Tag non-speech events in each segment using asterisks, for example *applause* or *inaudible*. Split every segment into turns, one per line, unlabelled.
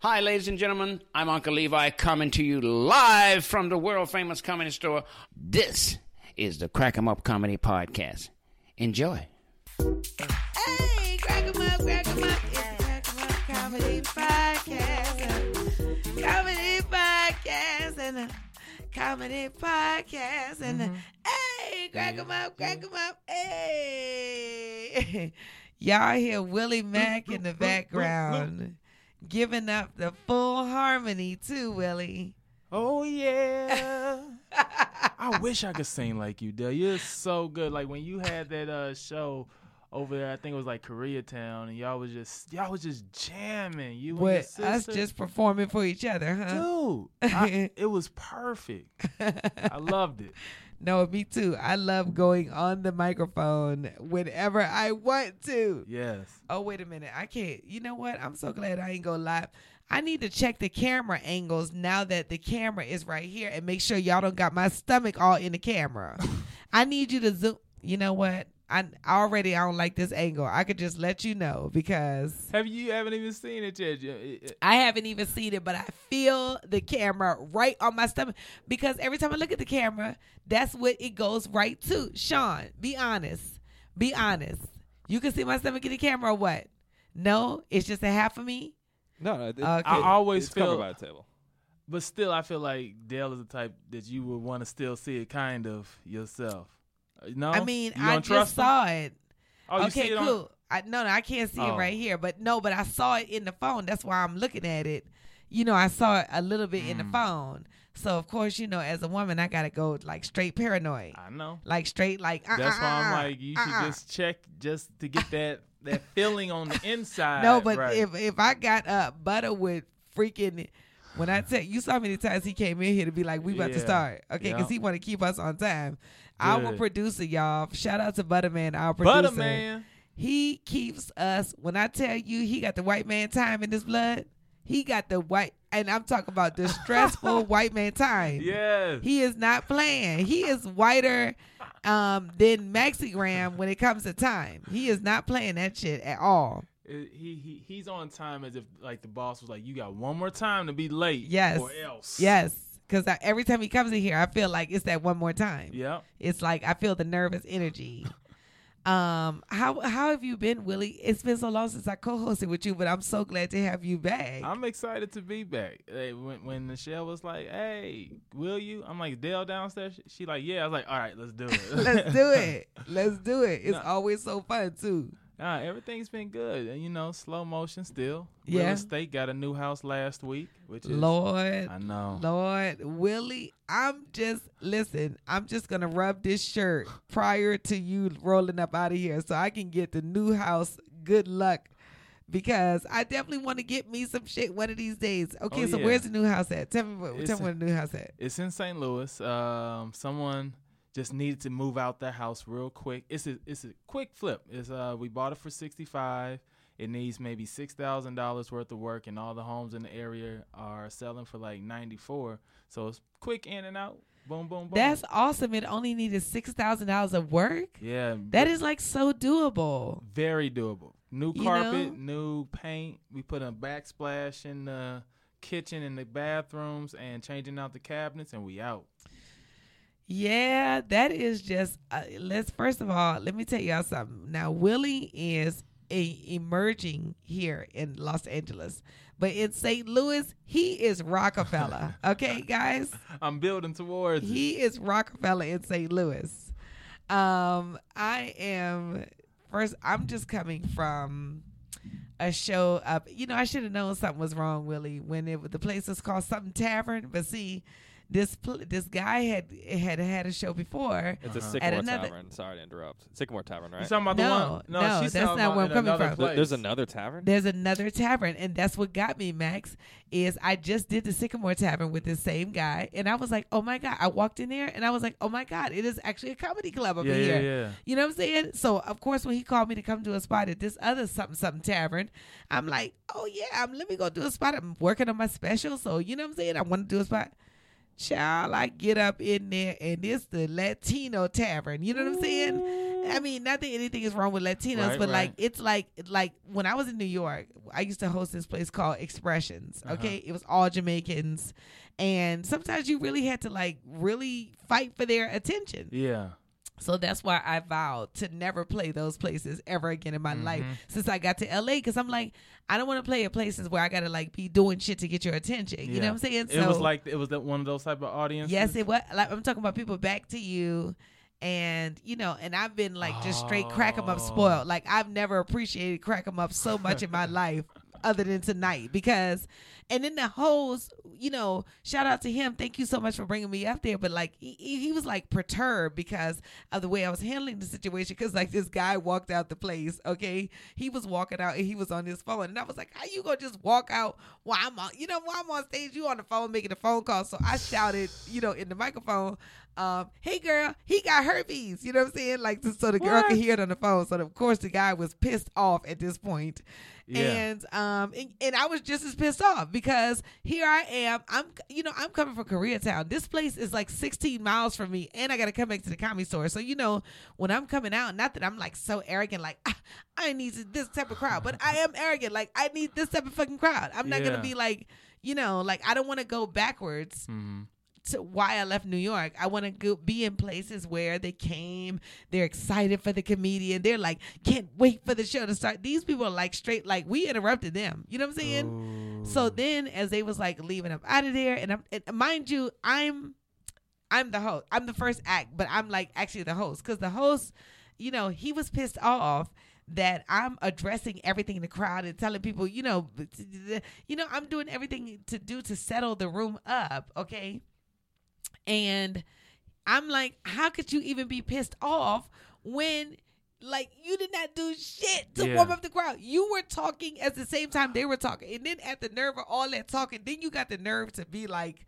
Hi, ladies and gentlemen. I'm Uncle Levi coming to you live from the world famous comedy store. This is the Crack 'em Up Comedy Podcast. Enjoy.
Hey, crack 'em up, crack 'em up. It's the crack 'em up comedy podcast. a Comedy podcast and a comedy podcast and
Mm-hmm.
a, hey, crack 'em up, crack 'em up. Hey. *laughs* Y'all hear Willie Mack in the background giving up the full harmony too, Willie.
Oh
*laughs*
yeah. I wish I could sing like you, Dell. You're so good. Like when you had that uh show over there, I think it was like Koreatown, and y'all was just y'all was just jamming. You and
But
your
us
sister.
just performing for each other, huh?
dude.
*laughs*
I- it was perfect. I loved it.
*laughs* No, me too. I love going on the microphone whenever I want to.
Yes.
Oh, wait a minute. I can't. You know what? I'm so glad I ain't go live. I need to check the camera angles now that the camera is right here and make sure y'all don't got my stomach all in the camera. I need you to zoom. You know what? I already I don't like this angle. I could just let you know because
Have you haven't even seen it yet? Yeah, it- it-
I haven't even seen it, but I feel the camera right on my stomach because every time I look at the camera, that's what it goes right to. Sean, be honest. Be honest. You can see my stomach in the camera or what? No, it's just a half of me.
No, no. It,
I
it-
always
it's covered
feel-
by the table.
But still, I feel like Dell is the type that you would want to still see it kind of yourself. Uh, No,
I mean,
You
I
don't
just
trust him?
saw it.
Oh, you
okay,
see it on-
cool. I, no, no, I can't see
Oh.
it right here, but no, but I saw it in the phone. That's why I'm looking at it. You know, I saw it a little bit in the
Mm.
phone. So of course, you know, as a woman, I gotta go like straight paranoid,
I know.
like straight like. Uh,
That's
uh,
why I'm
uh,
like, you should
uh, uh.
just check just to get that
*laughs*
that feeling on the inside.
No, but
right.
if if I got uh butter with freaking when I tell you saw how many times he came in here to be like, we about to
Yeah.
start. Okay, because
Yeah.
he want to keep us on time. Our
Good.
producer, y'all. Shout out to Butterman, our producer.
butter man,
He keeps us when I tell you he got the white man time in his blood, he got the white and I'm talking about the
*laughs*
stressful white man time.
yes,
He is not playing. He is whiter um, than Maxi Graham when it comes to time. He is not playing that shit at all.
he, Uh, he he- he's on time as if like the boss was like, you got one more time to be late,
Yes.
or else,
Yes, because every time he comes in here, I feel like it's that one more time.
yep.
It's like I feel the nervous
*laughs*
energy. Um, how how have you been, Willie? It's been so long since I co-hosted with you, but I'm so glad to have you back.
I'm excited to be back. Hey, when when Michelle was like, "Hey, will you?" I'm like, "Dale downstairs." She like, "Yeah." I was like, "All right, let's do it.
*laughs* Let's
*laughs*
do it. Let's do it. It's
No.
always so fun too.
Nah, everything's been good. And, You know, slow motion still.
Yeah.
Real estate got a new house last week, which is
Lord,
I know.
Lord, Willie, I'm just listen. I'm just gonna rub this shirt prior to you rolling up out of here, so I can get the new house. Good luck, because I definitely want to get me some shit one of these days. Okay, so
Oh, yeah.
where's the new house at? Tell me, what,
It's
tell me where the new house at.
It's in St. Louis. Um, someone just needed to move out their house real quick. It's a it's a quick flip. It's uh we bought it for sixty five. It needs maybe six thousand dollars worth of work, and all the homes in the area are selling for like ninety four. So it's quick in and out. Boom, boom, boom.
That's awesome. It only needed six thousand dollars of work.
yeah.
That is like so doable.
very doable. New
You
carpet, new paint. We put a backsplash in the kitchen and the bathrooms, and changing out the cabinets, and we out.
Yeah, that is just. Uh, let's first of all, let me tell y'all something. Now, Willie is a, emerging here in Los Angeles, but in St. Louis, he is Rockefeller. Okay, guys,
I'm building towards. it.
he is Rockefeller in St. Louis. Um, I am first. I'm just coming from a show up. You know, I should have known something was wrong, Willie, when it was- the place was called something Tavern. But see, this pl- this guy had had had a show before.
It's
Uh-huh.
a
At
Sycamore
another-
Tavern. Sorry to interrupt. Sycamore Tavern,
You
right?
talking about the
No,
one?
no,
she's
that's
talking
not
about
where I'm
in
coming
another
from.
Th- There's
place.
another tavern.
There's another tavern, and that's what got me, Max. Is I just did the Sycamore Tavern with this same guy, and I was like, oh my god! I walked in there, and I was like, oh my god, it is actually a comedy club over
Yeah,
here.
yeah, yeah.
You know what I'm saying? So of course, when he called me to come do a spot at this other something something tavern, I'm like, oh yeah, I'm, let me go do a spot. I'm working on my special, so you know what I'm saying. I want to do a spot. Child, I get up in there, and it's the Latino tavern. You know what I'm saying? I mean, not that anything is wrong with Latinos,
Right,
but like
right.
it's like like when I was in New York, I used to host this place called Expressions.
Uh-huh.
Okay, it was all Jamaicans, and sometimes you really had to like really fight for their attention.
Yeah.
So that's why I vowed to never play those places ever again in my life
Mhm.
since I got to LA. Because I'm like, I don't want to play at places where I gotta like be doing shit to get your attention. You know
Yeah.
what I'm saying?
It was like it was that one of those type of audiences.
Yes, it was. Like I'm talking about people back to you, and you know, and I've been like just straight crack 'em up
Oh.
spoiled. Like I've never appreciated crack 'em up so much in my life, other than tonight because, and then the host, you know, shout out to him. Thank you so much for bringing me up there. But like he, he he was like perturbed because of the way I was handling the situation. Because like this guy walked out the place. Okay, he was walking out and he was on his phone, and I was like, how you gonna just walk out while I'm on, you know, while I'm on stage, you on the phone making a phone call. So I shouted, you know, in the microphone, um, hey girl, he got herpes. You know what I'm saying? Like, just so the girl could hear it on the phone. So of course the guy was pissed off at this point.
Yeah.
And um and, and I was just as pissed off because here I am. I'm you know, I'm coming from Koreatown. This place is like 16 miles from me and I gotta come back to the comedy store. So you know, when I'm coming out, not that I'm like so arrogant, like "Ah, I need this type of crowd, but I am arrogant. Like I need this type of fucking crowd. I'm not
Yeah.
gonna be like, you know, like I don't wanna go backwards
Mhm.
to why I left New York. I want to go be in places where they came. They're excited for the comedian. They're like, can't wait for the show to start. These people are like straight, like we interrupted them. You know what I'm saying? So then, as they was like leaving up out of there, and I'm and mind you, I'm I'm the host. I'm the first act, but I'm like actually the host because the host, you know, he was pissed off that I'm addressing everything in the crowd and telling people, you know, you know, I'm doing everything to do to settle the room up, okay? And I'm like, how could you even be pissed off when like you did not do shit to
Yeah.
warm up the crowd. You were talking at the same time they were talking. And then at the nerve of all that talking, then you got the nerve to be like,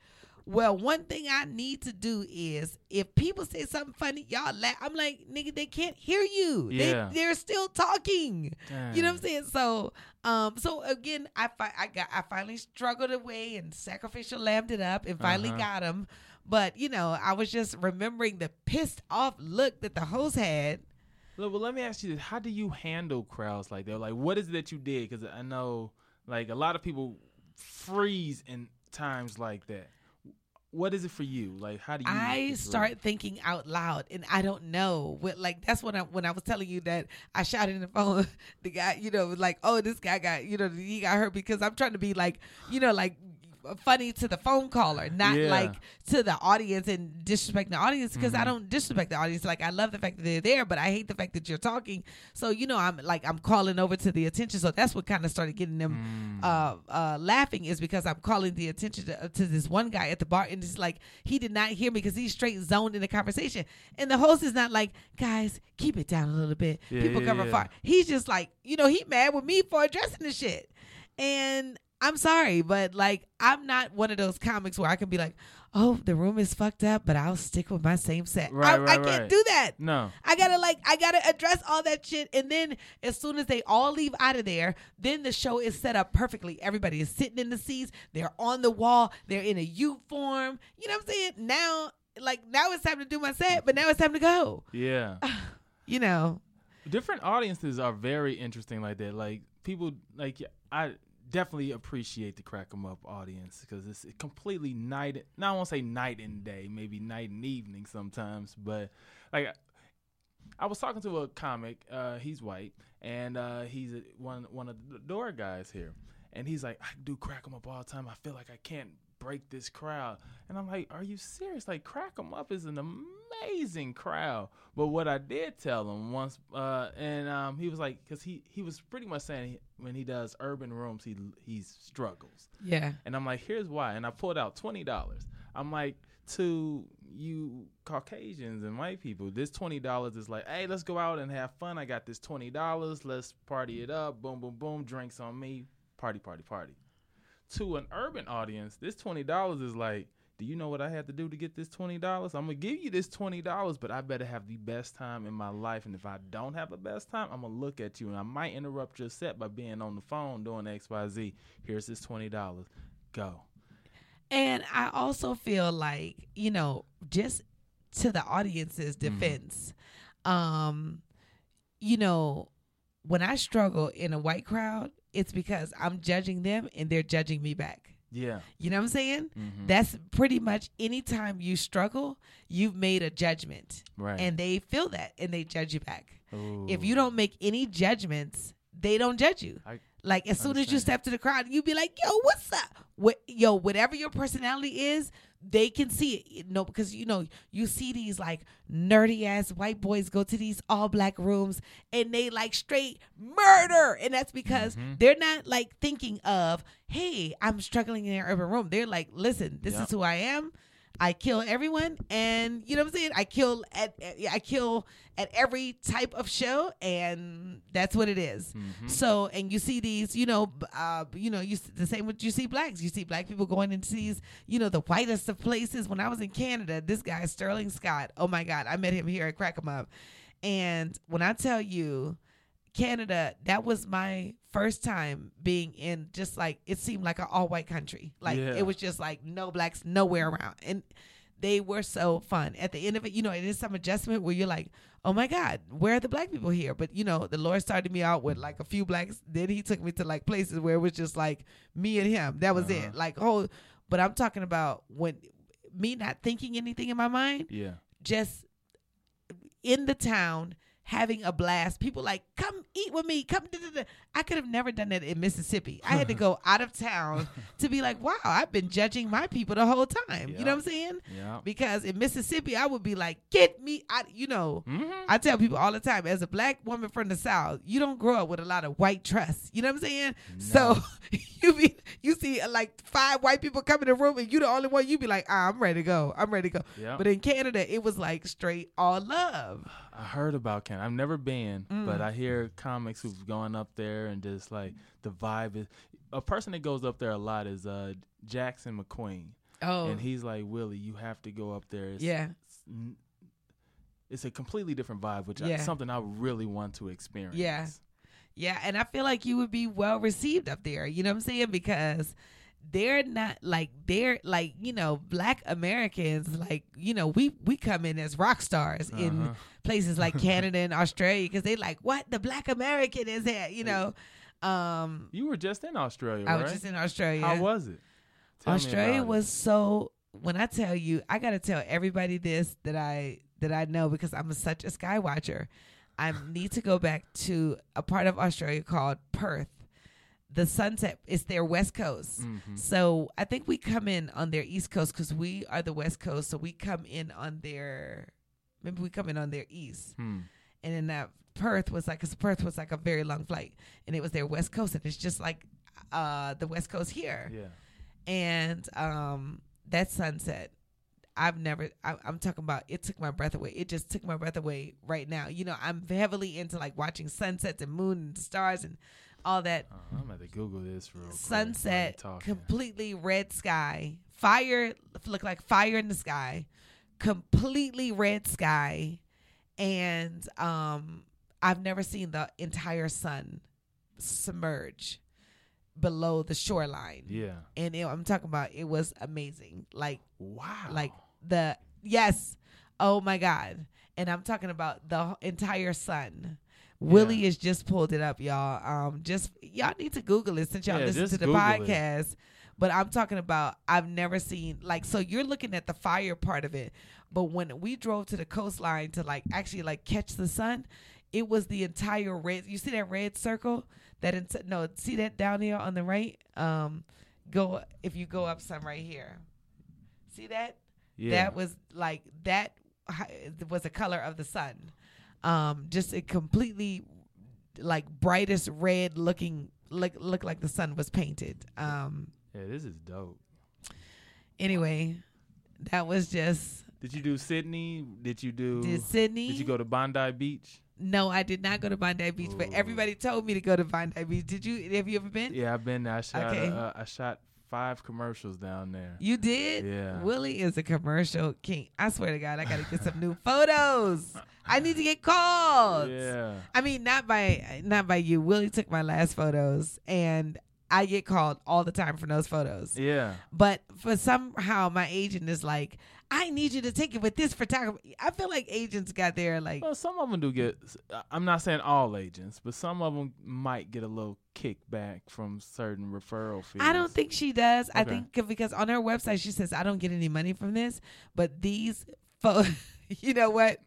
well, one thing I need to do is if people say something funny, y'all laugh. I'm like, nigga, they can't hear you.
Yeah.
They, they're still talking. You know what
Dang.
I'm saying? So, um, so again, I fi- I got I finally struggled away and sacrificial lambed it up and finally
Uh-huh.
got him. But you know, I was just remembering the pissed off look that the host had.
Look, well, let me ask you this: How do you handle crowds like that? Like, what is it that you did? Because I know, like, a lot of people freeze in times like that. What is it for you? Like, how do you? get
I
through?
start thinking out loud, and I don't know what. Like that's when I when I was telling you that I shouted in the phone. *laughs* The guy, you know, was like, "Oh, this guy got you know he got hurt because I'm trying to be like, you know, like funny to the phone caller, not
Yeah.
like to the audience and disrespect the audience because
Mm-hmm.
I don't disrespect the audience. Like I love the fact that they're there, but I hate the fact that you're talking. So you know, I'm like I'm calling over to the attention. So that's what kind of started getting them
Mm.
uh, uh, laughing is because I'm calling the attention to, to this one guy at the bar, and it's like he did not hear me because he's straight zoned in the conversation. And the host is not like, guys, keep it down a little bit.
Yeah,
People
yeah,
come from
yeah.
far. He's just like, you know, he mad with me for addressing the shit. And I'm sorry, but like I'm not one of those comics where I can be like, oh, the room is fucked up, but I'll stick with my same set.
Right,
I, I
right,
can't
right.
do that.
No.
I gotta like I gotta address all that shit, and then as soon as they all leave out of there, then the show is set up perfectly. Everybody is sitting in the seats, they're on the wall, they're in a U form. You know what I'm saying? Now, like now it's time to do my set, but now it's time to go.
Yeah.
*laughs* You know?
different audiences are very interesting like that like people like i definitely appreciate the crack 'em up audience because it's completely night now i won't say night and day maybe night and evening sometimes but like I- i was talking to a comic uh, he's white and uh, he's a- one one of the door guys here and he's like i do crack 'em up all the time i feel like i can't break this crowd and i'm like are you serious like crack 'em up is an amazing crowd but what i did tell him once uh, and um, he was like because he, he was pretty much saying he, when he does urban rooms he he struggles
Yeah.
and I'm like, here's why. And I pulled out twenty dollars. I'm like, to you Caucasians and white people, this twenty dollars is like, hey, let's go out and have fun. I got this twenty dollars. Let's party it up. Boom, boom, boom. Drinks on me. Party, party, party. To an urban audience, this twenty dollars is like, do you know what I had to do to get this twenty dollars? I'm gonna give you this twenty dollars, but I better have the best time in my life. And if I don't have the best time, I'm gonna look at you and I might interrupt your set by being on the phone doing X, Y, Z. Here's this twenty dollars go.
And I also feel like, you know, just to the audience's defense, um, you know, when I struggle in a white crowd, it's because I'm judging them and they're judging me back.
Yeah.
You know what I'm saying?
mhm,
That's pretty much any time you struggle, you've made a judgment.
right.
And they feel that and they judge you back. If
Ooh,
you don't make any judgments, they don't judge you.
I
like as soon as you
understand.
step to the crowd, you be like, "Yo, what's up?" What, yo, whatever your personality is, they can see it. You know, because you know you see these like nerdy ass white boys go to these all black rooms and they like straight murder, and that's because
Mhm.
they're not like thinking of, "Hey, I'm struggling in an urban room." They're like, "Listen, this
Yeah.
is who I am." I kill everyone, and you know what I'm saying. I kill at, at I kill at every type of show, and that's what it is.
mhm,
So, and you see these, you know, b- uh, you know, you s- the same with you see blacks. You see black people going into these, you know, the whitest of places. When I was in Canada, this guy Sterling Scott. Oh my God, I met him here at Crack 'Em Up, and when I tell you, Canada, that was my first time being in just like it seemed like an all white country. Like
Yeah.
it was just like no blacks nowhere around, and they were so fun. At the end of it, you know, it is some adjustment where you're like, oh my God, where are the black people here? But you know, the Lord started me out with like a few blacks. Then he took me to like places where it was just like me and him. That was
Uh-huh.
it. Like oh, but I'm talking about when me not thinking anything in my mind
Yeah.
just in the town having a blast. People like, come eat with me. Come. da-da-da." I could have never done that in Mississippi. I had to go out of town to be like, wow, I've been judging my people the whole time. You
Yeah.
know what I'm saying?
Yeah.
Because in Mississippi, I would be like, get me out. You know,
Mhm.
I tell people all the time, as a black woman from the South, you don't grow up with a lot of white trust. You know what I'm saying? So *laughs* you be you see uh, like five white people come in the room and you the only one. You be like, ah, I'm ready to go. I'm ready to go.
Yeah.
But in Canada, it was like straight all love.
I heard about Canada. I've never been, but
Mm.
I hear comics who've gone up there and just like the vibe is. A person that goes up there a lot is uh Jackson McQueen,
Oh,
and he's like Willie. You have to go up there. It's,
yeah,
It's, n- it's a completely different vibe, which
Yeah.
is something I really want to experience.
yeah. And I feel like you would be well received up there. You know what I'm saying? Because they're not like they're like you know black Americans. Like you know we we come in as rock stars in
Uh-huh.
places like Canada and Australia because they like what the black American is here. You know, um,
You were just in Australia,
I
right?
was just in Australia.
How was it? Tell me
Australia
about it.
was so. When I tell you, I gotta tell everybody this that I that I know because I'm such a sky watcher. I need to go back to a part of Australia called Perth. The sunset is their west coast.
Mhm.
So I think we come in on their east coast because we are the west coast. So we come in on their maybe we come in on their east
Hmm.
and then that Perth was like, cause Perth was like a very long flight, and it was their West Coast, and it's just like uh, the West Coast here,
Yeah.
and um, that sunset. I've never. I, I'm talking about. It took my breath away. It just took my breath away right now. You know, I'm heavily into like watching sunsets and moon and stars and all that.
Uh, I'm gonna have to Google this real quick. while you
Sunset,
talking.
completely red sky, fire look like fire in the sky, completely red sky, and um, I've never seen the entire sun submerge below the shoreline.
Yeah.
And it, I'm talking about it was amazing. Like
Wow.
like the yes oh my god and i'm talking about the h- entire sun willie has just pulled it up y'all um just y'all need to google it since y'all
Yeah,
listen
just
to the
Google it.
podcast but i'm talking about i've never seen like so you're looking at the fire part of it but when we drove to the coastline to like actually like catch the sun it was the entire red you see that red circle that in, no see that down here on the right um go if you go up some right here see that
yeah.
that was like that hi- was the color of the sun um just a completely like brightest red looking look look like the sun was painted um
yeah. This is dope.
anyway that was just
Did you do Sydney? Did you do?
did sydney
Did you go to Bondi Beach?
no i did not go to bondi beach but
Ooh.
everybody told me to go to bondi beach did you have you ever been
Yeah, I've been there. I shot.
Okay.
Uh, I shot five commercials down there.
you did
Yeah.
willie is a commercial king i swear to god i gotta get some new photos i need to get called
*laughs* Yeah.
I mean, not by not by you. Willie took my last photos, and I get called all the time for those photos.
Yeah.
But for somehow my agent is like, I need you to take it with this photographer. I feel like agents got there like
Well, some of them do get. I- I'm not saying all agents, but some of them might get a little kickback from certain referral fees.
I don't think she does. I
Okay.
think c- because on her website she says I don't get any money from this, but these pho- *laughs* you know
*laughs*
what?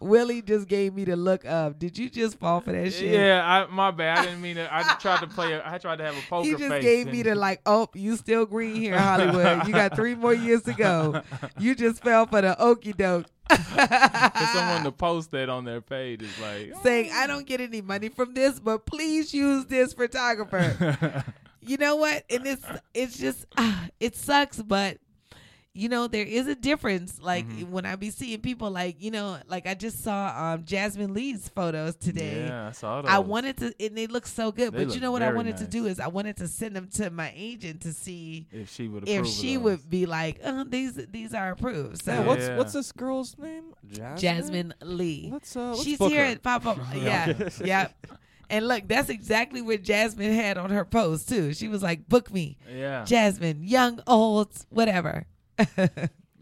Willie just gave me the look of. Did you just fall for that shit?
Yeah, I, my bad. I didn't mean to. I
*laughs*
tried to play. A, I tried to have a poker
He just
face
gave me
and- *laughs*
the like, oh, you still green here, Hollywood. You got three more years to go. You just fell for the okey doke.
for
*laughs*
someone to post that on their page is like. "Oh,
saying, I don't get any money from this, but please use this photographer.
*laughs*
you know what? And it's it's just ah, it sucks, but you know there is a difference. Like
Mm-hmm.
when I be seeing people, like you know, like I just saw um Jasmine Lee's photos today.
Yeah, I saw those.
I wanted to, and they look so good.
They
but you
look
know what I
very
wanted to
nice.
do is I wanted to send them to my agent to see
if she would.
if
approve of
she
those.
would be like, uh, these these are approved. So
Yeah, what's
Yeah.
what's this girl's name? Jasmine.
Jasmine Lee,
Let's uh. Let's
She's
book
here
her.
at pop up. Yeah.
*laughs*
yep. And look, that's exactly what Jasmine had on her post too. She was like, "Book me,
Yeah.
Jasmine, young, old,
*laughs*
whatever."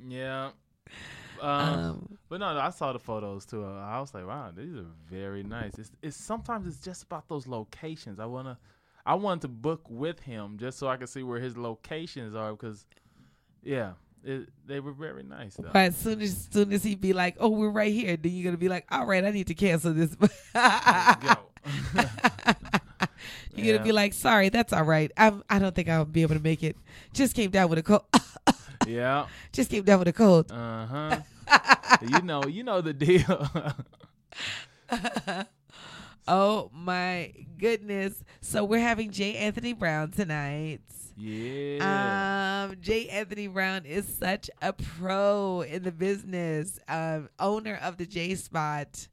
yeah. Um,
um,
but no, no, I saw the photos too. I was like, wow, these are very nice. It's, it's sometimes it's just about those locations. I wanna, I wanted to book with him just so I could see where his locations are because, yeah, it, they were very nice though.
but as soon as soon as he'd be like, "Oh, we're right here," then you're gonna be like, "All right, I need to cancel this." *laughs*
Let's
you're
go.
gonna be like, "Sorry, that's all right. I'm. I don't think I'll be able to make it. Just came down with a cold. *laughs*
yeah,
Just came down with a cold."
uh huh. *laughs* you know, you know the deal. *laughs*
*laughs* Oh my goodness! So we're having J. Anthony Brown tonight.
yeah.
Um, J. Anthony Brown is such a pro in the business, um, owner of the J Spot,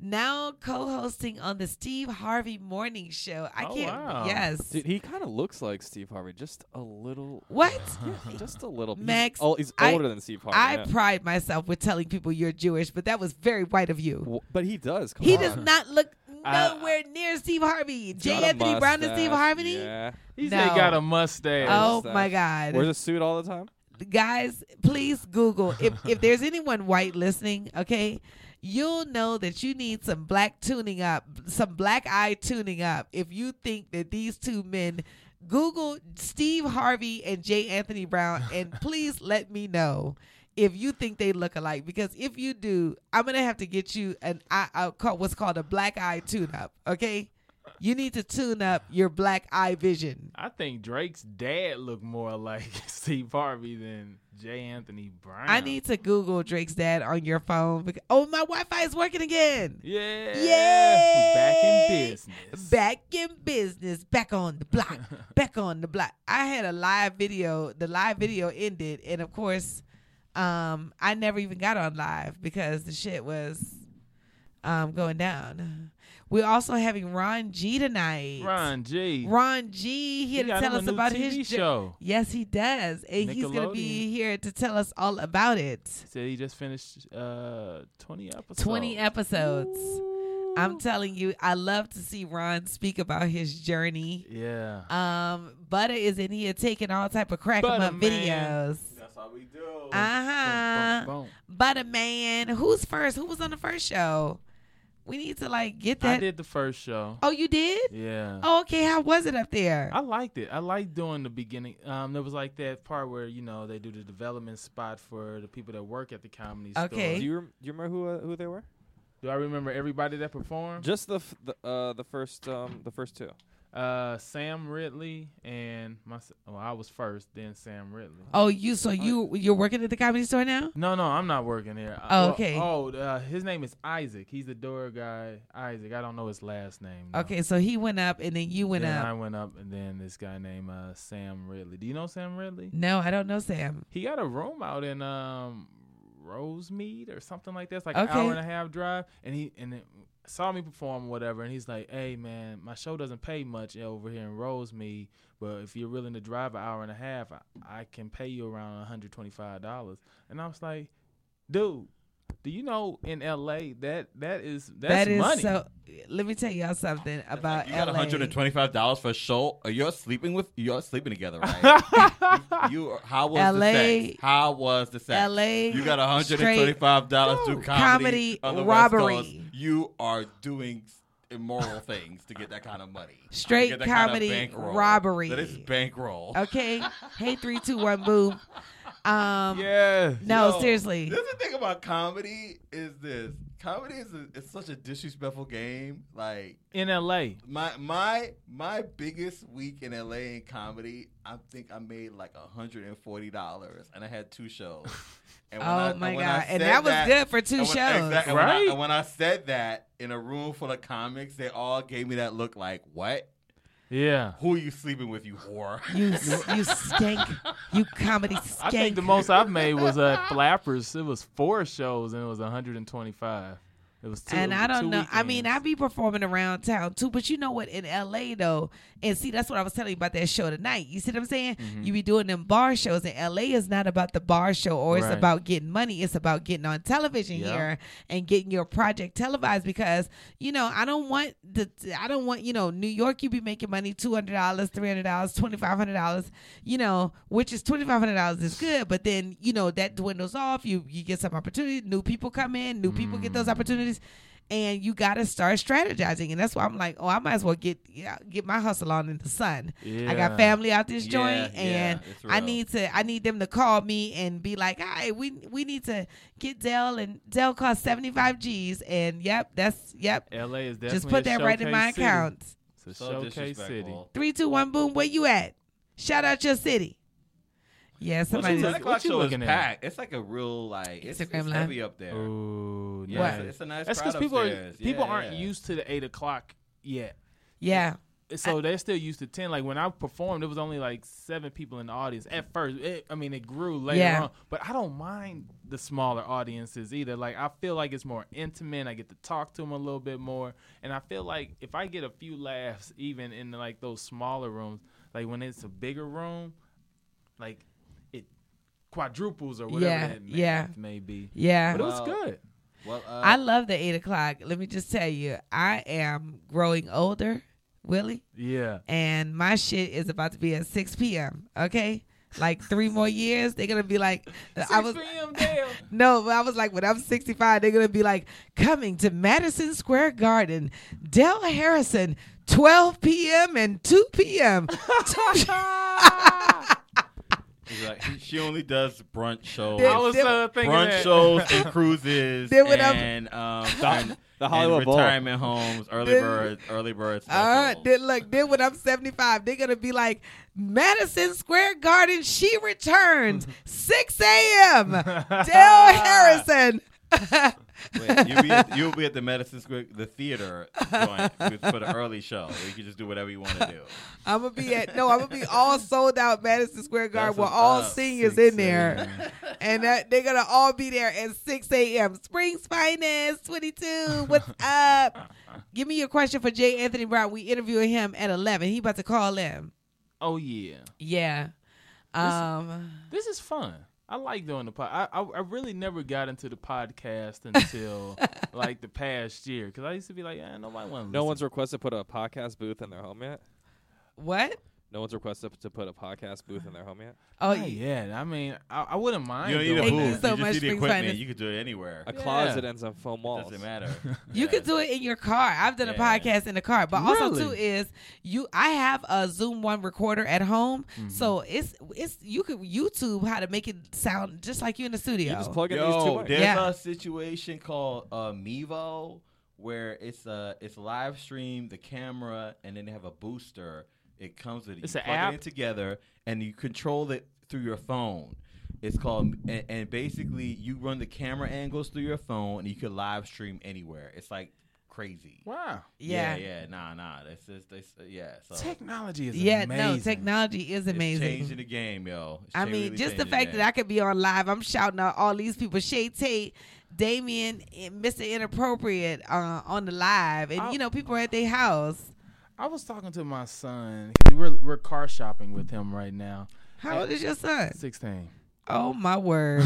now co hosting on the Steve Harvey Morning Show. I
Oh,
can't,
wow.
yes.
Dude, he kind of looks like Steve Harvey, just a little.
*laughs* what?
Yeah, just a little. he's
Max,
ol- Oh, he's
I-
older than Steve Harvey.
I
yeah.
pride myself with telling people you're Jewish, but that was very white of you.
W- but he does. Come
He
on.
does not look
I-
nowhere
*laughs*
near Steve Harvey. J.
Got a
Anthony Brown and Steve
mustache,
Harvey?
Yeah.
He said
no.
he got a mustache.
Oh
mustache.
my God.
Wears a suit all the time.
guys, please Google if if there's anyone white listening, okay, you'll know that you need some black tuning up, some black eye tuning up. If you think that these two men, Google Steve Harvey and J. Anthony Brown,
*laughs*
and please let me know. If you think they look alike, because if you do, I'm gonna have to get you an I, I call, what's called a black eye tune up. Okay, you need to tune up your black eye vision.
I think Drake's dad looked more like *laughs* Steve Harvey than J. Anthony Brown.
I need to Google Drake's dad on your phone. Because, oh, my Wi-Fi is working again.
Yeah.
Yay!
We back in business.
Back in business, back on the
*laughs*
block, back on the block. I had a live video. The live video ended, and of course, um, I never even got on live because the shit was um, going down. We're also having Ron G tonight.
Ron G.
Ron G
He
here to
got
tell
him a
us
new
about
TV
his jo-
show.
Yes, he does, and he's gonna be
Nickelodeon.
here to tell us all about it.
Said he just finished uh, 20 episodes.
20 episodes. I'm telling you, I love to see Ron speak about his journey.
Yeah.
Um, Butter is in here taking all type of crack 'em
Butter
up
Man.
videos.
That's how we do.
Uh huh. Butter man, who's first? Who was on the first show? We need to like get
I
that.
did the first show.
Oh, you did?
Yeah.
Oh, okay. How was it up there?
I liked it. I liked doing the beginning. Um, there was like that part where you know they do the development spot for the people that work at the comedy
Okay.
Do
store.
you rem- do you remember who uh, who they were?
Do I remember everybody that performed?
Just the f- the uh the first um the first two.
Uh, Sam Ridley and my. Well, I was first, then Sam Ridley.
oh, you. So you you're working at the comedy store now?
No, no, I'm not working here. I-
Oh,
well,
okay.
oh, uh, his name is Isaac. He's the door guy. Isaac. I don't know his last name. though.
Okay. So he went up, and then you went
then
up.
I went up, and then this guy named uh, Sam Ridley. Do you know Sam Ridley?
no, I don't know Sam.
He got a room out in um Rosemead or something like that. It's like an
Okay.
hour and a half drive. And he and it, saw me perform or whatever. And he's like, "Hey man, my show doesn't pay much over here in Rosemead, but if you're willing to drive an hour and a half, I, I can pay you around 125 dollars." And I was like, "Dude." Do you know in L.A. that that is that's
That is
money.
so. Let me tell y'all something about
You got
LA.
125 dollars for a show. Uh, You're sleeping with you're sleeping together, right? you are- how was
LA
the sex? How was the sex?
LA
You got 125 dollars through
Comedy
comedy, on the
robbery.
West Coast. You are doing immoral things to get that kind of money. To
Straight
get that kind of
comedy
bankroll.
robbery.
That is bankroll.
Okay. hey, three, two, one, boom. Um,
yeah.
No,
Yo,
seriously.
That's the thing about comedy is this. Comedy is a, it's such a disrespectful game. Like
In L.A.
my my my biggest week in LA in comedy, I think I made like hundred and forty dollars, and I had two
*laughs*
shows. And
Oh
when I-
my
when
god!
I
And
said
that was good for two
and
shows.
when- exact- and when I-
Right?
and when I said that in a room full of comics, they all gave me that look like, "What?
Yeah.
Who are you sleeping with, you whore?"
*laughs* You
*laughs*
you skank. *laughs* You comedy skank.
I think the most I've made was at Flappers. It was four shows and it was 125. It was two.
and I
two
don't know. I mean, I
weekends.
be performing around town too, but you know what? In LA though, and see, that's what I was telling you about that show tonight. You see what I'm saying?
Mm-hmm.
You be doing them bar shows, and LA is not about the bar show or it's
Right.
about getting money. It's about getting on television
Yeah.
here and getting your project televised because you know I don't want the I don't want you know New York. You be making money two hundred dollars, three hundred dollars, twenty five hundred dollars. You know, which is twenty five hundred dollars is good, but then you know that dwindles off. You you get some opportunity. New people come in. New people get those
Mm.
opportunities and you got to start strategizing. And that's why I'm like, oh, I might as well get yeah, get my hustle on in the sun. I got
Yeah.
family out this
Yeah,
joint,
yeah,
and
it's
I
real.
need to I need them to call me and be like, all right, we we need to get Dell, and Dell costs seventy five G's, and yep, that's yep.
LA is definitely
Just put
a
that right in
showcase
my
city.
account.
It's a
So
showcase city.
disrespectful.
Three, two, one, boom. Where you at? Shout out your city. Yeah,
Well,
somebody.
the
look-
ten o'clock
what you
show is
looking at?
packed. It's like a real like it's, it's
Instagram live.
heavy up there.
Ooh,
Yeah,
nice.
it's, a- it's a nice.
That's
because
because people are,
upstairs.
people
Yeah,
aren't
yeah.
used to the eight o'clock yet.
Yeah,
So they're still used to ten. Like when I performed, it was only like seven people in the audience at first. It, I mean, it grew later
Yeah.
on. But I don't mind the smaller audiences either. Like I feel like it's more intimate. I get to talk to them a little bit more, and I feel like if I get a few laughs, even in like those smaller rooms, like when it's a bigger room, like it quadruples or whatever
Yeah,
that may,
yeah.
may be.
yeah.
But it was
Well,
good.
Well, uh,
I love the eight o'clock. Let me just tell you, I am growing older, Willie,
Yeah.
and my shit is about to be at six p.m. Okay, like three more years, they're gonna be like, I was no, but I was like, when I'm sixty five, they're gonna be like, coming to Madison Square Garden, Dell Harrison, twelve p.m. and two p.m.
he's like, he- she only does brunch shows.
I was uh, thinking
brunch
that.
shows
*laughs*
and cruises
Then when I'm-
and um and,
the Hollywood
and
Bowl.
retirement homes, early
Then-
bird, early
*laughs*
bird.
Uh,
specials.
then look, then when I'm 75, they're gonna be like, Madison Square Garden, she returns 6 a.m. Dale Harrison.
Wait, you'll,
*laughs*
be at, you'll be at the Madison Square, the theater joint with- for the early show. You can just do whatever you want to do.
I'm gonna be at no, I'm gonna be all sold out Madison Square Garden
That's
with
what's
all
up,
seniors
6
in there, and that, they're gonna all be there at 6 a.m. Spring's finest 22. What's up? Give me your question for Jay Anthony Brown. We interviewing him at 11. He about to call in.
*laughs* Oh yeah.
Yeah. Um.
This is fun. I like doing the pod. I, I I really never got into
*laughs*
the podcast until like the past year because I used to be like, eh, nobody wants.
No one's requested to put a podcast booth in their home yet.
What?
No one's requested to put a podcast booth in their home yet.
Oh,
Oh, yeah, I mean, I, I wouldn't mind.
You don't need a
Thank you
booth.
doing
You,
it.
so
just
much,
need the
Spring
equipment.
Finest.
You can do it anywhere.
A
It
Yeah.
closet and some foam walls.
doesn't matter.
You can do it in your car. I've done a
Yeah.
podcast in the car, but also
Really?
too is you. I have a Zoom One recorder at home, so it's it's you could YouTube how to make it sound just like you in the studio.
You just *laughs* plug in these two
Yo,
mics.
there's
Yeah.
a situation called uh, Mevo where it's uh, it's live stream, the camera, and then they have a booster. It comes with
It's
you
an
plug
app?
it in together, and you control it through your phone. It's called, and, and basically you run the camera angles through your phone, and you can live stream anywhere. It's like crazy.
Wow,
yeah,
yeah, nah, nah. That's just, that's uh, yeah. So
technology is
Yeah,
amazing.
no, technology is
it's changing
amazing.
the game, yo. It's
I
cha-
mean,
really
just the
changing
fact
game.
that I could be on live, I'm shouting out all these people: Shay Tate, Damien, and Mr. Inappropriate uh, on the live, and
I'll-
you know people are at their house.
I was talking to my son because we're we're car shopping with him right now.
How old is your son?
Sixteen.
Oh my
*laughs*
word!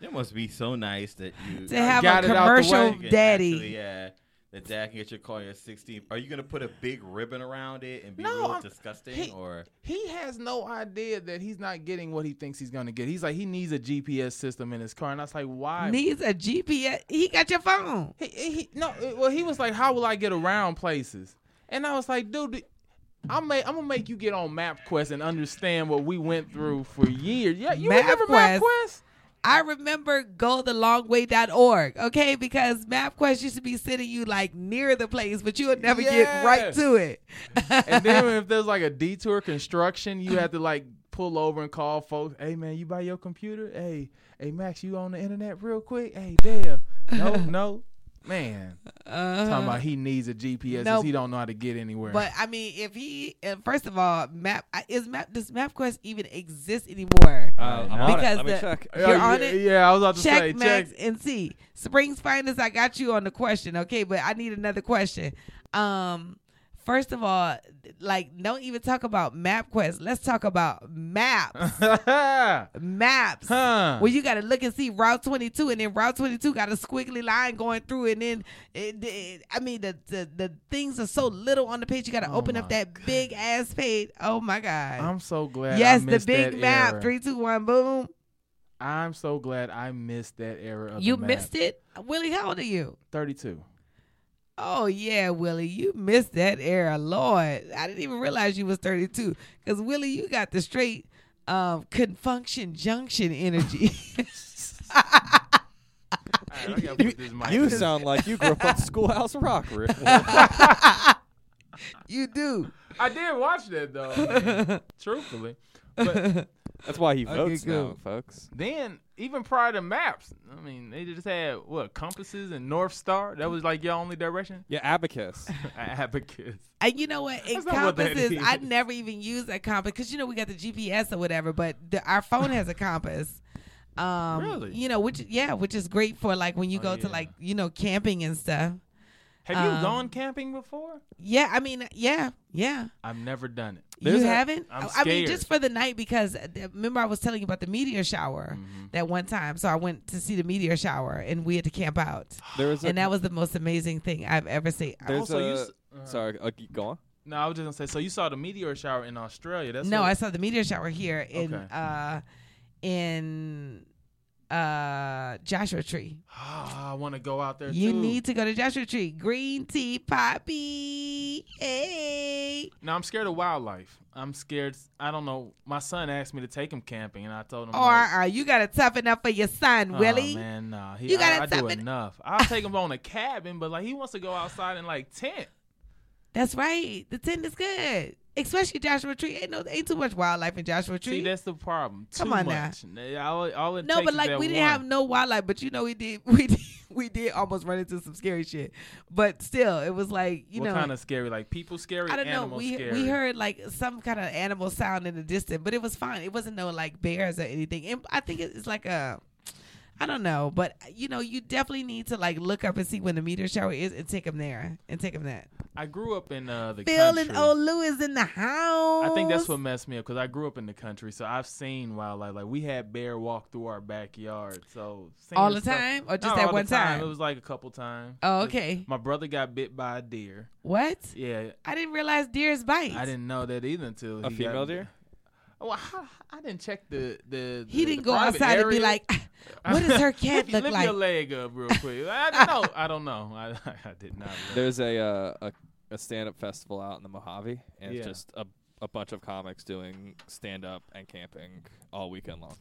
That must be so nice that you
to have a
got it out the
commercial
way.
You can
daddy.
actually, yeah. That dad can get your car your 16th. Are you gonna put a big ribbon around it and be
No,
real
I'm-
disgusting,
he-
or
he has no idea that he's not getting what he thinks he's gonna get. He's like he needs a GPS system in his car, and I was like, why?
Needs a GPS. He got your phone.
He, he, no, uh, well, he was like, "How will I get around places?" And I was like, "Dude, I'm make, I'm gonna make you get on MapQuest and understand what we went through for years." Yeah, you remember
MapQuest?
MapQuest?
I remember goTheLongWay.org, okay? Because MapQuest used to be sending you like near the place, but you would never get
Yeah.
right to it.
And then if there's like a detour construction, you had to like pull over and call folks. Hey man, you buy your computer? Hey, hey Max, you on the internet real quick? Hey Dale,
*laughs*
no, no, man.
Uh,
Talking about he needs a
No.
GPS because he don't know how to get anywhere.
But I mean, if he and first of all, map I- is map does MapQuest even exist anymore?
Uh, I'm on
Because
it. Let
the-
me check.
Yeah,
you're
yeah,
on it?
Yeah, I was about to
check
say
Max
check.
and see. Springs Finest, I got you on the question, okay? But I need another question. Um, first of all, like don't even talk about MapQuest. Let's talk about
*laughs*
maps. maps.
huh?
Well, you got to look and see Route 22, and then Route 22 got a squiggly line going through, and then it, it- I mean the, the the things are so little on the page. You got to
Oh
open up
my
that big ass page. Oh my god!
I'm so glad.
yes,
I
the
missed
big
that
map.
Era.
Three, two, one, boom.
I'm so glad I missed that era. Of
You
the map.
missed it, Willie. How old are you?
Thirty-two.
Oh yeah, Willie, you missed that era, Lord. I didn't even realize you was 32. Cause Willie, you got the straight um confunction junction energy. *laughs*
You sound like you grew up on Schoolhouse Rock.
*laughs*
Rick. *laughs*
*laughs*
you do.
I did watch that though.
*laughs*
man, *laughs* truthfully, but
That's why he
Okay,
votes now,
cool.
folks.
then even prior to maps, I mean, they just had what compasses and North Star. That was like your only direction.
Yeah, abacus. *laughs*
*laughs* Abacus.
And you know what?
That's not what that
Encompasses.
is.
I never even use a compass because you know we got the GPS or whatever, but the, our phone has a compass. Um,
Really?
You know, which yeah, which is great for like when you
Oh,
go to
yeah.
like you know camping and stuff.
Have
Um,
you gone camping before?
Yeah, I mean, yeah, yeah.
I've never done it.
There's
you
a-
haven't? Oh,
I'm
I mean,
scared.
just for the night because uh, remember I was telling you about the meteor shower
Mm-hmm.
that one time. So I went to see the meteor shower and we had to camp out,
There was a,
and that was the most amazing thing I've ever seen.
there's
Also, you
a-
s-
uh-huh.
uh,
sorry, uh, keep going.
No, I was just gonna say. So you saw the meteor shower in Australia? That's
no,
what-
I saw the meteor shower here in
Okay.
uh in uh Joshua Tree.
Ah, *gasps* I want to go out there.
You
too.
need to go to Joshua Tree. Green tea poppy. Hey.
Now I'm scared of wildlife. I'm scared. I don't know. My son asked me to take him camping, and I told him,
Or
like,
uh, you gotta toughen up for your son,
"Aw,
Willie.
man, nah, he,
You
I-
gotta
I, do
stop it."
enough. I'll take him on a cabin, but like he wants to go outside and like tent.
That's right. The tent is good. Especially Joshua Tree. Ain't no ain't too much wildlife in Joshua Tree.
See, that's the problem. Too
Come on now.
much. Now. All, all it
no,
takes
but
is
like
that
we didn't
one.
have no wildlife, but you know we did *laughs* we did we did almost run into some scary shit. But still, it was like, you
what
know
kind of scary? Like people scary,
I don't know.
animals
We
scary.
we heard like some kind of animal sound in the distance, but it was fine. It wasn't no like bears or anything. And I think it's like a I don't know, but you know, you definitely need to like look up and see when the meteor shower is and take them there and take them that.
I grew up in uh, the
Phil
country.
and Olu is in the house.
I think that's what messed me up because I grew up in the country, so I've seen wildlife. Like we had bear walk through our backyard, so seeing
all the
stuff-
time or just
Not
that
all
one
the time.
time.
It was like a couple times.
Oh,
Just-
okay.
My brother got bit by a deer.
What?
Yeah,
I didn't realize deers bite.
I didn't know that either until
A
he
female
got,
deer?
Well, I, I didn't check the the.
He
the-
didn't
the
go
private
outside and be
area.
like, "Ah, "What does
*laughs*
her cat
Lift-
look
lift
like?"
your leg up real quick. I don't know. I don't know. I, *laughs* I
*laughs*
did not. Know.
There's a uh, a, a stand up festival out in the Mojave, and
Yeah.
it's just a a bunch of comics doing stand up and camping all weekend long.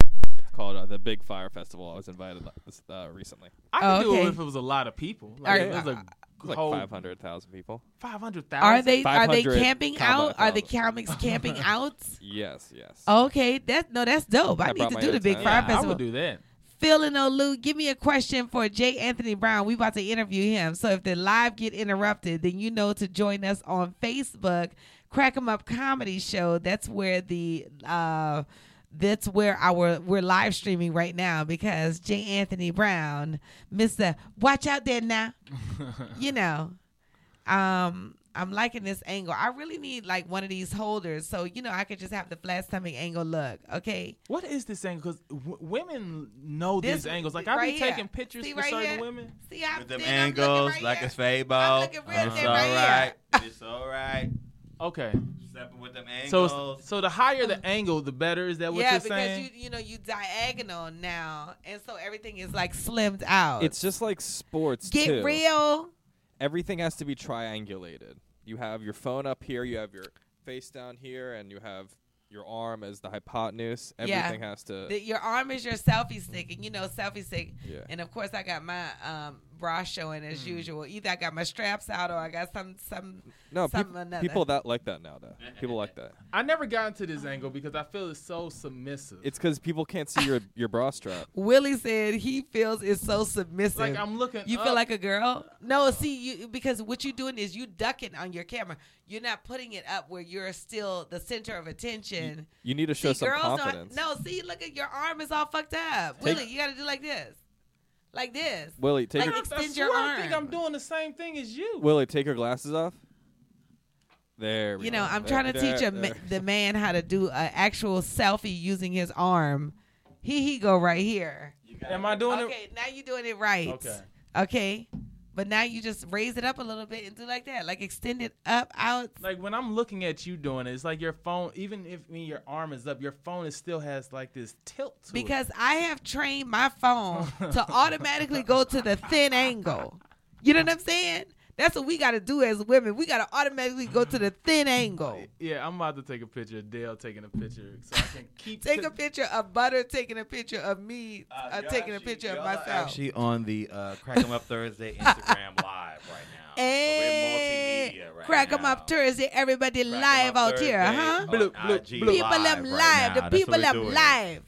Called uh, the Big Fire Festival. I was invited la- uh, recently.
I
Oh,
could do
okay.
it if it was a lot of people.
Are-
Like, if it was a
It's like
whole
five hundred thousand people.
five hundred thousand.
Are they are they
500
camping
comma
out? Are the
thousand.
comics
*laughs*
camping out?
Yes, yes.
Okay, that no, that's dope. I,
I
need
brought
to
my
do the
own
Big
tent.
Fire
Yeah, I
Festival.
would do that.
Phil and Olu, give me a question for J. Anthony Brown. We about to interview him. So if the live get interrupted, then you know to join us on Facebook, Crack 'em Up Comedy Show. That's where the uh that's where our we're live streaming right now because J. Anthony Brown, Mr. Watch out there now. you know. Um I'm liking this angle. I really need like one of these holders, so you know I could just have the flat stomach angle look. Okay,
What is this angle? Because w- women know
This-
these angles. Like,
right
I be
here.
taking pictures
See
for
right
certain
here?
women.
see I'm
With them
thin, I'm looking
angles,
right
like
here.
it's fade
I'm
ball.
looking
It's
real
all
thin right
right. *laughs*
here.
It's all right.
Okay.
Stepping with them
So,
angles.
it's- so the higher the angle, the better. Is that what
yeah,
you're
because
saying?
you you know you diagonal now, and so everything is like slimmed out.
It's just like sports
get
too.
real.
Everything has to be triangulated. You have your phone up here, you have your face down here, and you have your arm as the hypotenuse.
Yeah.
Everything has to.
The, your arm is your selfie stick, and you know selfie stick.
Yeah. Hmm.
And of course, I got my um, bra showing as usual. Either I got my straps out, or I got some some
no, peop-
something another.
people that like that now, though. People like that.
I never got into this angle because I feel it's so submissive.
It's because people can't see your your bra strap.
Willie said he feels is so submissive.
like I'm looking.
you
up.
feel like a girl? No, see you because what you're doing is you ducking on your camera. You're not putting it up where you're still the center of attention.
You need to show
see,
some
girls don't-
confidence.
No, see, look at your arm is all fucked up.
Take-
Willie, you got to do like this, like this.
Willie, take
Like,
your,
I
extend
swear
your
I think
arm.
I'm doing the same thing as you.
Willie, take your glasses off. There. We
You
go.
know, I'm
There-
trying to
there-
teach a, ma-
there.
the man how to do an actual selfie using his arm. He he go right here.
Am I doing it?
Okay, now you're doing it right.
Okay.
Okay. But now you just raise it up a little bit and do like that, like extend it up out.
Like when I'm looking at you doing it, it's like your phone. Even if when your arm is up, your phone is still has like this tilt to it.
Because I have trained my
*laughs*
phone to automatically go to the thin angle. You know what I'm saying? That's what we got to do as women. We got to automatically go to the thin angle.
Yeah, I'm about to take a picture of Dale taking a picture so I can keep
Take a picture of Butter taking a picture of me uh,
Uh, y'all
taking a
actually-
picture of
y'all are
myself. *laughs*
Actually, on the uh, Crack 'em Up *laughs* Thursday Instagram live right now. So we're
Hey,
multimedia right
Eh, crack 'em
now.
up Thursday, everybody
Crack 'em
live
Up
out here,
Thursday
huh?
on
Bloop, bloop,
IG
bloop.
People
live
them
right now.
live, the
That's what
people
we're
them
doing.
live.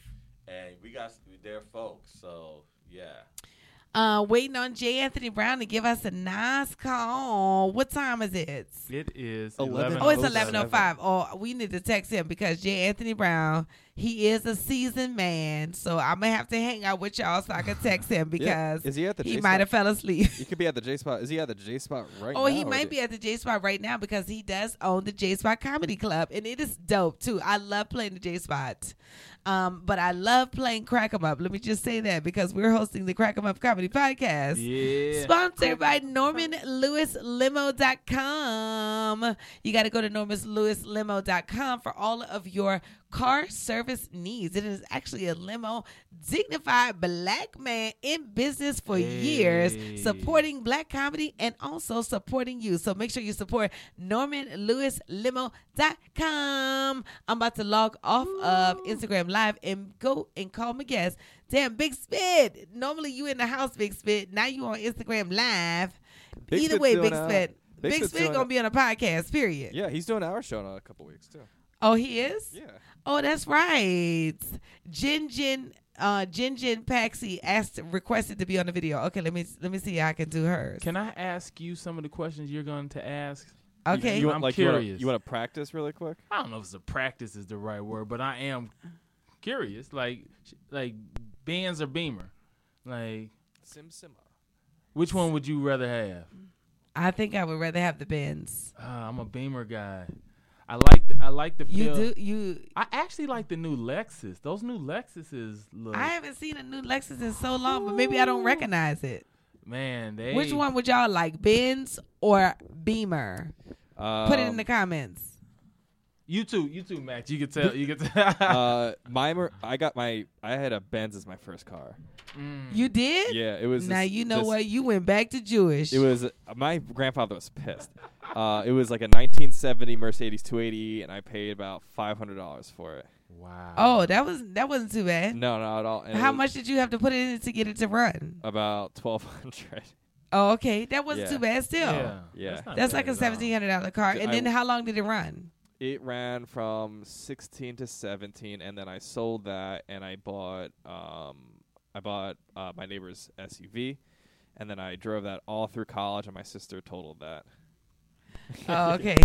And we got their folks, so yeah.
Uh, waiting on J. Anthony Brown to give us a nice call. What time is it?
It is
Eleven.
Oh, it's
11.
eleven oh five. Oh, we need to text him because J. Anthony Brown, he is a seasoned man, so I'm gonna have to hang out with y'all so I can text him
*laughs* Yeah.
because
Is he at the
he
J
might have
spot?
fell asleep.
You could be at the J spot. Is he at the J spot right
Oh,
now?
he
or
might
did-
be at the J Spot right now because he does own the J Spot Comedy Club, and it is dope too. I love playing the J Spot, um, but I love playing Crack 'Em Up. Let me just say that because we're hosting the Crack 'Em Up Comedy Podcast.
Yeah.
Sponsored by NormanLewisLimo.com. You got to go to NormanLewisLimo.com for all of your car service needs. It is actually a limo, dignified black man in business for years,
Hey.
supporting black comedy and also supporting you. So make sure you support NormanLewisLimo.com. I'm about to log off of Instagram Live and go and call my guest. Damn, Big Spit. Normally you in the house, Big Spit. Now you on Instagram Live.
Big
Either
Spit's
way,
doing
Big
a-
Spit. Big,
Big Spit's
Spit
doing
gonna
a-
be on a podcast, period.
Yeah, he's doing our show in a couple weeks too.
Oh, he is?
Yeah.
Oh, that's right. Jin Jin uh Jin Jin Paxi asked requested to be on the video. Okay, let me let me see how I can do hers.
Can I ask you some of the questions you're going to ask?
You-
okay.
You, want,
I'm
like, You
curious.
wanna, you want to practice really quick?
I don't know if it's a practice is the right word, but I am curious. Like, sh- like bands or Beamer. Like,
Sim Sima.
which one would you rather have?
I think I would rather have the bins.
Uh, I'm a Beamer guy. I like the, I like the
You
feel.
do you
I actually like the new Lexus. Those new Lexuses look
I haven't seen a new Lexus in so long, but maybe I don't recognize it.
man. They
Which one would y'all like, Benz or Beamer?
Um,
Put it in the comments.
You too. You too, Max. You can tell. You can tell.
*laughs*
*laughs*
uh, my mer- I got my I had a Benz as my first car.
Mm.
You did?
hmm. Yeah, it was
Now
this-
you know
this-
what? You went back to Jewish.
It was uh, my grandfather was pissed. Uh, it was like a 1970 Mercedes 280, and I paid about five hundred dollars for it.
wow.
oh, that was that wasn't too bad.
No, not at all. And it
How
was
much did you have to put in it to get it to run?
About twelve hundred.
Oh, okay, that wasn't
Yeah.
too bad still.
Yeah.
Yeah.
not
That's
bad
like a
at all.
seventeen hundred dollar car.
Did
And
I-
then how long did it
*laughs*
run?
It ran from sixteen to seventeen, and then I sold that, and I bought um, I bought uh, my neighbor's SUV, and then I drove that all through college, and my sister totaled that. *laughs*
Oh, okay,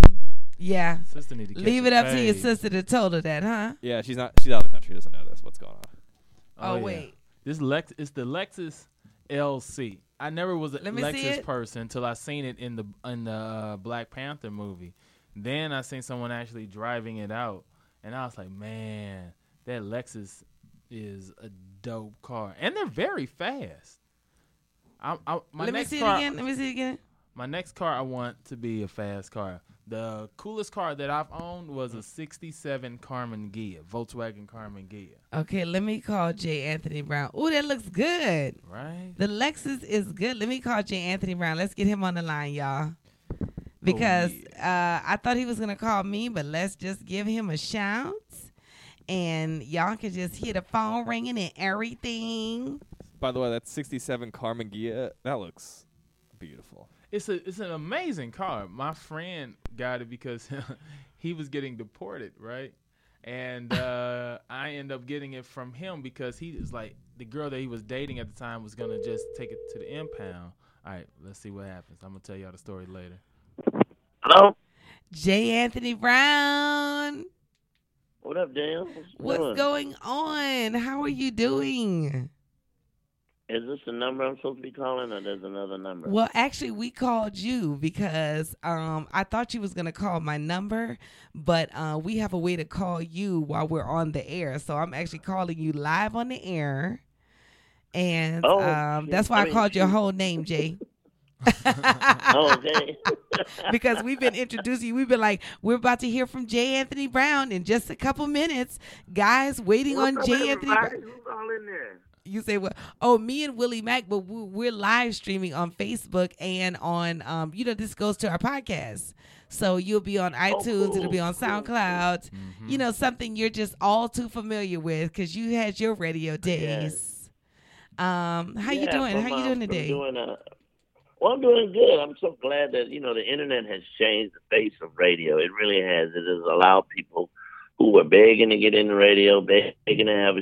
yeah.
Sister need to catch
Leave
a
it up to your
fade.
sister to total that, huh?
Yeah, she's not. She's out of the country. Doesn't know this. What's going on?
Oh,
yeah.
wait.
This Lex. It's the Lexus LC. I never was a
Let me see
Lexus
it.
person until I seen it in the in the uh, Black Panther movie. Then I seen someone actually driving it out, and I was like, man, that Lexus is a dope car, and they're very fast. I, I, my
Let me
next
see
car,
it again. Let me see it again.
my next car I want to be a fast car. The coolest car that I've owned was a 67 Carmen Ghia, Volkswagen Carmen Ghia,
Okay, let me call J. Anthony Brown. Ooh, that looks good.
right?
The Lexus is good. Let me call J. Anthony Brown. Let's get him on the line, y'all. Because uh, I thought he was going to call me, but let's just give him a shout. And y'all can just hear the phone ringing and everything.
By the way, that 67 Carmen Ghia, that looks beautiful.
It's a it's an amazing car. My friend got it because *laughs* he was getting deported, right?
*laughs*
And uh, I end up getting it from him because he is like the girl that he was dating at the time was gonna just take it to the impound. All right, let's see what happens. I'm gonna tell y'all the story later.
Hello?
J. Anthony Brown,
What up, Dan? What's,
what's going on? How are you doing?
Is this the number I'm supposed to be calling, or there's another number?
Well, actually, we called you because um, I thought you was gonna call my number, but uh, we have a way to call you while we're on the air. So I'm actually calling you live on the air, and
Oh,
um,
shoot.
that's why
I
I
mean,
called your
shoot.
whole name, Jay.
*laughs*
*laughs*
Oh, okay.
because we've been introducing you. We've been like, we're about to hear from Jay Anthony Brown in just a couple minutes, guys. Waiting on Jay Anthony. Brown.
Who's all in there?
You say what? Oh, me and Willie Mack, but we- we're live streaming on Facebook and on, um, you know, this goes to our podcast. So you'll be on iTunes, it'll be
Oh,
on
cool, cool. Mm-hmm.
SoundCloud, you know, something you're just all too familiar with because you had your radio days. Um, how you
Yeah,
doing?
from,
How
uh,
you doing
from
today?
doing, uh, well, I'm doing good. I'm so glad that you know the internet has changed the face of radio. It really has. It has allowed people who were begging to get in the radio, begging to have a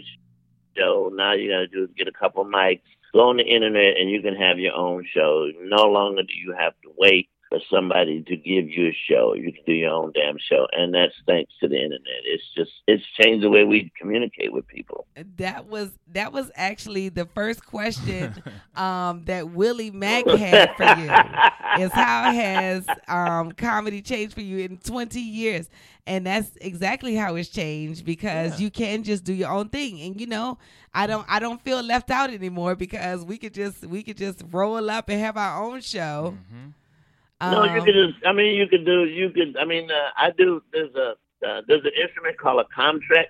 show. Now you got to do is get a couple mics, go on the internet, and you can have your own show. No longer do you have to wait for somebody to give you a show. You can do your own damn show, and that's thanks to the internet. It's just it's changed the way we communicate with people.
That was that was actually the first question um, that Willie Mack had for you. is how has um, comedy changed for you in 20 years and that's exactly how it's changed because
Yeah.
you can just do your own thing and you know i don't i don't feel left out anymore because we could just we could just roll up and have our own show
Mhm.
No, you
Um,
could just. I mean, you could do. You could. I mean, uh, I do. There's a uh, there's an instrument called a Comtrex.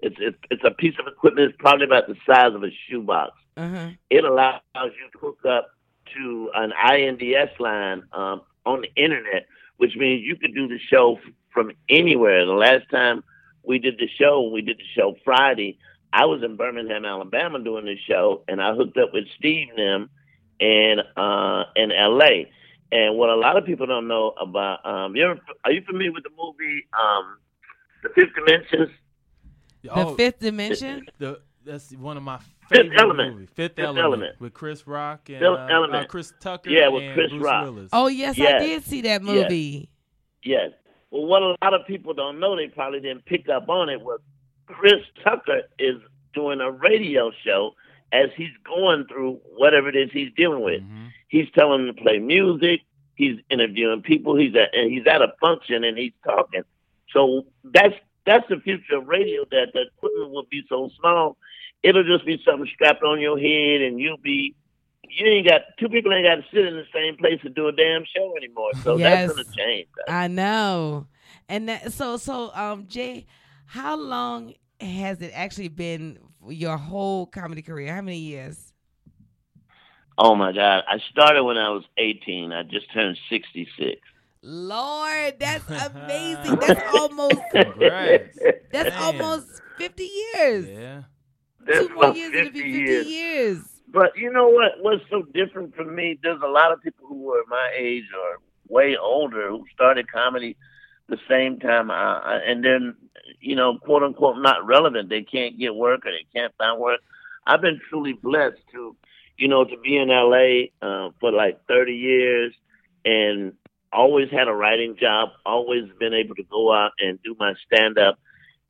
It's, it's it's a piece of equipment. It's probably about the size of a shoebox.
uh-huh.
It allows you to hook up to an INDS line um, on the internet, which means you could do the show f- from anywhere. The last time we did the show, we did the show Friday. I was in Birmingham, Alabama, doing the show, and I hooked up with Steve and them in uh, in L.A. And what a lot of people don't know about, um, you ever, are you familiar with the movie um, The Fifth Dimensions?
the
Oh,
fifth dimension
*laughs* the that's one of my favorite
Element.
movies. Fifth,
Fifth
Element,
Element.
with Chris Rock and
Fifth
uh,
Element.
uh, Chris Tucker.
Yeah, with
and
Chris
Bruce
Rock.
Willis.
oh yes,
Yes.
i did see
Yes.
that movie
Yes. Well, what a lot of people don't know, they probably didn't pick up on it, was Chris Tucker is doing a radio show as he's going through whatever it is he's dealing with.
Mhm.
He's telling them to play music. He's interviewing people. He's at and he's at a function and he's talking. So that's that's the future of radio. That the equipment will be so small, it'll just be something strapped on your head, and you'll be you ain't got two people ain't got to sit in the same place to do a damn show anymore. So
Yes.
that's gonna change.
i know and that so so um jay how long has it actually been your whole comedy career how many years
Oh my God! I started when I was 18. I just turned 66.
Lord,
*laughs*
that's amazing. That's almost
Congrats.
that's
Man.
almost fifty years.
Yeah.
That's
Two more
about
years it'll
50
be fifty
years.
years.
But you know what? What's so different for me? There's a lot of people who were my age or way older who started comedy the same time, I, I- and then you know, quote unquote, not relevant. They can't get work or they can't find work. I've been truly blessed to, you know, to be in LA uh, for like 30 years and always had a writing job. Always been able to go out and do my stand up.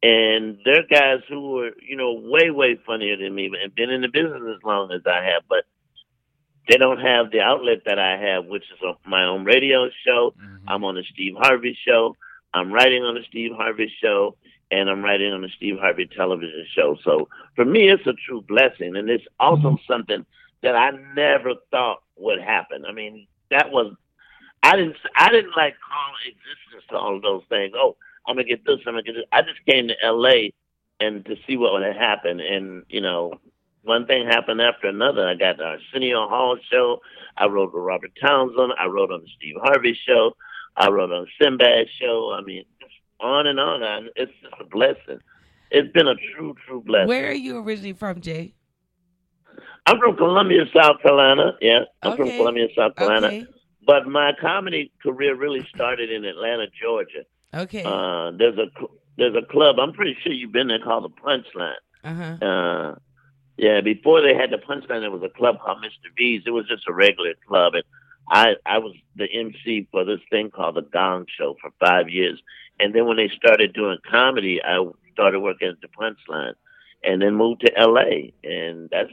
And there are guys who were, you know, way, way funnier than me and been in the business as long as I have. But they don't have the outlet that I have, which is on my own radio show.
Mhm.
I'm on the Steve Harvey show. I'm writing on the Steve Harvey show, and I'm writing on the Steve Harvey television show. So for me, it's a true blessing, and it's also something that I never thought would happen. I mean, that was I didn't I didn't like call existence to all of those things. Oh, I'm gonna get this. I'm gonna get this. I just came to L.A. and to see what would happen, and you know. One thing happened after another. I got the Arsenio Hall show. I wrote with Robert Townsend. I wrote on the Steve Harvey show. I wrote on Sinbad show. I mean, just on and on. And it's just a blessing. It's been a true, true blessing.
Where are you originally from, Jay?
I'm from Columbia, South Carolina. Yeah, I'm
Okay.
from Columbia, South Carolina.
Okay.
But my comedy career really started in Atlanta, Georgia.
Okay. Uh
Uh, there's a cl- there's a club. I'm pretty sure you've been there called the Punchline.
huh.
Uh, yeah, before they had the punchline, there was a club called Mr. V's. It was just a regular club, and I I was the MC for this thing called the Gong Show for five years. And then when they started doing comedy, I started working at the punchline, and then moved to L.A. And that's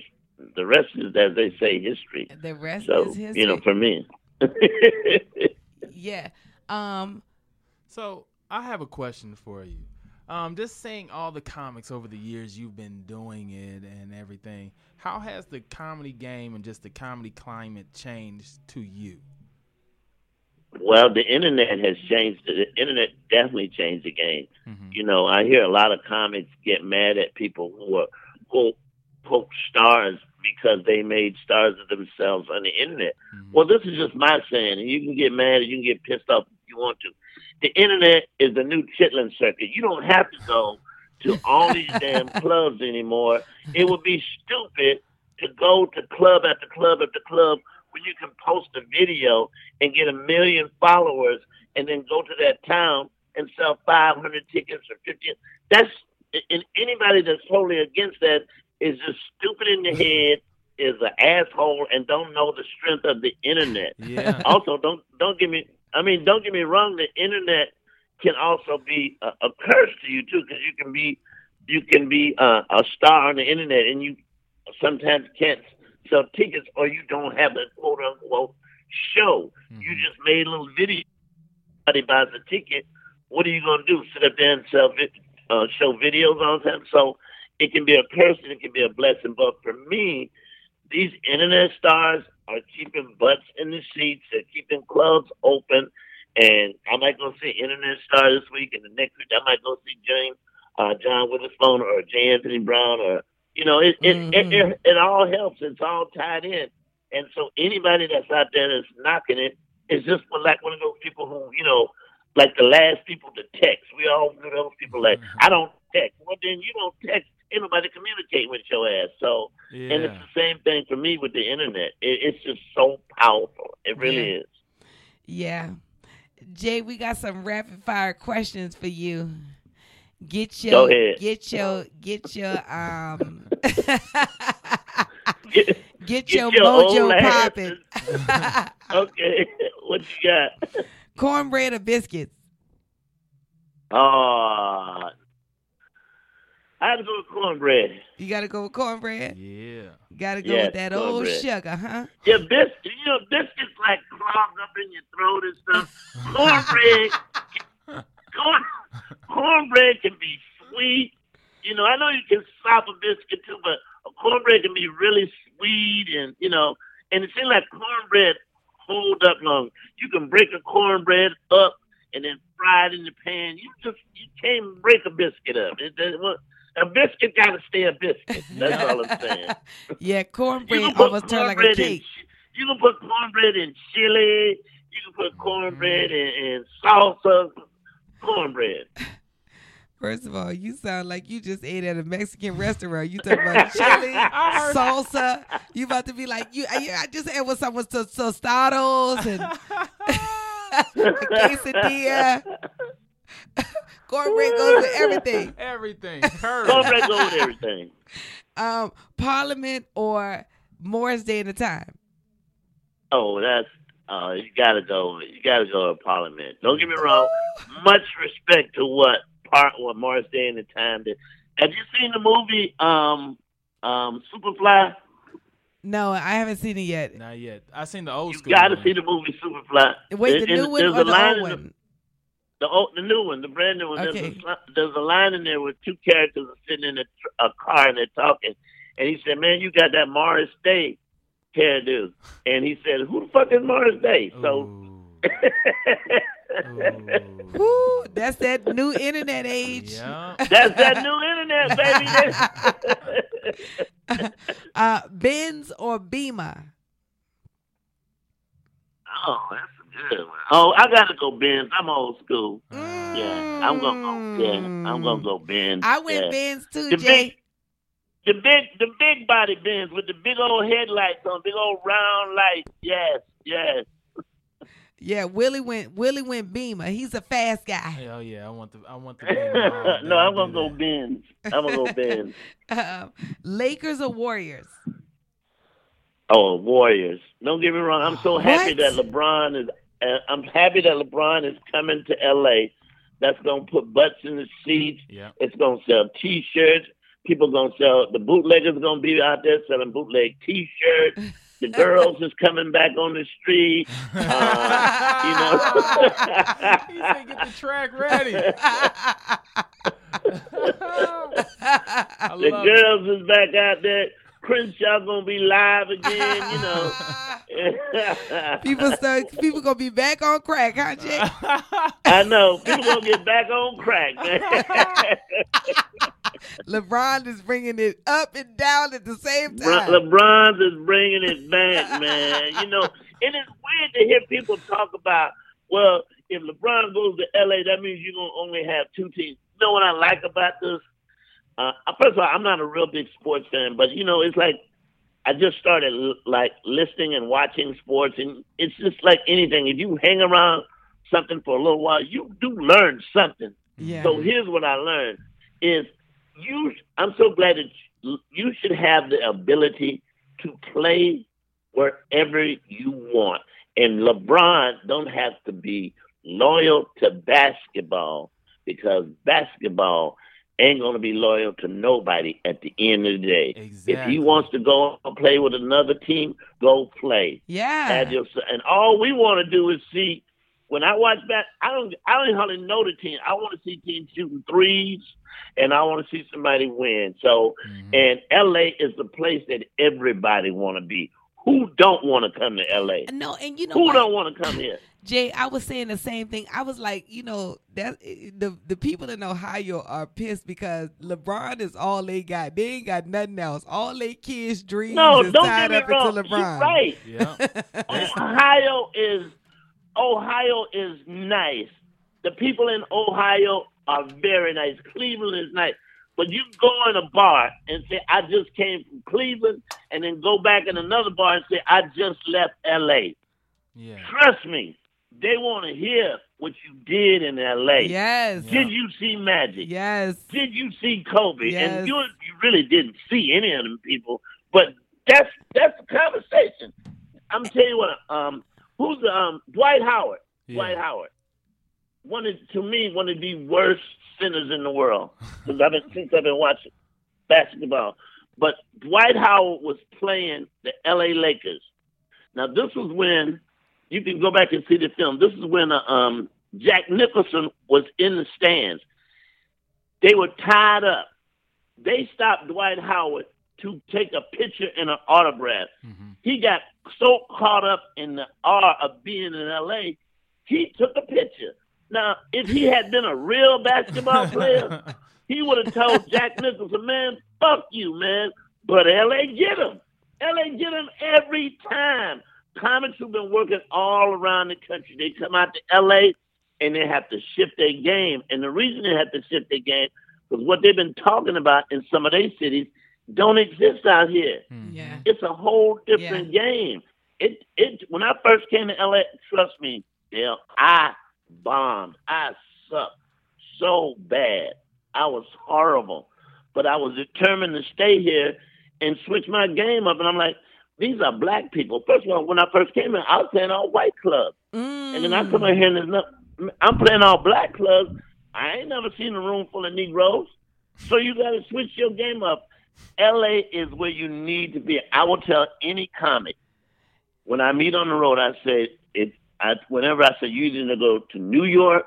the rest is, as they say, history.
The rest
So
is history.
you know, for me. *laughs*
yeah. Um.
So I have a question for you. Um, just seeing all the comics over the years you've been doing it and everything, how has the comedy game and just the comedy climate changed to you?
well, the internet has changed. The internet definitely changed the game. you know, I hear a lot of comics get mad at people who are quote quote stars because they made stars of themselves on the internet.
Mhm.
Well, this is just my saying, and you can get mad and you can get pissed off if you want to. The internet is the new chitlin circuit. You don't have to go to all these damn clubs anymore. It would be stupid to go to club after club after club when you can post a video and get a million followers and then go to that town and sell 500 tickets or 50. That's, and anybody that's totally against that is just stupid in the head, is an asshole, and don't know the strength of the internet.
*laughs*
Yeah.
Also, don't, don't get me, I mean, don't get me wrong, the internet can also be a, a curse to you too, because you can be, you can be uh, a star on the internet and you sometimes can't sell tickets or you don't have a quote unquote show. You just made a little video. Somebody buys a ticket. What are you gonna do? Sit up there and sell vi- uh, show videos all the time? So it can be a curse and it can be a blessing. But for me, these internet stars are keeping butts in the seats. They're keeping clubs open. And I might go see internet star this week, and the next week I might go see James, uh, John Witherspoon, or J. Anthony Brown, or you know, it it, it,
Mhm.
it it all helps. It's all tied in. And so anybody that's out there that's knocking it is just one- like one of those people who, you know, like the last people to text. We all knew those people like, I don't text. Well, then you don't text. Ain't nobody communicating with your ass. So,
yeah.
and it's the same thing for me with the internet. It, it's just so powerful. It really
Yeah.
is.
Yeah. Jay, we got some rapid fire questions for you. Get
Go
your
ahead.
get your get your
*laughs*
um
Get,
get
get
your,
your old
mojo
asses.
popping.
*laughs* okay, what you got?
Cornbread or biscuits?
Uh, I had to go with cornbread.
You gotta go with cornbread.
yeah.
You gotta go
Yes,
with that old
cornbread.
sugar, huh?
Yeah, this you know this is like clogged up in your throat and stuff. Cornbread, corn, cornbread can be sweet. You know, I know you can sop a biscuit too, but a cornbread can be really sweet, and you know, and it seems like cornbread hold up long. You can break a cornbread up and then fry it in the pan. You just you can't break a biscuit up. It, doesn't work. a biscuit got to stay a biscuit. That's all I'm saying.
yeah,
You
cornbread
can put
almost turned like a
cornbread in.
cake.
chi- You can put cornbread in chili. You can put cornbread in,
Mm-hmm.
in salsa. Cornbread.
First of all, you sound like you just ate at a Mexican restaurant. You talking about chili, salsa. You about to be like you. I, I just ate with someone's t- tostados and *laughs* quesadilla. Cornbread goes with everything.
*laughs*
Everything. Curry.
Cornbread goes with everything.
Um, Parliament or Morris Day at a time.
Oh, that's uh, you gotta go. You gotta go to Parliament. Don't get me wrong. Much respect to what part what Morris Day and the time did. Have you seen the movie um um Superfly?
No, I haven't seen it yet.
Not yet. I seen the old
You
school.
got to
one.
see the movie Superfly.
Wait, the
There-
new
and
one
there's
or
a
the
line
old
in
one?
The old, the new one, the brand new one. There's,
Okay.
a, sli- there's a line in there where two characters are sitting in a, tr- a car and they're talking. And he said, "Man, you got that Morris Day hairdo." And he said, "Who the fuck is Morris Day?" So *laughs*
Ooh. Ooh.
Woo, that's that new internet age. *laughs*
Yeah.
that's that new internet, baby. That's-
*laughs* Uh, Benz or Beamer?
oh, that's a good one. Oh, I gotta go Benz. I'm old school.
Uh,
Yeah, I'm gonna go. Yeah, I'm gonna go Benz.
Mm. I went
yeah.
Benz too,
The big,
Jay.
the big, the big body bins with the big old headlights on, big old round lights. Yes, yes.
Yeah, Willie went. Willie went Beamer. He's a fast guy.
Hell yeah! I want the. I want
*laughs*
the. big dog.
no, I'm
They
gonna
do
go
that.
Benz. I'm gonna go
*laughs*
Benz.
Um, Lakers or Warriors?
Oh, Warriors! Don't get me wrong. I'm so happy that
What?
LeBron is. Uh, I'm happy that LeBron is coming to L.A. That's gonna put butts in the seats.
Yeah.
It's gonna sell T-shirts. People gonna sell. The bootleggers gonna be out there selling bootleg T-shirts.
*laughs*
The girls is coming back on the street. Uh,
*laughs*
you know.
he said, "Get the track
*laughs*
ready." *laughs* I
The
love it.
girls is back out there. Crenshaw gonna be live again, you
*laughs*
know.
*laughs* people start, people gonna be back on crack, huh, *laughs* Jay?
I know people gonna get back on crack, man.
*laughs* LeBron is bringing it up and down at the same
Bron-
time.
LeBron's is bringing it back, man. You know, it is weird to hear people talk about. Well, if LeBron goes to LA, that means you're gonna only have two teams. You know what I like about this? Uh, first of all, I'm not a real big sports fan, but you know, it's like I just started l- like listening and watching sports, and it's just like anything. If you hang around something for a little while, you do learn something.
yeah.
So here's what I learned is you I'm so glad that you- you should have the ability to play wherever you want. And LeBron don't have to be loyal to basketball because basketball ain't going to be loyal to nobody at the end of the day.
Exactly.
If he wants to go and play with another team, go play
yeah.
had your son. And all we want to do is see. When I watch that, I don't, I don't hardly know the team. I want to see teams shooting threes, and I want to see somebody win. So,
Mhm.
and L.A. is the place that everybody want to be. Who don't want to come to L.A.?
No, and you know
Who
what?
don't want to come here?
Jay, I was saying the same thing. I was like, you know, that the the people in Ohio are pissed because LeBron is all they got. They ain't got nothing else. All they kids' dreams
No,
is
don't
tied
get me
up
wrong.
into
You're
LeBron.
right.
Yeah.
Ohio is Ohio is nice. The people in Ohio are very nice. Cleveland is nice. But you go in a bar and say, I just came from Cleveland, and then go back in another bar and say, I just left LA.
Yeah.
Trust me, they want to hear what you did in LA.
Yes.
Yeah.
Did you see magic?
Yes.
Did you see Kobe?
Yes.
And you, you really didn't see any of them people, but that's that's the conversation. I'm telling you what. Um, who's the, um Dwight Howard? Dwight
Yeah.
Howard, one of to me one of the worst sinners in the world since I've been since I've been watching basketball. But Dwight Howard was playing the L.A. Lakers. Now this was when you can go back and see the film. This is when uh, um, Jack Nicholson was in the stands. They were tied up. They stopped Dwight Howard to take a picture and an autograph
Mhm.
he got so caught up in the R of being in LA, he took a picture. Now, if he had been a real basketball player, he would have told Jack Nicholson, man, fuck you, man. But LA get him. LA get him every time. Comics who've been working all around the country, they come out to LA and they have to shift their game. And the reason they have to shift their game is what they've been talking about in some of their cities don't exist out here
Mhm.
Yeah.
it's a whole different game. It it when I first came to LA, trust me, Dale, I bombed. I sucked so bad. I was horrible. But I was determined to stay here and switch my game up and I'm like, these are black people. First of all, when I first came in, I was playing all white clubs. And then I come in here and there's no, I'm playing all black clubs. I ain't never seen a room full of Negroes. So you got to switch your game up. LA is where you need to be. I will tell any comic when I meet on the road, I say it. I, whenever I say you either go to New York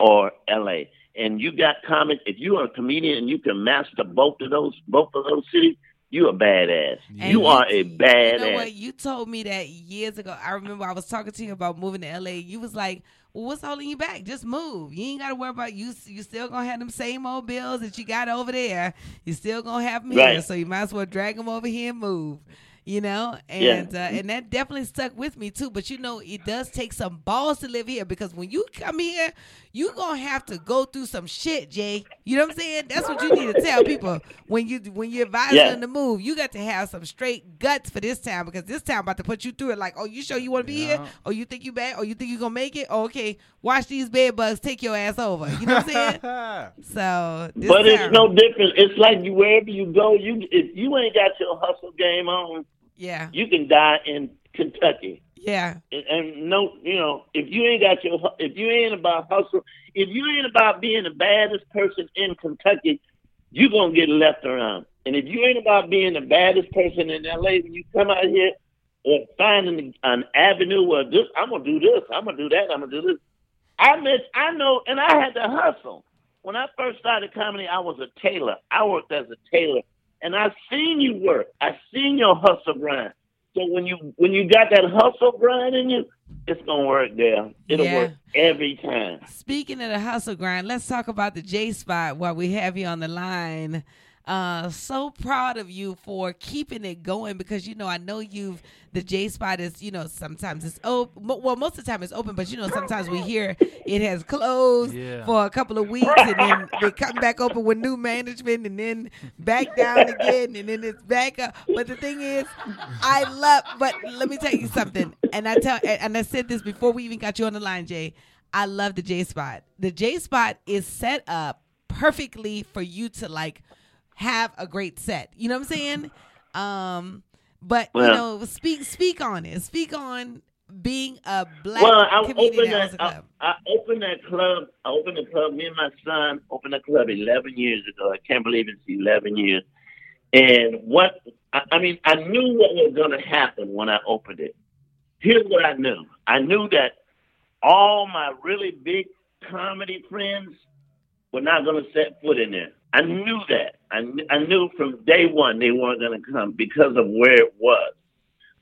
or LA, and you got comic. If you are a comedian and you can master both of those both of those cities, you a badass.
And
you are a
You know what?
badass.
You told me that years ago. I remember I was talking to you about moving to LA. You was like, "Well, what's holding you back? Just move. You ain't got to worry about you. You still gonna have them same old bills that you got over there. You still gonna have them here.
Right.
So you might as well drag them over here and move." You know,
Yeah.
and uh, and that definitely stuck with me too. But you know, it does take some balls to live here because when you come here, you gonna have to go through some shit, Jay. You know what I'm saying? That's what you need to tell people when you when you advise
Yeah.
them to move. You got to have some straight guts for this town because this town about to put you through it. Like, oh, you sure you want to be
Yeah.
here? Oh, you think you bad? Oh, you think you gonna make it? Oh, okay, watch these bed bugs take your ass over. You know what I'm saying?
*laughs*
So, this
But it's
town-
no different. It's like you, wherever you go, you if you ain't got your hustle game on,
yeah,
you can die in Kentucky.
yeah,
and, and no, you know, if you ain't got your, hu- if you ain't about hustle, if you ain't about being the baddest person in Kentucky, you gonna get left around. And if you ain't about being the baddest person in LA, when you come out here or finding an avenue where this, I'm gonna do this, I'm gonna do that, I'm gonna do this. I miss, I know, and I had to hustle. When I first started comedy, I was a tailor. I worked as a tailor, and I seen you work. I seen your hustle grind. So when you when you got that hustle grind in you, it's gonna work there. It'll
Yeah.
work every time.
Speaking of the hustle grind, let's talk about the J spot while we have you on the line. Uh, so proud of you for keeping it going because you know I know you've the J spot is you know sometimes it's open well most of the time it's open but you know sometimes we hear it has closed
Yeah.
for a couple of weeks and then they come back open with new management and then back down again and then it's back up but the thing is I love but let me tell you something and I tell and I said this before we even got you on the line Jay I love the J spot. The J spot is set up perfectly for you to like have a great set. You know what I'm saying? Um, but you
Well-
know, speak speak on it. Speak on being a black
well, I
comedian
opened
that owns a
that. I,
club.
I opened that club. I opened the club. Me and my son opened the club 11 years ago. I can't believe it's 11 years. And what I, I mean, I knew what was going to happen when I opened it. Here's what I knew. I knew that all my really big comedy friends were not going to set foot in there. I knew that. I, kn- I knew from day one they weren't going to come because of where it was.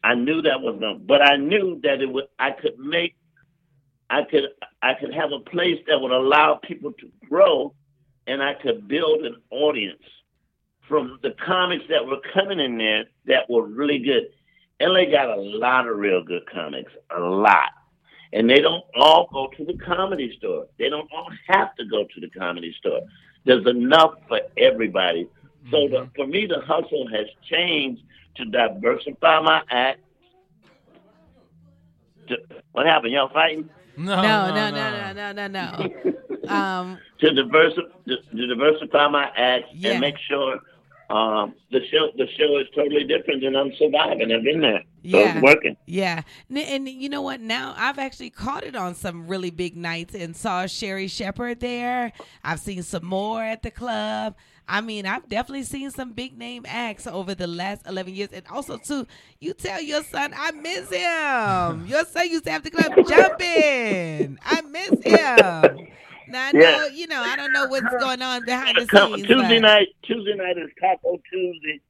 I knew that was going, but I knew that it would. I could make, I could, I could have a place that would allow people to grow, and I could build an audience from the comics that were coming in there that were really good. LA got a lot of real good comics, a lot. And they don't all go to the comedy store. They don't all have to go to the comedy store. There's enough for everybody. So the,
Mm-hmm.
for me, the hustle has changed to diversify my act. To, what happened? Y'all fighting?
No,
No, no, no, no, no, no, no. um,
to diversify to, to diversify my act
Yeah.
and make sure um, the show the show is totally different than I'm surviving. I've been there, so
Yeah.
it's working.
Yeah. N- And you know what? Now I've actually caught it on some really big nights and saw Sherry Shepherd there. I've seen some more at the club. I mean, I've definitely seen some big name acts over the last 11 years. And also, too, you tell your son, I miss *laughs* him. Your son used to have the club jumping. I miss him. Now, I know,
Yeah.
you know, I don't know what's going on behind the
Come,
scenes.
Tuesday
but-
night, Tuesday night is Taco Tuesday.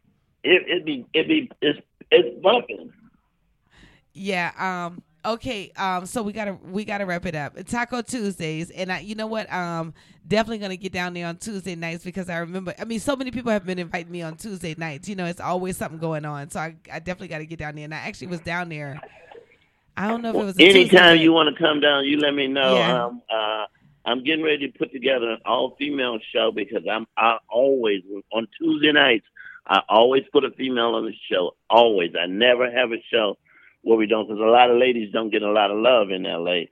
It it be it be it's it's bumping.
Yeah. Um. Okay. Um. So we gotta we gotta wrap it up. Taco Tuesdays, and I, you know what? Um. Definitely gonna get down there on Tuesday nights because I remember. I mean, so many people have been inviting me on Tuesday nights. You know, it's always something going on. So I, I definitely gotta get down there. And I actually was down there. I don't know if it was a Tuesday
Anytime
night.
you want to come down, you let me know.
Yeah.
Um, uh, I'm getting ready to put together an all female show because I'm I always on Tuesday nights. I always put a female on the show. Always, I never have a show where we don't because a lot of ladies don't get a lot of love in L.A.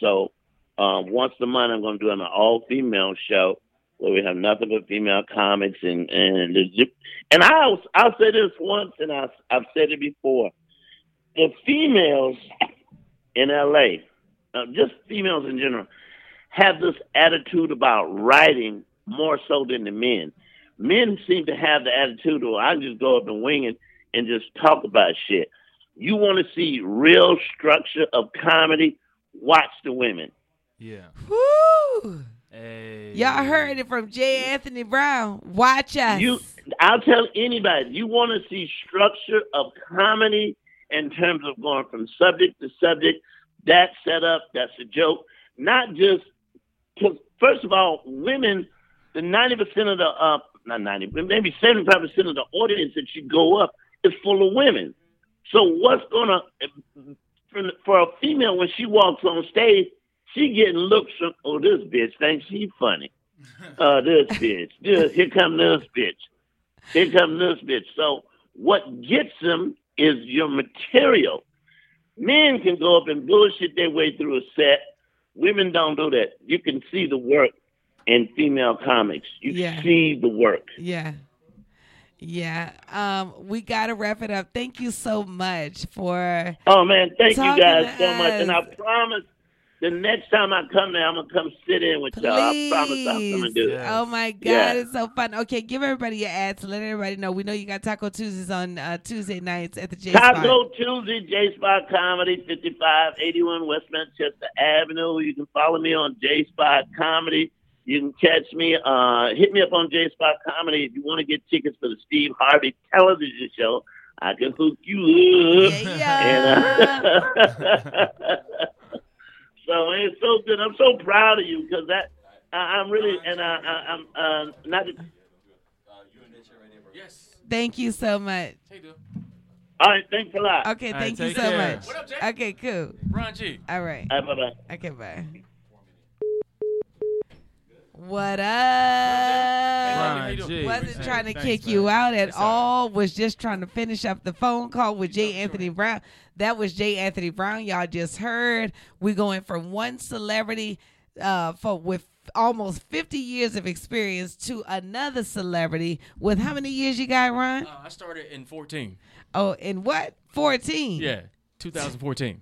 So um, once a month, I'm going to do an all female show where we have nothing but female comics and and and I'll I'll say this once and I I've said it before. The females in LA, uh, just females in general, have this attitude about writing more so than the men. men seem to have the attitude or I just go up and wing it and just talk about shit. You want to see real structure of comedy? Watch the women.
Yeah.
Woo!
Hey.
Y'all heard it from J. Anthony Brown. Watch us.
You, I'll tell anybody. You want to see structure of comedy in terms of going from subject to subject. That's set up. That's a joke. Not just because. First of all, women, the ninety percent of the uh, not ninety, but maybe seventy five percent of the audience that you go up is full of women. So what's gonna for, for a female when she walks on stage, she getting looks from oh this bitch thinks she funny uh, this bitch. This, here come this bitch. Here come this bitch. So what gets them is your material. Men can go up and bullshit their way through a set. Women don't do that. You can see the work in female comics. You
Yeah.
see the work.
Yeah. Yeah. Um, we gotta wrap it up. Thank you so much for
Oh man, thank
Talking
you guys
to
so much. And I
us.
promise the next time I come there, I'm gonna come sit in with y'all. I promise I'll come and do
Please.
it.
Oh my God,
Yeah.
it's so fun. Okay, give everybody your ads. Let everybody know. We know you got Taco Tuesdays on uh, Tuesday nights at the J Spot.
Taco Tuesday, J Spot Comedy, 5581 West Manchester Avenue. You can follow me on J Spot Comedy. You can catch me. Uh, hit me up on J Spot Comedy if you want to get tickets for the Steve Harvey television show. I can hook you up.
Yeah,
And,
yeah.
*laughs* uh, *laughs* so it's so good. I'm so proud of you because that I, I'm really and I, I, I'm uh, not.
Yes.
Thank you so much.
Hey, dude.
All right, thanks a lot.
Okay,
All right,
thank you
take
so
care.
much.
What up, Jay?
Okay, cool.
Ron G.
All right.
All right, bye bye.
Okay, bye. What up?
Ron G.
Wasn't
Hey,
trying to
thanks,
kick
man.
you out at
It's
all. Was just trying to finish up the phone call with J. Anthony Brown. That was J. Anthony Brown. Y'all just heard. We going from one celebrity uh, for with almost 50 years of experience to another celebrity with how many years you got, Ron?
Uh, I started in 14.
Oh, in what? 14.
Yeah, 2014.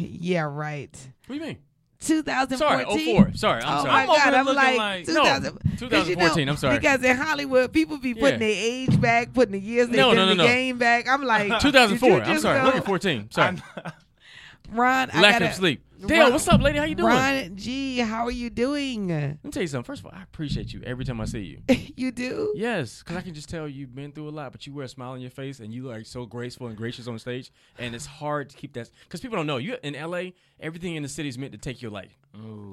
Yeah, right.
What do you mean?
2014.
Sorry, 04. Sorry, I'm
oh
sorry.
my
I'm over
God!
here
I'm
looking
like, 2000,
no,
'cause you know,
2014. I'm sorry.
because in Hollywood people be putting
Yeah.
their age back, putting the years they've
No,
been
no,
in
no,
the
no.
game back. I'm like
*laughs*
did you
2004. I'm
just
sorry.
go-
Looking 14. Sorry.
Ron, I
Lack
gotta,
of sleep.
Ron-
Dale, what's up, lady? How you doing?
Ron, G, how are you doing?
Let me tell you something. First of all, I appreciate you every time I see you.
*laughs* you do?
Yes, because I can just tell you've been through a lot, but you wear a smile on your face and you look like so graceful and gracious on stage. And it's hard to keep that because people don't know you in LA. Everything in the city is meant to take your life.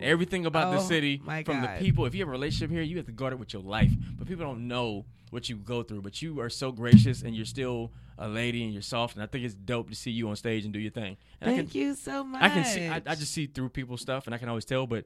Everything about the
Oh,
city,
my
from
God.
the people. If you have a relationship here, you have to guard it with your life. But people don't know what you go through. But you are so gracious and you're still a lady and you're soft. And I think it's dope to see you on stage and do your thing. And I can,
Thank you so much.
I can see. I, I just see through people's stuff and I can always tell. But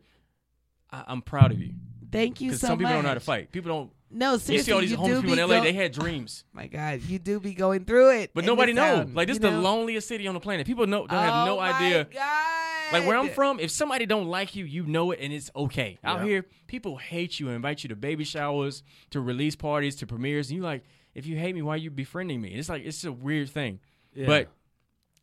I, I'm proud of you
thank you
because
so
some people
much.
don't know how to fight. People don't.
No, seriously,
you see all these homeless
do
people in
be
LA.
go-
they had dreams.
Oh my God, you do be going through it,
But
in
nobody
this
knows.
town,
Like this
you
is the
know?
loneliest city on the planet. People know don't
I
have no idea.
God.
Like where I'm from, if somebody don't like you, you know it, and it's okay. Out
Yeah.
here, people hate you and invite you to baby showers, to release parties, to premieres, and you like, if you hate me, why you befriending me? It's like it's a weird thing, but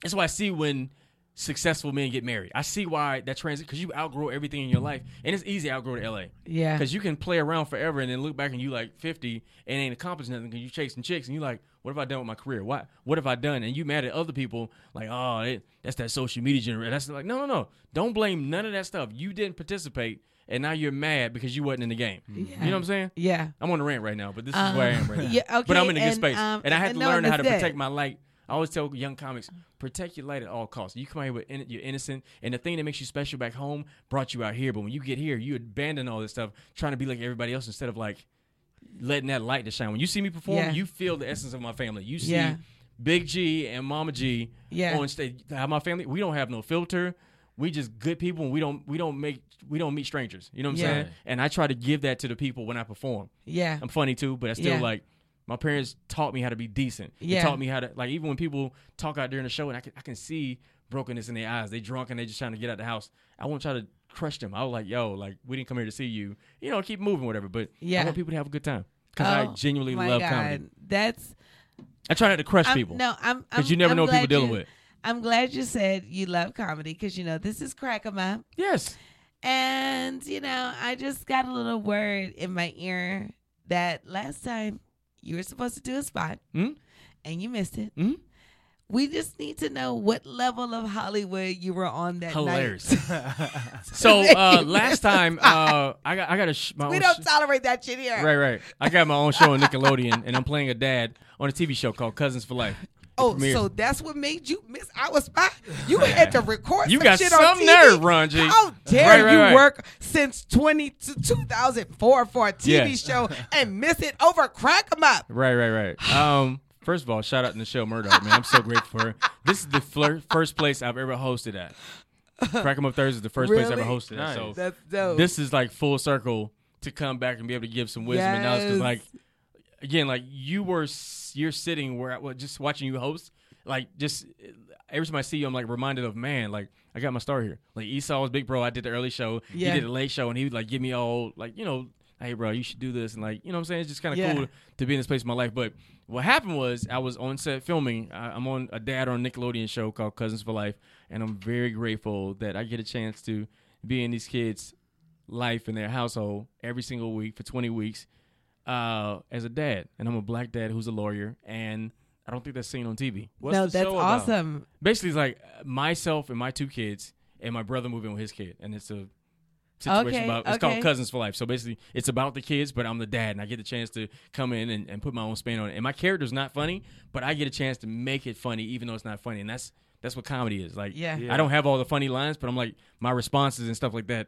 that's why I see when successful men get married. I see why that transit because you outgrow everything in your life, and it's easy to outgrow to LA.
Yeah.
Because you can play around forever and then look back and you like 50 and ain't accomplished nothing because you chasing chicks and you like, what have I done with my career? What what have I done? And you mad at other people like, oh, it, that's that social media generation. That's like, no, no, no. Don't blame none of that stuff. You didn't participate and now you're mad because you wasn't in the game. You know what I'm saying?
Mm-hmm. Yeah.
I'm on a rant right now, but this is
Um,
where I am right now.
*laughs* yeah,
but
okay,
I'm in a good
and,
space.
um,
and I had
and
to
no,
learn how to
that's it.
protect my light. I always tell young comics, protect your light at all costs. You come out here with in, you're innocent, and the thing that makes you special back home brought you out here. But when you get here, you abandon all this stuff, trying to be like everybody else instead of like letting that light to shine. When you see me perform,
Yeah.
you feel the essence of my family. You see
Yeah.
Big G and Mama G
Yeah.
on stage. How my family, we don't have no filter. We just good people, and we don't we don't make we don't meet strangers. You know what I'm
Yeah.
saying? And I try to give that to the people when I perform.
Yeah.
I'm funny too, but I still
Yeah.
like my parents taught me how to be decent.
Yeah.
They taught me how to like even when people talk out during the show and I can I can see brokenness in their eyes. They drunk and they just trying to get out the house. I won't try to crush them. I was like, yo, like we didn't come here to see you. You know, keep moving, whatever. But
Yeah.
I want people to have a good time because
Oh,
I genuinely
my
love
God.
comedy.
That's
I try not to crush
I'm-
people
No, I'm
because
I'm-
you never
I'm
know what people
glad
dealing
you-
with.
I'm glad you said you love comedy because you know this is crack 'em up,
Yes,
and you know I just got a little word in my ear that last time you were supposed to do a spot
Hmm?
Mm.
and you missed it.
Mm.
We just need to know what level of Hollywood you were on that *laughs*
Hilarious.
night.
So uh,
Thank you. *laughs*
last time, uh, I got I got a sh- my
We
own
don't
sh-
tolerate that shit here.
right right. I got my own show on Nickelodeon, and I'm playing a dad on a TV show called Cousins for Life. It
Oh,
premieres-
so that's what made you miss our spot? You had to record
You
some
got
shit on
some
TV?
nerve, Ron G.
How dare
Right, right,
you
right.
work since 20 to 2004 for a TV
Yeah.
show and miss it over Crack 'em Up?
Right, right, right.
*sighs*
Um, first of all, shout out to Michelle Murdoch, man. I'm so grateful for her. This is the flir- first place I've ever hosted at. Crack 'em Up Thursday is the first place I ever
Really?
hosted at. So
That's dope.
this is like full circle to come back and be able to give some wisdom and knowledge. Because
Yes.
like again, like you were, s- you're sitting where I was just watching you host. Like just eh, every time I see you, I'm like reminded of man. Like I got my star here. Like Esau was big bro. I did the early show.
Yeah.
He did the late show, and he would like give me all like you know. Hey bro, you should do this and like you know what I'm saying. It's just kind of
Yeah.
cool to be in this place in my life. But what happened was I was on set filming. I, I'm on a dad on Nickelodeon show called Cousins for Life, and I'm very grateful that I get a chance to be in these kids' life in their household every single week for 20 weeks uh, as a dad, and I'm a black dad who's a lawyer, and I don't think that's seen on TV.
What's
no,
the
that's
show about?
awesome.
Basically, it's like uh, myself and my two kids, and my brother moving with his kid, and it's a situation
Okay,
about it's
okay.
called cousins for life. So basically, it's about the kids, but I'm the dad, and I get the chance to come in and, and put my own spin on it. And my character's not funny, but I get a chance to make it funny, even though it's not funny, and that's that's what comedy is. Like,
Yeah.
I don't have all the funny lines, but I'm like my responses and stuff like that.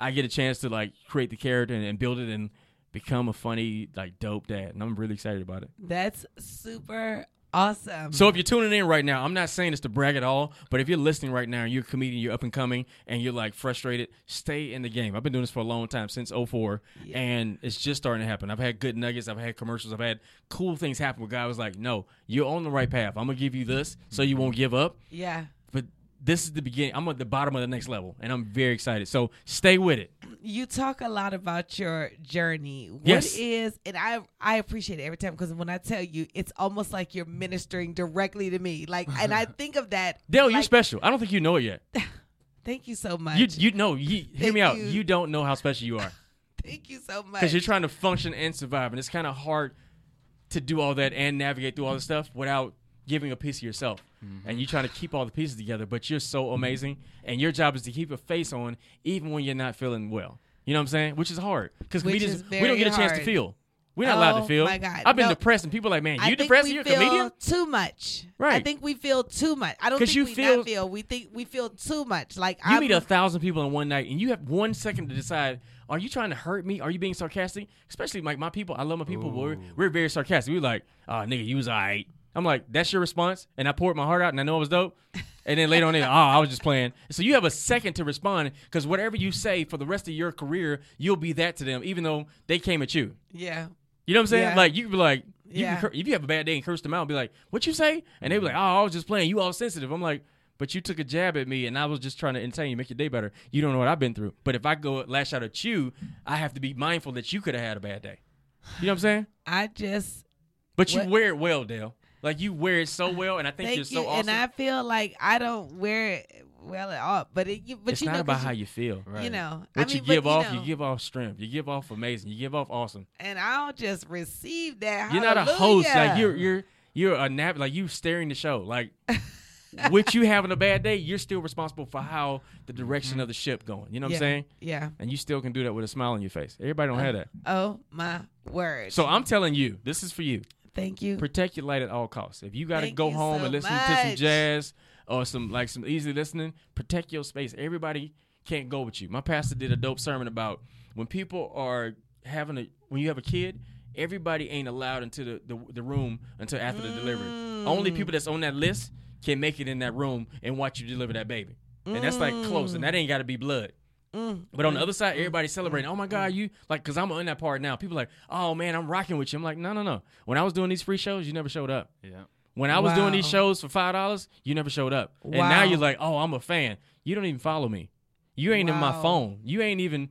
I get a chance to like create the character and, and build it and become a funny like dope dad, and I'm really excited about it.
That's super awesome.
So if you're tuning in right now, I'm not saying this to brag at all, but if you're listening right now and you're a comedian, you're up and coming, and you're like frustrated, stay in the game. I've been doing this for a long time since 04, and it's just starting to happen. I've had good nuggets, I've had commercials, I've had cool things happen where God was like, "No, you're on the right path. I'm gonna give you this so you won't give up."
yeah.
But this is the beginning. I'm at the bottom of the next level, and I'm very excited. So stay with it.
you talk a lot about your journey. What
Yes.
is- and I I appreciate it every time because when I tell you, it's almost like you're ministering directly to me. Like, and
*laughs*
I think of that.
Dale, you're
like,
special. I don't think you know it yet.
*laughs* Thank you so much.
You you know, you, hear
Thank
me out.
you.
You don't know how special you are.
*laughs* thank you so much.
because you're trying to function and survive, and it's kind of hard to do all that and navigate through all this stuff without giving a piece of yourself. And you're trying to keep all the pieces together, but you're so amazing, and your job is to keep a face on even when you're not feeling well. You know what I'm saying? Which is hard because
Which is
comedians we don't
very
get a chance to
hard.
feel. We're not allowed
Oh,
to feel.
my God.
I've been
No.
depressed, and people are like, "Man,
I
you
think
depressed?
we
and You're a
feel
comedian."
Too much. I
Right.
think we feel too much. I don't
'Cause
think
you
we
feel-
not feel. We think we feel too much. Like
You
I'm,
meet a thousand people in one night, and you have one second to decide: Are you trying to hurt me? Are you being sarcastic? Especially like my people. I love my people. but We're, we're very sarcastic. We're like, "Oh, nigga, you was alright." I'm like, "That's your response," and I poured my heart out, and I know I was dope. And then later on, they, oh, I was just playing. So you have a second to respond because whatever you say for the rest of your career, you'll be that to them, even though they came at you.
yeah.
You know what I'm saying?
Yeah.
Like you could be like, you
Yeah.
can cur- if you have a bad day and curse them out, and be like, "What you say?" And they be like, "Oh, I was just playing. You all sensitive." I'm like, "But you took a jab at me, and I was just trying to entertain you, make your day better. You don't know what I've been through. But if I go lash out at you, I have to be mindful that you could have had a bad day. You know what I'm saying?
I just
But you
What-
wear it well, Dale. Like you wear it so well, and I think
thank
you're so
you,
awesome.
and I feel like I don't wear it well at all. But it, you, but
it's
you
not
know, 'cause
about how you feel.
Right.
you know I
What
mean,
you give
but,
off,
you, know,
you give off strength. You give off amazing. You give off awesome.
and I'll just receive that.
You're not a host. Like
Hallelujah.
you're you're you're a nav like you steering the show. Like with you having a bad day, you're still responsible for how the direction of the ship going. You know
Mm-hmm.
what
Yeah.
I'm saying?
Yeah.
And you still can do that with a smile on your face. Everybody don't have that.
Oh my word.
So I'm telling you, this is for you.
thank you.
Protect your light at all costs. If you gotta
Thank
go
you
home
so
and listen to some
much.
jazz or some like some easy listening, protect your space. Everybody can't go with you. My pastor did a dope sermon about when people are having a when you have a kid, everybody ain't allowed into the, the, the room until after the delivery. Only
Mm.
people that's on that list can make it in that room and watch you deliver that baby. And that's like close, and that ain't gotta be blood.
Mm.
But on the other side, everybody's celebrating. Oh my God, you like, cause I'm on that part now. People like, oh man, I'm rocking with you. I'm like, no, no, no. When I was doing these free shows, you never showed up.
Yeah.
When I was doing these
Wow.
shows for five dollars, you never showed up. And now
Wow.
you're like, oh, I'm a fan. You don't even follow me. You ain't in my
Wow.
phone. You ain't even.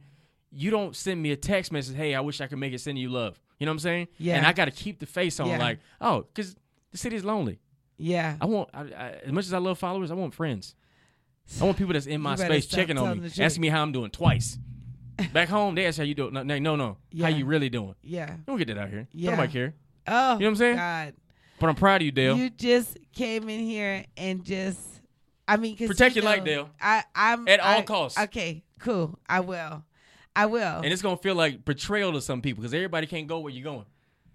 You don't send me a text message. Hey, I wish I could make it send you love. You know what I'm saying?
Yeah.
And I got to keep the face on,
Yeah.
like, oh, cause the city's lonely.
yeah.
I want I, I, as much as I love followers, I want friends. I want people that's in my
You better
space
stop
checking on
telling
me,
the truth.
asking me how I'm doing twice. Back home, they ask how you doing. No, no, no. no.
Yeah.
How you really doing?
Yeah.
Don't get that out here.
Yeah.
Yeah. Nobody care.
Oh,
You know what I'm saying?
God,
But I'm proud of you, Dale.
you just came in here and just. I mean, 'cause
Protect
you
your light,
know,
Dale.
I, I'm
At all
I-
costs.
Okay, cool. I will. I will.
and it's gonna feel like betrayal to some people because everybody can't go where you're going.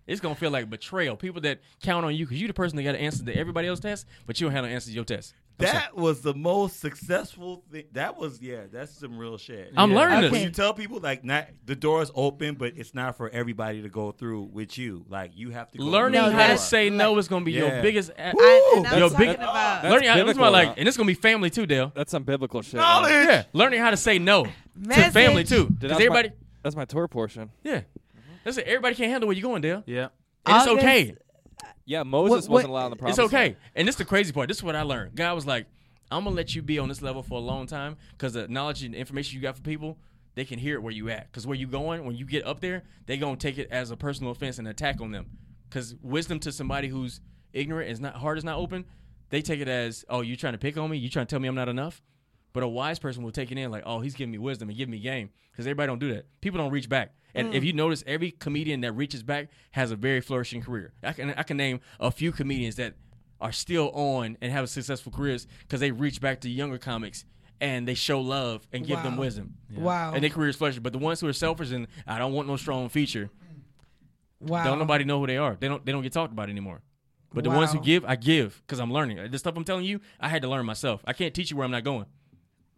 It's gonna feel like betrayal. People that count on you because you're the person that got to answer to everybody else's test, but you don't have to answer to your test. I'm sorry.
That was the most successful thing. That was yeah. That's some real shit.
I'm
Yeah.
learning
When
Okay.
this.
you tell people like not the door is open, but it's not for everybody to go through with you. Like you have to go
Learning
through
No,
the
how to
door.
that's-
say no is gonna be your
Yeah.
biggest. A-
I, and
Woo!
I'm
Yo,
talking
big-
about
That's
learning how, this is why,
biblical,
like,
huh?
and it's gonna be family too, Dale.
That's some biblical shit. man.
knowledge.
Yeah, learning how to say no to
Message.
family too,
Dude,
because
that's
everybody.
My, that's my tour portion.
Yeah, that's it. Everybody can't handle where you're going, Dale.
Yeah.
And it's
All this-
okay.
Yeah, Moses
what-
wasn't allowed in the
It's
promise.
okay. And this is the crazy part. This is what I learned. God was like, I'm gonna let you be on this level for a long time because the knowledge and information you got for people, they can hear it where you at. Because where you going, when you get up there, they gonna take it as a personal offense and attack on them. Because wisdom to somebody who's ignorant is not heart is not open, they take it as, oh, you trying to pick on me? You trying to tell me I'm not enough? But a wise person will take it in like, oh, he's giving me wisdom and giving me game. Because everybody don't do that. People don't reach back. And if you notice, every comedian that reaches back has a very flourishing career. I can I can name a few comedians that are still on and have successful careers because they reach back to younger comics and they show love and give them
Wow.
wisdom.
Wow.
And their careers flourish. But the ones who are selfish and I don't want no strong feature,
wow.
don't nobody know who they are. They don't they don't get talked about anymore. But the ones who
Wow.
give, I give because I'm learning. The stuff I'm telling you, I had to learn myself. I can't teach you where I'm not going.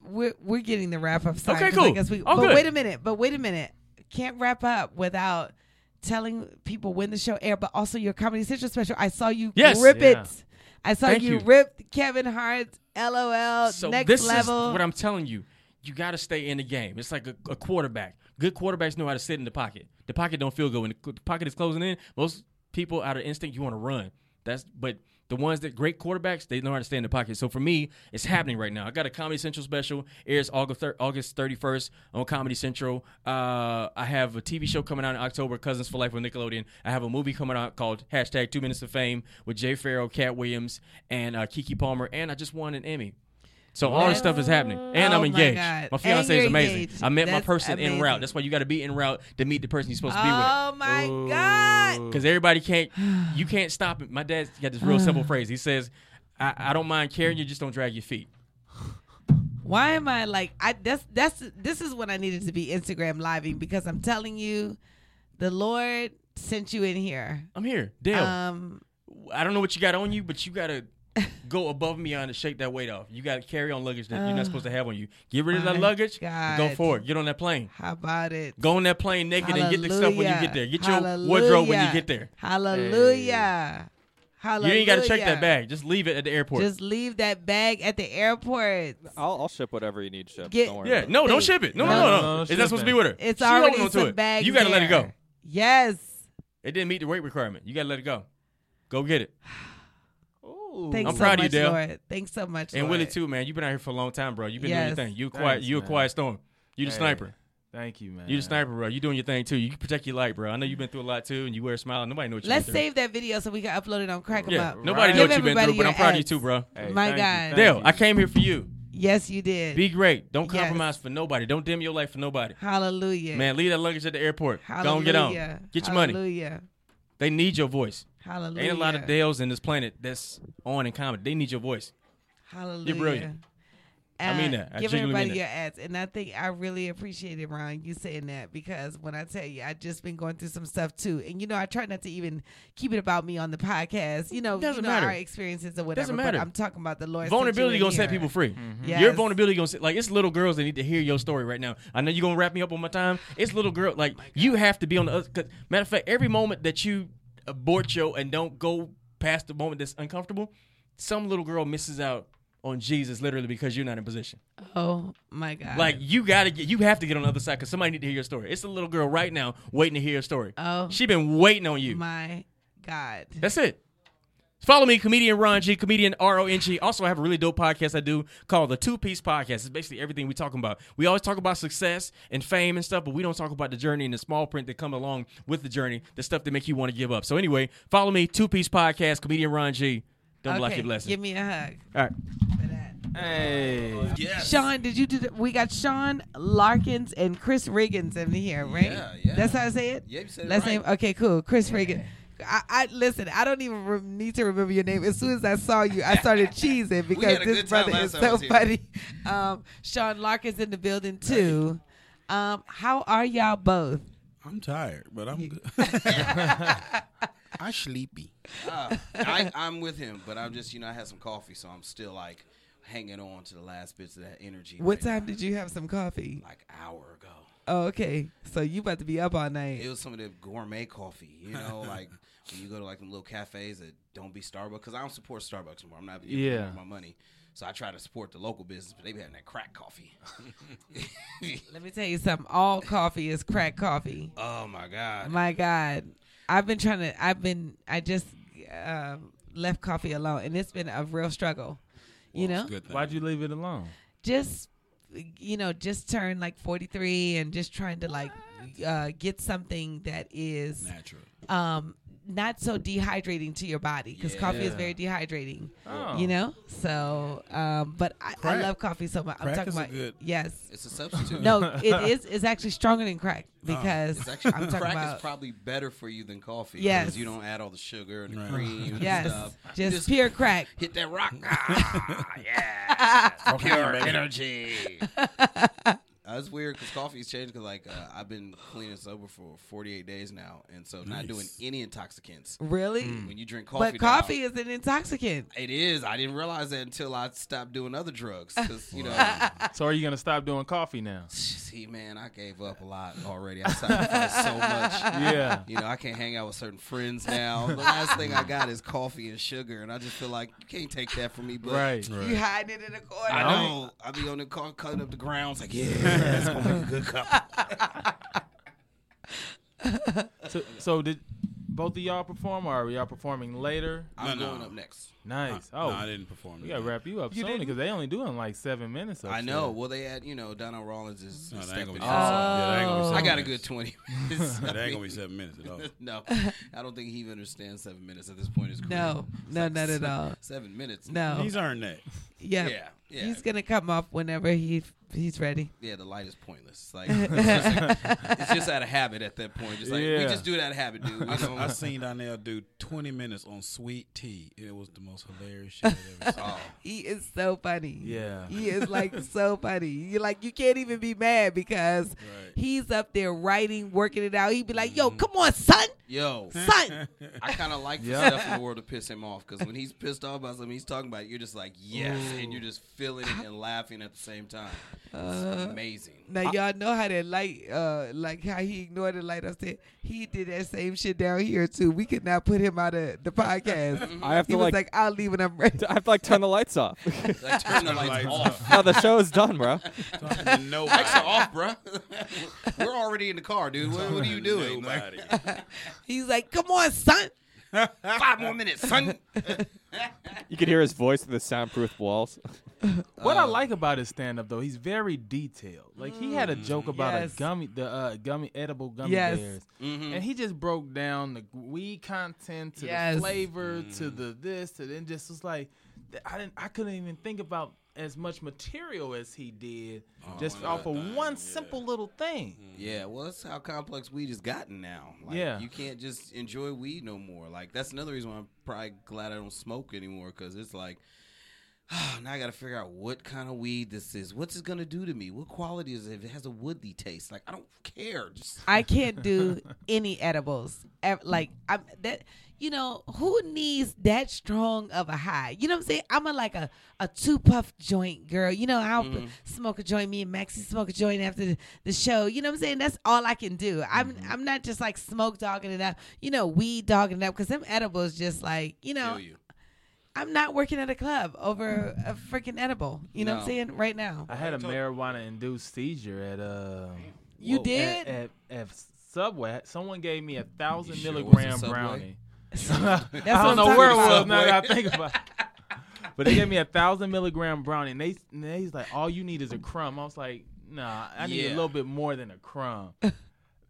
we're we're getting the wrap up sign.
Okay,
'cause I
cool.
guess we,
All
but
good.
wait a minute. But wait a minute. Can't wrap up without telling people when the show aired, but also your Comedy Central special. I saw you
Yes.
rip
Yeah.
it. I saw
Thank
you,
you.
rip Kevin Hart's LOL
So
next
this
level.
is what I'm telling you. You got to stay in the game. It's like a, a quarterback. Good quarterbacks know how to sit in the pocket. The pocket don't feel good when the, cl- the pocket is closing in. Most people out of instinct, you want to run. That's but the ones that great quarterbacks, they know how to stay in the pocket. So for me, it's happening right now. I got a Comedy Central special. airs August thir- August 31st on Comedy Central. Uh, I have a TV show coming out in October, Cousins for Life with Nickelodeon. I have a movie coming out called hashtag Two Minutes of Fame with Jay Farrell, Cat Williams, and uh, Kiki Palmer. And I just won an Emmy. So all this stuff is happening, and
Oh
I'm
my
engaged.
God.
My,
And
fiance is
you're
amazing.
engaged.
I met
That's
my person in
amazing.
route. That's why you got to be in route to meet the person you're supposed to be with.
oh my God.
Because everybody can't, you can't stop it. My dad's got
*sighs*
this real simple phrase. He says, I, "I don't mind carrying you, just don't drag your feet."
Why am I like I that's that's this is when I needed to be Instagram living because I'm telling you, the Lord sent you in here.
I'm here, Dale.
Um
I don't know what you got on you, but
*laughs*
you gotta go above and beyond to shake that weight off. You gotta carry on luggage that you're not supposed to have on you. Get rid of
my
that luggage. and Go
God.
forward. Get on that plane.
how about it?
Go on that plane naked and get the stuff when you
Hallelujah.
get there. Get your wardrobe when you
Hallelujah.
get there.
Hallelujah. Hallelujah.
You ain't gotta check that bag. Just leave it at the airport.
Just leave that bag at the airport.
I'll, I'll ship whatever you need shipped.
Get-
Don't worry
Yeah,
about it.
no,
They-
don't ship it. No,
No,
no,
no,
no,
no,
no. It's
ship
not supposed to be
it.
with her.
It's
She
already
holding on to
some
it.
bags.
You gotta let it
there.
go.
Yes.
It didn't meet the weight requirement. You gotta let it go. Go get it.
Thanks
I'm
so
proud
much,
of you, Dale.
Lord. Thanks so much,
And
Lord.
Willie too, man. You've been out here for a long time, bro. You've been
Yes.
doing your thing. You a quiet.
Thanks,
you a
man.
quiet storm. You the
Hey.
sniper.
Thank you, man.
You the sniper, bro. You doing your thing too. You protect your light, bro. I know you've been through a lot too, and you wear a smile. Nobody knows what you
Let's
been
save that video so we can upload it on Crack 'em
through. Yeah,
Up.
nobody
Right.
knows
Give
what you've been
everybody
through, but
your
I'm proud of you
ads.
too, bro.
My
thank you,
God.
thank
Dale,
you.
I came here for you.
Yes, you did.
Be great. Don't
Yes.
compromise for nobody. Don't dim your life for nobody.
Hallelujah.
Man, leave that luggage at the airport. Go
Hallelujah.
and get on. Get your money.
Hallelujah.
They need your voice.
Hallelujah.
Ain't a lot of Dales in this planet that's on in comedy. They need your voice.
Hallelujah.
brilliant. I mean that. I
give
genuinely
everybody
mean
your ads. And I think I really appreciate it, Ron, you saying that because when I tell you, i just been going through some stuff too. And, you know, I try not to even keep it about me on the podcast. You know,
Doesn't
you know
matter.
our experiences or whatever.
matter.
But I'm talking about the Lord.
vulnerability gonna set people free. Your
Mm-hmm. Yes.
vulnerability gonna set, like it's little girls that need to hear your story right now. I know you gonna wrap me up on my time. It's little girl like you have to be on the other. 'cause matter of fact, every moment that you abort your and don't go past the moment that's uncomfortable, some little girl misses out on Jesus literally because you're not in position.
Oh, my God.
Like you gotta get, you have to get on the other side because somebody need to hear your story. It's a little girl right now waiting to hear your story.
Oh.
she been waiting on you.
my God.
That's it. Follow me, comedian Ron G, comedian R O N G. Also, I have a really dope podcast I do called the Two Piece Podcast. It's basically everything we talking about. We always talk about success and fame and stuff, but we don't talk about the journey and the small print that come along with the journey, the stuff that make you want to give up. So anyway, follow me, Two Piece Podcast, comedian Ron G. Don't block
Okay,
your blessings.
Give me a hug
All right.
for that.
Hey.
Yes.
Sean, did you do that? We got Sean Larkins and Chris Riggins in here, right?
Yeah, yeah.
That's how I say it?
Yeah, you said it
Last
right.
name? Okay, cool. Chris Riggins. I, I listen. I don't even re- need to remember your name. As soon as I saw you,
*laughs*
I started cheesing because
had a
this
good time
brother
last
is
time I
so
was here.
funny. Um, Sean Larkins in the building too. Um, how are y'all both?
I'm tired, but I'm good.
*laughs*
*laughs* I sleepy.
Uh,
Ah,
*laughs*
I, I'm with him, but I'm just you know I had some coffee, so I'm still like hanging on to the last bits of that energy.
What
right
time did you have some coffee?
now, Like hour ago,
Oh, okay. So you about to be up all
it
night?
was some of the gourmet coffee. You know,
*laughs*
like when you go to like them little cafes that don't be Starbucks, because I don't support Starbucks anymore. I'm not giving
Yeah.
them my money. So I try to support the local business, but they be having that crack
*laughs*
coffee. *laughs*
Let me tell you something. All coffee is crack coffee.
oh my god!
My God, I've been trying to. I've been. I just um, left coffee alone, and it's been a real struggle. You
Well,
know,
it's a good thing.
Why'd you leave it
*laughs*
alone?
just you know, just turned like forty three, and just trying to like uh, get something that is
natural?
um, not so dehydrating to your body because coffee is
Yeah.
very dehydrating.
Oh.
You know, so um, but I, I
Crack.
love coffee so much. I'm
Crack
talking
is a
about
good-
yes.
It's a substitute.
No,
*laughs*
it is. It's actually stronger than crack
Oh.
because
It's actually,
I'm talking
crack
about
is probably better for you than coffee.
Yes.
Because you don't add all the sugar and the cream and
yes,
stuff. You
just pure crack.
hit that rock. Ah, yeah. Pure energy.
*laughs*
That's weird because coffee's changed because like uh, I've been clean and sober for 48 days now, and so not doing any intoxicants.
Really?
When you drink coffee,
but
now-
coffee is an intoxicant.
It is. I didn't realize that until I stopped doing other drugs. Because you know,
So are you gonna stop doing
*laughs*
coffee now?
see, man, I gave up a lot already. I sacrificed so much.
*laughs* Yeah.
You know, I can't hang out with certain friends now. The last thing I got is coffee and sugar, and I just feel like you can't take that from me. But
Right.
Right.
You hide it in a corner.
I know I be on the car cutting up the grounds like, *laughs* yeah, that's gonna make a good cup. *laughs*
So, so did both of y'all perform or are y'all performing later?
I'm
No, no.
going up next.
Nice.
Uh, No,
oh,
I didn't perform.
we gotta
today.
wrap you up
You
soon
didn't?
because they only doing like seven minutes. Up
I know. Well, they had you know Donald Rollins is.
No,
is
that ain't gonna be.
stepping in.
seven- yeah, that ain't gonna be
Oh.
seven
I got a good
minutes. *laughs*
20 minutes.
That ain't gonna be seven minutes at all.
*laughs* no, I don't think he even understands seven minutes at this point. in His career.
No,
It's
no,
like
not at
Mm. seven-
all.
Seven minutes.
No.
He's earned that.
yeah.
Yeah, yeah.
He's gonna come off whenever he he's ready.
yeah, the light is pointless. It's
*laughs*
like *laughs* it's just, like- it's just out of habit at that point. Just like we
Yeah.
just do it out of habit, dude. We
I,
don't-
I seen Donnell do 20 minutes on sweet tea. and It was the most hilarious shit I've ever seen.
Oh,
*laughs* He is so funny.
Yeah.
He
*laughs*
is like so funny. You like you can't even be mad because
Right.
he's up there writing, working it out. He'd be like, "Yo, come on, son,
Mm-hmm. yo,
son."
*laughs* I kind of
*laughs*
like the
Yeah.
stuff in the world to piss him off because when he's pissed off about something he's talking about, it, you're just like yes, and you're just feeling it and laughing at the same time. It's amazing.
Uh, Now y'all know how that light, uh, like how he ignored the light upstairs. He did that same shit down here too. We could not put him
*laughs*
out of the podcast.
I have
he
to
was
like,
like, "I'll leave when I'm ready."
*laughs* I have to like turn the lights off.
*laughs* Like turn
*laughs*
the lights
lights
off.
now the show is
*laughs*
done, bro.
Talking to nobody.
Lights are off, bruh. We're already in the car, dude. What, what are you doing? Like,
Nobody.
He's like, "Come on, son."
*laughs* five more minutes, son.
You could hear his voice through the
*laughs*
soundproof walls.
What
Uh,
I like about his stand up though, he's very detailed. Like he had a
Mm-hmm.
joke about
Yes.
a gummy, the uh, gummy edible gummy
Yes.
bears, and he just broke down the weed content to
Yes.
the flavor to the this to then just was like, th- I didn't, I couldn't even think about as much material as he did just off of one simple little thing.
Yeah, well, that's how complex weed has gotten now. Like,
Yeah.
you can't just enjoy weed no more. Like that's another reason why I'm probably glad I don't smoke anymore because it's like. *sighs* now I got to figure out what kind of weed this is. What's it gonna do to me? What quality is it? If it has a woody taste, like I don't care. Just
I can't do any edibles. Ev- Like I'm that you know, who needs that strong of a high? You know what I'm saying? I'm a like a, a two puff joint girl. You know, I'll
Mm-hmm.
smoke a joint, me and Maxie smoke a joint after the, the show. You know what I'm saying? That's all I can do. I'm
Mm-hmm.
I'm not just like smoke dogging it up, you know, weed dogging it up because them edibles just like, you know,
kill you.
I'm not working at a club over a freaking edible. You know what I'm
No.
saying? Right now.
I had a marijuana induced seizure at uh
You
at-
did?
at, at Subway. Someone gave me a thousand
sure it wasn't
milligram
Subway?
*laughs*
brownie.
That's
I
what
don't
I'm
know
talking
where it
about.
was now that I think about. it. *laughs* But they gave me a thousand milligram brownie, and they and they's like, all you need is a crumb. I was like, nah, I need a
Yeah. *laughs* Mm.
little bit more than a crumb.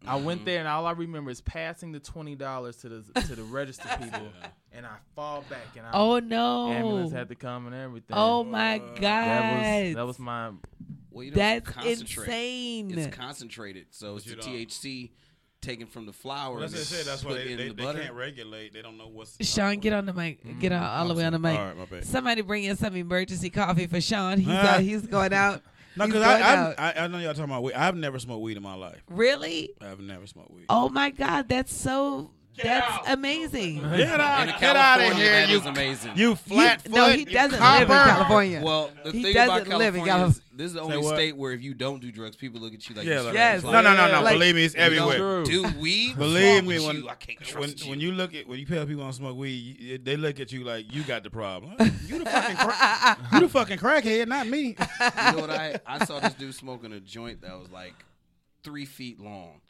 I went there and all I remember is passing the twenty dollars to the to
*laughs*
the register people, and I fall back and I,
Oh no.
ambulance had to come and everything.
oh my god.
that was that was my
Well, you know,
That's
concentrate.
insane.
It's concentrated, so it's the
you don't.
THC taken from the flour.
Well, that's what
and
I said. That's why
put
they,
in
they,
the
they
butter. Mm-hmm.
can't regulate. They don't know what's.
Sean, get on the mic. Get on all the way on the mic.
Mm-hmm. All right, my bad.
Somebody bring in some emergency coffee for Sean. He's
Ah.
out, he's going out.
*laughs* No,
He's
because
going
I,
out.
I, I know y'all talking about weed. I've never smoked weed in my life.
really?
I've never smoked weed.
Oh my God, that's so. that's amazing.
Get out!
In
Get out of
California,
here!
that
You,
is amazing.
you flat
You-
foot.
no, he
you
doesn't live in
copper.
California.
well, the
He
thing about
doesn't live in
California is this is the only
what?
state where if you don't do drugs, people look at you like
Yeah,
you're
like-
Yes.
strange.
No, no, no, no.
Like-
Believe me, it's
you don't
everywhere.
Do
*laughs*
weed?
Believe
Fuck
me
you,
when
I can't trust
when
you.
when you look at when you tell people don't smoke weed, you, they look at you like you got the problem. Like, You the fucking cra-
*laughs*
you the fucking crackhead, not me.
*laughs* You know
*laughs*
what I? I saw this dude smoking a joint that was like three feet long.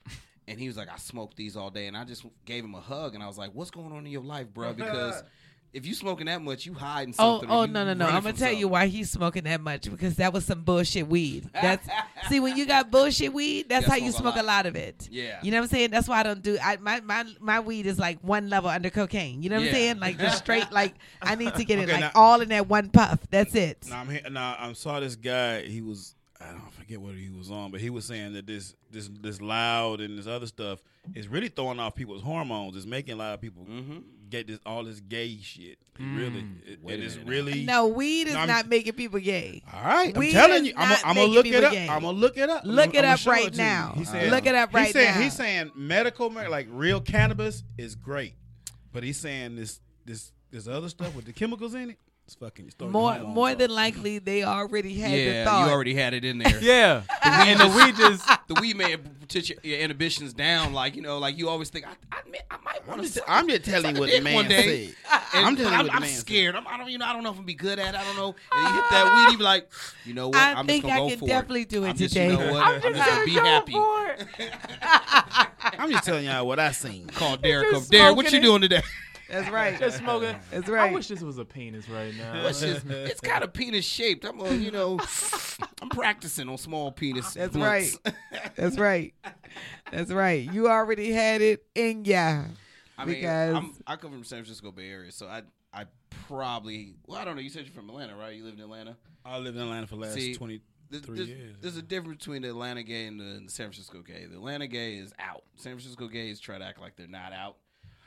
And he was like, I smoked these all day. And I just gave him a hug. And I was like, what's going on in your life, bro? Because if you smoking that much, you hiding
Oh,
something. or
oh
you
no, no, no!
running
I'm gonna
from
tell you
something.
why he's smoking that much because that was some bullshit weed.
*laughs*
That's see, when you got bullshit weed, that's
Yeah,
how you smoke a lot of it.
Yeah.
you know what I'm saying. That's why I don't do. I my my my weed is like one level under cocaine. You know what
Yeah.
I'm saying? Like just
*laughs*
straight. Like I need to get it
Okay,
like
now-
all in that one puff. That's it.
Now I'm he- now I saw this guy. He was I don't forget what he was on, but he was saying that this this this loud and this other stuff is really throwing off people's hormones. It's making a lot of people get this all this gay shit. Really, It-
Mm-hmm. Mm. Wait
and
a
it's
minute.
really
No, weed is
No, I'm-
not making people gay.
All right, I'm
Weed
telling
is
you, I'm
not
gonna
making
look it
people
up.
gay.
I'm gonna look it up.
Look
I'm,
it
I'ma
up
show
right
to you.
now.
He said-
Look it up right
he's saying,
now.
He's saying medical, mar- like real cannabis, is great, but he's saying this this this other stuff with the chemicals in it. It's fucking it's throwing
More
hormones
more
off.
than likely, they already had the
Yeah,
thought.
you already had it in
*laughs*
there.
yeah. and the weed just
*laughs* The weed may have put your, your inhibitions down. Like, you know, like you always think, I, I, may- I might want
I'm
to
just,
suck
I'm just telling you what the
dick
man
one day. *laughs*
said.
And
I'm telling you
I'm,
what the
I'm
man said.
scared. I'm, I don't, you know, I don't know if I'm be good at. it. I don't know. And you hit that weed, you be like, you know what?
I
am
think
just gonna
I
go
can
for
definitely
it.
do it
I'm just-
today.
you know what? I'm just gonna be
*laughs*
happy.
I'm just telling y'all what I seen.
Call Derek up. Derek, what you doing today?
That's right.
just smoking.
That's
I
right.
wish this was a penis right now.
It's
*laughs*
just, it's kind of penis shaped. I'm, a, you
*laughs*
know, I'm practicing on small penis.
That's
blunts.
*laughs*
That's right. That's right. You already had it in ya.
*laughs* I mean,
Because-
I'm, I come from San Francisco Bay Area, so I, I probably, well, I don't know. You said you're from Atlanta, right? You lived in Atlanta.
I lived in Atlanta for the last
See,
23
There's, there's,
years.
there's a difference between the Atlanta gay and the, and the San Francisco gay. The Atlanta gay is out. San Francisco gays try to act like they're not out.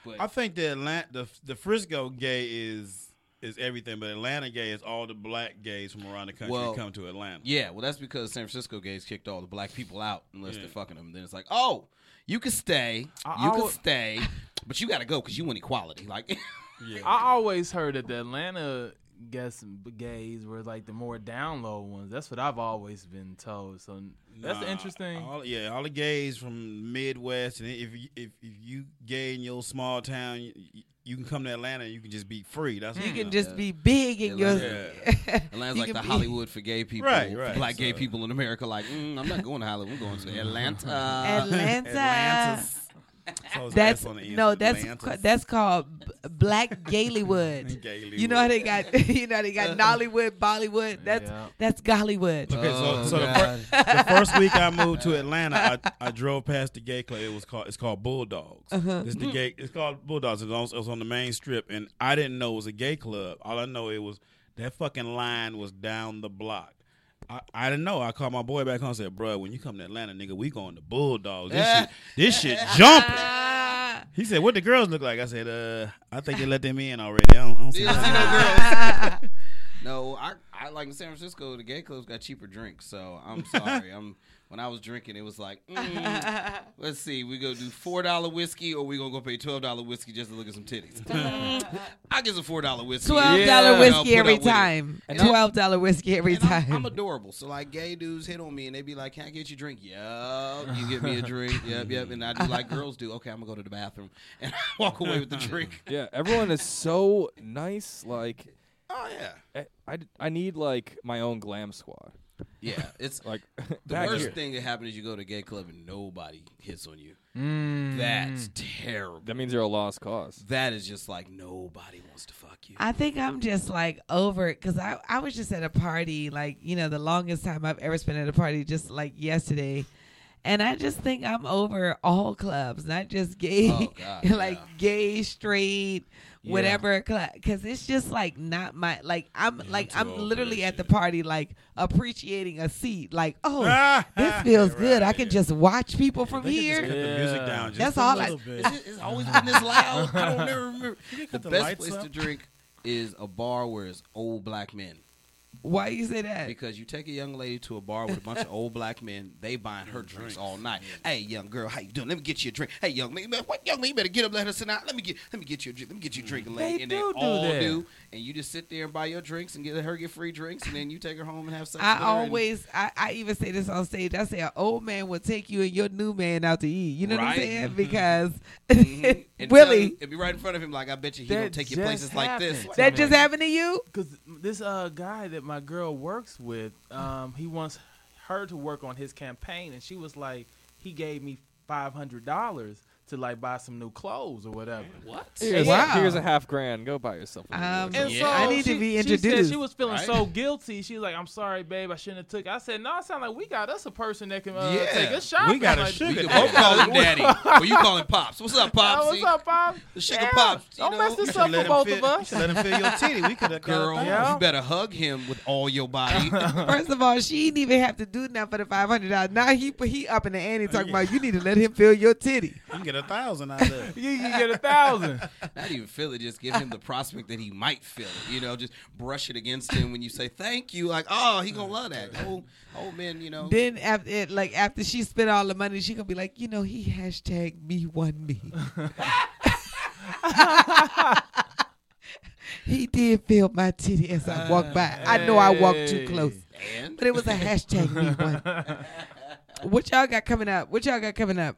But
I think the Atlanta, the, the Frisco gay is is everything, but Atlanta gay is all the black gays from around the country
Well,
come to Atlanta.
yeah, well, that's because San Francisco gays kicked all the black people out unless
Yeah.
they're fucking them. Then it's like, oh, you can stay,
I-
you
I
can
would-
stay, but you got to go because you want equality. Like, *laughs*
I always heard that the Atlanta guess gays were like the more down low ones. That's what I've always been told. So that's
Nah,
interesting.
All, yeah, all the gays from Midwest, and if you- if if you gay in your small town, you, you can come to Atlanta and you can just be free. That's
You
what
can
I'm
just
Yeah.
be big in your.
Atlanta's
*laughs* You
like
can
the
be-
Hollywood for gay people,
Right, right,
black gay
so-
people in America. Like, mm, I'm not going to Hollywood. I'm
*laughs*
going to Atlanta. *laughs*
Atlanta.
Atlantis. So it's
That's
S on the end,
no. That's
Atlantis.
ca- that's called B- Black
*laughs*
Gaylywood.
Gaylywood.
You know how they got. *laughs* You know they
*laughs*
got Nollywood, Bollywood. That's
Yeah.
that's Gollywood.
Okay, so,
Oh,
so the, fir- the
*laughs*
first week I moved to Atlanta, I, I drove past the gay club. It was called it's called Bulldogs.
Uh-huh.
It's
Mm-hmm.
the gay. It's called Bulldogs. It's on, it was on the main strip, and I didn't know it was a gay club. All I know it was that fucking line was down the block. I, I didn't know. I called my boy back home and said, "Bro, when you come to Atlanta, nigga, we going to Bulldogs. This
*laughs*
shit, this shit jumping."
Ah,
He said, "What the girls look like?" I said, "Uh, I think they let them in already. I don't, I don't see
You don't see
nothing."
no girls.
ah.
*laughs*
*laughs*
No, I, I like in San Francisco. The gay clubs got cheaper drinks, so I'm sorry. I'm when I was drinking, it was like,
*laughs*
mm, let's see, we go do four dollar whiskey, or we gonna go pay twelve dollar whiskey just to look at some
*laughs*
titties. Mm, I get some four dollar whiskey.
Twelve dollar
Yeah. I'll
whiskey
put up
every
with it.
time.
And I'm-
Twelve dollar whiskey every
And I'm,
time.
I'm adorable, so like gay dudes hit on me and they be like, "Can I get you a drink?" Yup, you get me a drink. Yep, yep. And I do
*laughs*
like girls do. Okay, I'm gonna go to the bathroom and *laughs* I walk away with the drink.
*laughs* Yeah, everyone is so nice. Like,
Oh yeah,
I, I, I need like my own glam squad. *laughs*
yeah. It's
Like,
The
back
worst
here.
thing that happens is you go to a gay club and nobody hits on you. That's terrible.
Mm. That means you're a lost cause.
That is just like nobody wants to fuck you.
I think I'm just like over it because I, I was just at a party, like, you know, the longest time I've ever spent at a party, just like yesterday. And I just think I'm over all clubs, not just gay, *laughs*
Oh, God,
like
yeah.
gay, straight, whatever club. Because it's just like not my like. I'm like
too
I'm
old for
literally
that
at the
shit.
party like appreciating a seat. Like
Ah!
oh, this feels good. I can just watch people from
They could just
here.
cut the music down. Just
That's
a
all I- *laughs*
Little bit.
It's, it's always been this loud. I
*laughs*
don't never remember. The,
cut the
best
lights
place
up?
to drink is a bar where it's old black men.
Why you say that?
Because you take a young lady to a bar with a bunch of old black men, they buying her drinks all night. Hey, young girl, how you doing? Let me get you a drink. Hey, young man, man, what young man? You better get up, let her sit down. Let me get, let me get you a drink. Let me get you a drink, lady.
They
and
do
they
do
all
that.
do, and you just sit there and buy your drinks and get her get free drinks, and then you take her home and have sex.
I
with her and-
always, I, I even say this on stage. I say, an old man will take you and your new man out to eat. You know what I'm
Right.
saying? Because
Mhm.
*laughs*
And tell
Willie,
him- and be right in front of him, like I bet you he
That
don't take you
just
places like this.
happened.
that
Tell
just
me.
happened to you?
Because this uh, guy that my girl works with, um, he wants her to work on his campaign, and she was like, he gave me five hundred dollars to like buy some new clothes or whatever. What?
Here's,
Wow.
here's a half grand. Go buy yourself. A
Um,
new
And
Yeah.
so
I need
she,
to be
She, said
introduced.
she was feeling
Right?
so guilty. She was like, "I'm sorry, babe. I shouldn't have took." it." I said, "No, I sound like we got us a person that can uh,
Yeah.
take us shopping."
We got a
like,
sugar
You can
daddy.
both call him
*laughs*
daddy, or you call him pops. What's up,
Oh,
pops?
what's up, Pop?
The sugar
yeah,
pops, you
Don't
know.
mess
You
this
should
up
let
for
him
both
feel-
of
you
us.
should let him feel your *laughs* titty. We could have
Girl,
Yeah.
you better hug him with all your body.
*laughs* First of all, she didn't even have to do nothing for the five hundred dollars. Now he he up in the ante talking about you need to let him feel your titty.
You can get a thousand out of it.
*laughs* You can get a thousand.
*laughs* Not even feel it. Just give him the prospect that he might feel it. You know, just brush it against him when you say thank you. Like, oh, he gonna love
*laughs*
that. The Old, old man, you know.
Then after it, like after she spent all the money, she gonna be like, you know, he hashtag me won
*laughs*
me. he did feel my titty as I walked by. I know I walked too
Hey.
close,
And
but it was a hashtag me won.
*laughs*
What y'all got coming up? What y'all got coming up?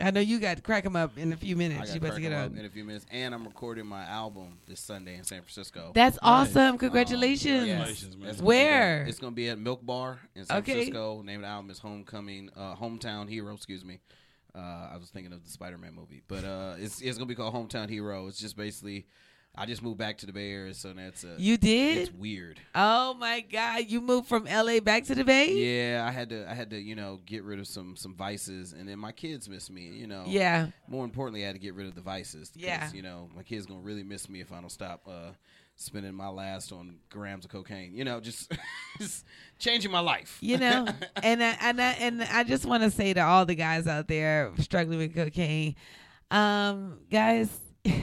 I know you got to crack 'em up in a few
I got
minutes. You about to get
up
on.
in a few minutes, and I'm recording my album this Sunday in San Francisco.
That's awesome!
Um,
Congratulations.
yes.
Congratulations, man.
That's gonna
Where?
be at- it's going to be at Milk Bar in San
Okay.
Francisco. Name of the album is Homecoming, uh, Hometown Hero. Excuse me. Uh, I was thinking of the Spider-Man movie, but uh, it's it's going to be called Hometown Hero. It's just basically, I just moved back to the Bay Area, so that's a
You did?
it's weird.
Oh my God! You moved from LA back to the Bay?
Yeah, I had to I had to you know get rid of some some vices, and then my kids miss me. You know,
Yeah.
More importantly, I had to get rid of the vices. 'cause,
Yeah.
you know my kids gonna really miss me if I don't stop uh, spending my last on grams of cocaine. You know, just, *laughs* just changing my life. *laughs*
you know and I, and I, and I just want to say to all the guys out there struggling with cocaine um guys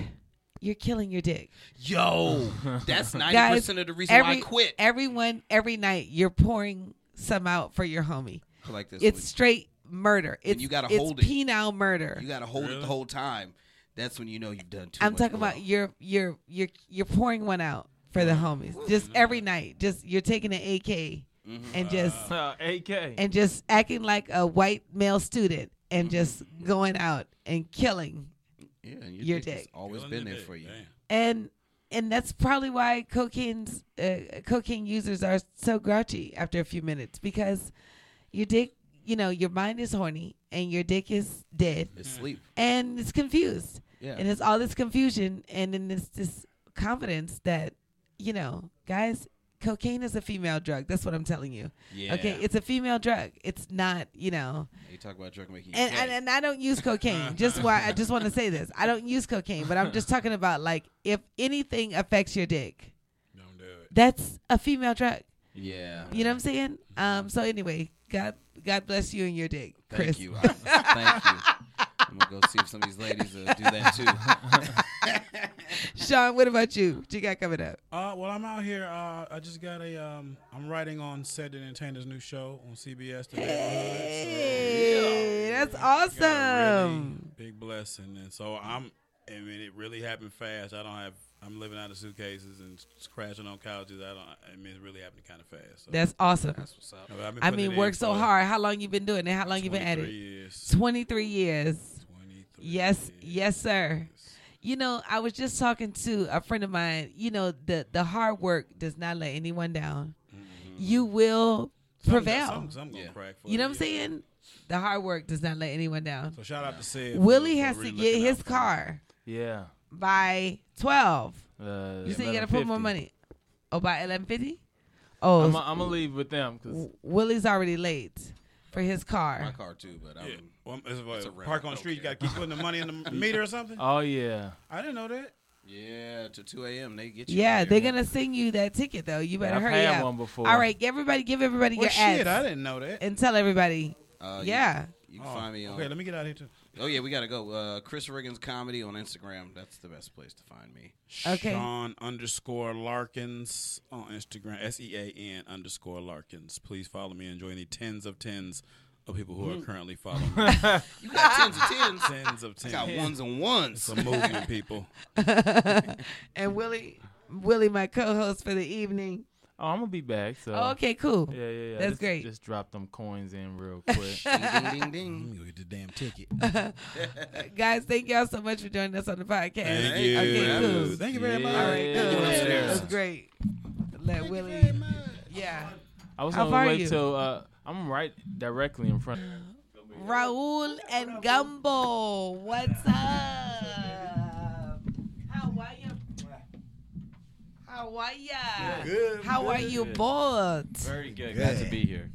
*sighs* you're killing your dick
Yo,
*laughs*
that's ninety
Guys,
percent of the reason why I
every
quit.
everyone every night you're pouring some out for your homie
I like this,
it's
one.
straight murder it's
you gotta
it's
hold it.
penile murder
you got to hold it the whole time. That's when you know you've done too
i'm
much
talking
wrong.
about you're you're you're you're pouring one out for the homies just
Mm-hmm.
every night just you're taking an ak and just
Uh, AK.
and just acting like a white male student and just going out and killing
yeah, and your,
your
dick has
dick.
always been there for you.
and and that's probably why cocaine's uh, cocaine users are so grouchy after a few minutes because your dick you know your mind is horny and your dick is dead
It's sleep.
and it's confused
Yeah.
and it's all this confusion and then it's this confidence that you know guys cocaine is a female drug that's what i'm telling you
Yeah.
okay it's a female drug it's not you know
You talk about drug making. you
and,
gay.
and and I don't use
*laughs*
cocaine. Just why I just want to say this. I don't use cocaine, but I'm just talking about like if anything affects your dick,
Don't do it.
that's a female drug.
yeah.
You know what I'm saying? Um. So anyway, God God bless you and your dick,
Thank
Chris.
you. I, thank
*laughs*
you. I'm gonna go see if some of these ladies uh, do that too.
*laughs* Sean, what about you? What you got coming up?
Uh, well, I'm out here. Uh, I just got a. Um, I'm writing on Set Entertainer's new show on CBS. The
Hey,
Neighborhood, so-
that's
got a really
awesome.
big blessing, and so I'm. I mean, it really happened fast. I don't have. I'm living out of suitcases and s- crashing on couches. I don't. I mean, it's really happening kind of fast. So.
That's awesome.
I've been
I
putting it
mean,
in
work so
for
hard. How long you been doing it? How long you been at
23
it?
Years.
Twenty three years.
23
Yes,
years.
yes, sir. You know, I was just talking to a friend of mine. You know, the the hard work does not let anyone down.
Mm-hmm.
You will
Something-
prevail.
something's- something gonna
Yeah.
crack for
you know what I'm
yeah.
saying? The hard work does not let anyone down.
So shout out to Sid.
Willie
for- for
has to
really
get
looking
his
out for me.
car
Yeah.
by twelve.
Uh,
You said you gotta
11:50.
put more money. Oh, by eleven fifty. Oh,
I'm gonna leave with them because
Willie's already late. for his car.
My car too, but I'm,
Yeah. Well, it's like,
a wrap.
park on
I
the
don't
street. You
care.
got to keep putting the money in the meter or
*laughs*
something.
Oh yeah.
I didn't know that.
yeah, to 2 a.m. they get you.
yeah,
out
they're
here.
gonna sing you that ticket though. You better
I've
hurry
had
up.
one before.
All right, everybody, give everybody
Well,
your
shit, I
ads
didn't know that.
and tell everybody.
Uh, you-
yeah,
You, can
Oh,
find me on.
okay, let me get out of here too.
oh yeah, we gotta go. Uh, Chris Riggins comedy on Instagram. That's the best place to find me.
Okay.
Sean underscore Larkins on Instagram. S E A N underscore Larkins. Please follow me and join the tens of tens of people who are currently following me.
You got tens of tens.
tens of
I
tens.
got ones and ones.
It's a *laughs* movement, people.
*laughs* and Willie, Willie, my co-host for the evening.
Oh, I'm gonna be back. So.
Oh, okay, cool.
Yeah, yeah, yeah.
That's
Just-
great.
Just drop them coins in real quick.
ding ding ding. ding.
Let me go get the damn ticket.
*laughs* Guys, thank y'all so much for joining us on the podcast.
Thank
Hey,
you.
okay, cool.
Thank you very much.
All right,
Yeah.
cool.
Yeah.
That was great. Let Willie. Yeah.
I was
How
on the
far
way
you?
till uh, I'm right directly in front. *laughs*
Raul and Gumbo, what's up? How are you? How are ya? How are you Uh, both?
Very good. Glad to be here.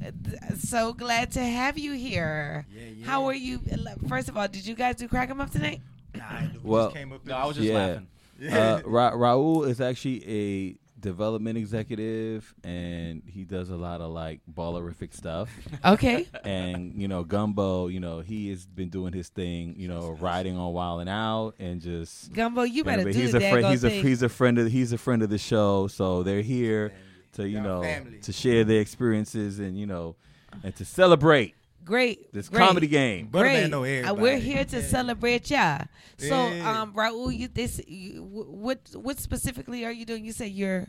So glad to have you here.
Yeah, yeah.
How are you? First of all, did you guys do crack 'em up tonight?
Nah, we Well, just came up
No, I was just
Yeah.
laughing.
*laughs*
*laughs*
uh, Ra- Raul is actually a development executive, and he does a lot of like ballerific stuff.
*laughs* Okay.
and you know, Gumbo, you know, he has been doing his thing, you know, riding on Wild and Out, and just
Gumbo,
Yeah,
you better
but
do
he's
the
a friend.
daggone
He's a
thing.
he's a friend of he's a friend of the show. So they're here to you Y'all know family. to share their experiences and you know and to celebrate
great.
this
great.
comedy game. But
Great.
man know
Uh, We're here to celebrate ya. So, um, Raul, you this you, wh- what what specifically are you doing? You say you're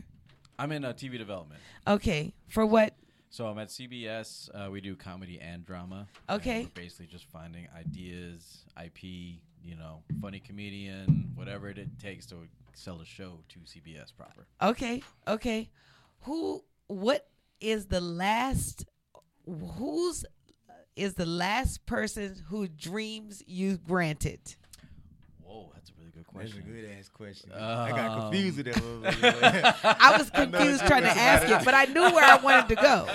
I'm in uh, TV development.
okay for what?
So I'm at CBS. Uh, we do comedy and drama.
Okay.
And we're basically just finding ideas, IP, you know, funny comedian, whatever it takes to sell a show to CBS proper.
Okay, okay. Who? What is the last? Who's is the last person who dreams you granted?
Whoa, that's a really good
That's
question. Um,
ass question.
I
Um.
got confused with *laughs*
*laughs*
that
I was confused trying to ask it, but I knew where I wanted to
*laughs*
go.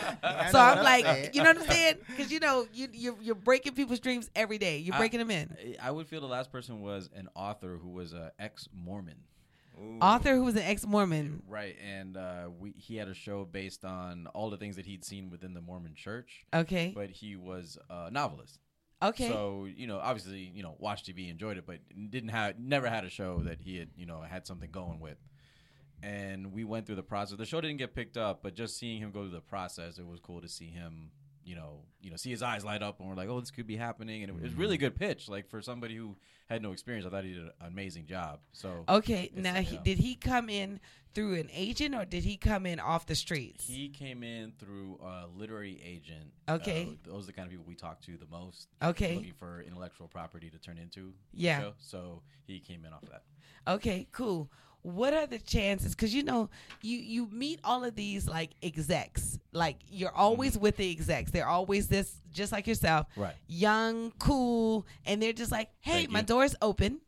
So I'm like, you know what I'm saying? Because you know, you you're, you're breaking people's dreams every day. You're
I- eh,
breaking them in.
I- I would feel the last person was an author who was an ex-Mormon.
Author who was an ex-Mormon.
Right, and uh, we he had a show based on all the things that he'd seen within the Mormon Church,
Okay.
but he was a novelist.
Okay.
So you know, obviously, you know, watched TV, enjoyed it, but didn't have never had a show that he had you know had something going with. And we went through the process. The show didn't get picked up, but just seeing him go through the process, it was cool to see him. You know, you know, see his eyes light up, and we're like, "Oh, this could be happening." And it
Mm-hmm.
was really good pitch, like for somebody who had no experience. I thought he did an amazing job. So
okay.
It's-
Now, he,
yeah.
did he come in through an agent or did he come in off the streets?
he came in through a literary agent.
Okay.
Uh, those are the kind of people we talk to the most.
okay.
Looking for intellectual property to turn into. the
Yeah.
show. So he came in off of that.
Okay. Cool. What are the chances? Because you know, you you meet all of these like execs. Like you're always with the execs. They're always this, just like yourself.
Mm-hmm. Right.
young, cool, and they're just like, "Hey,
Thank
my
you.
door's open."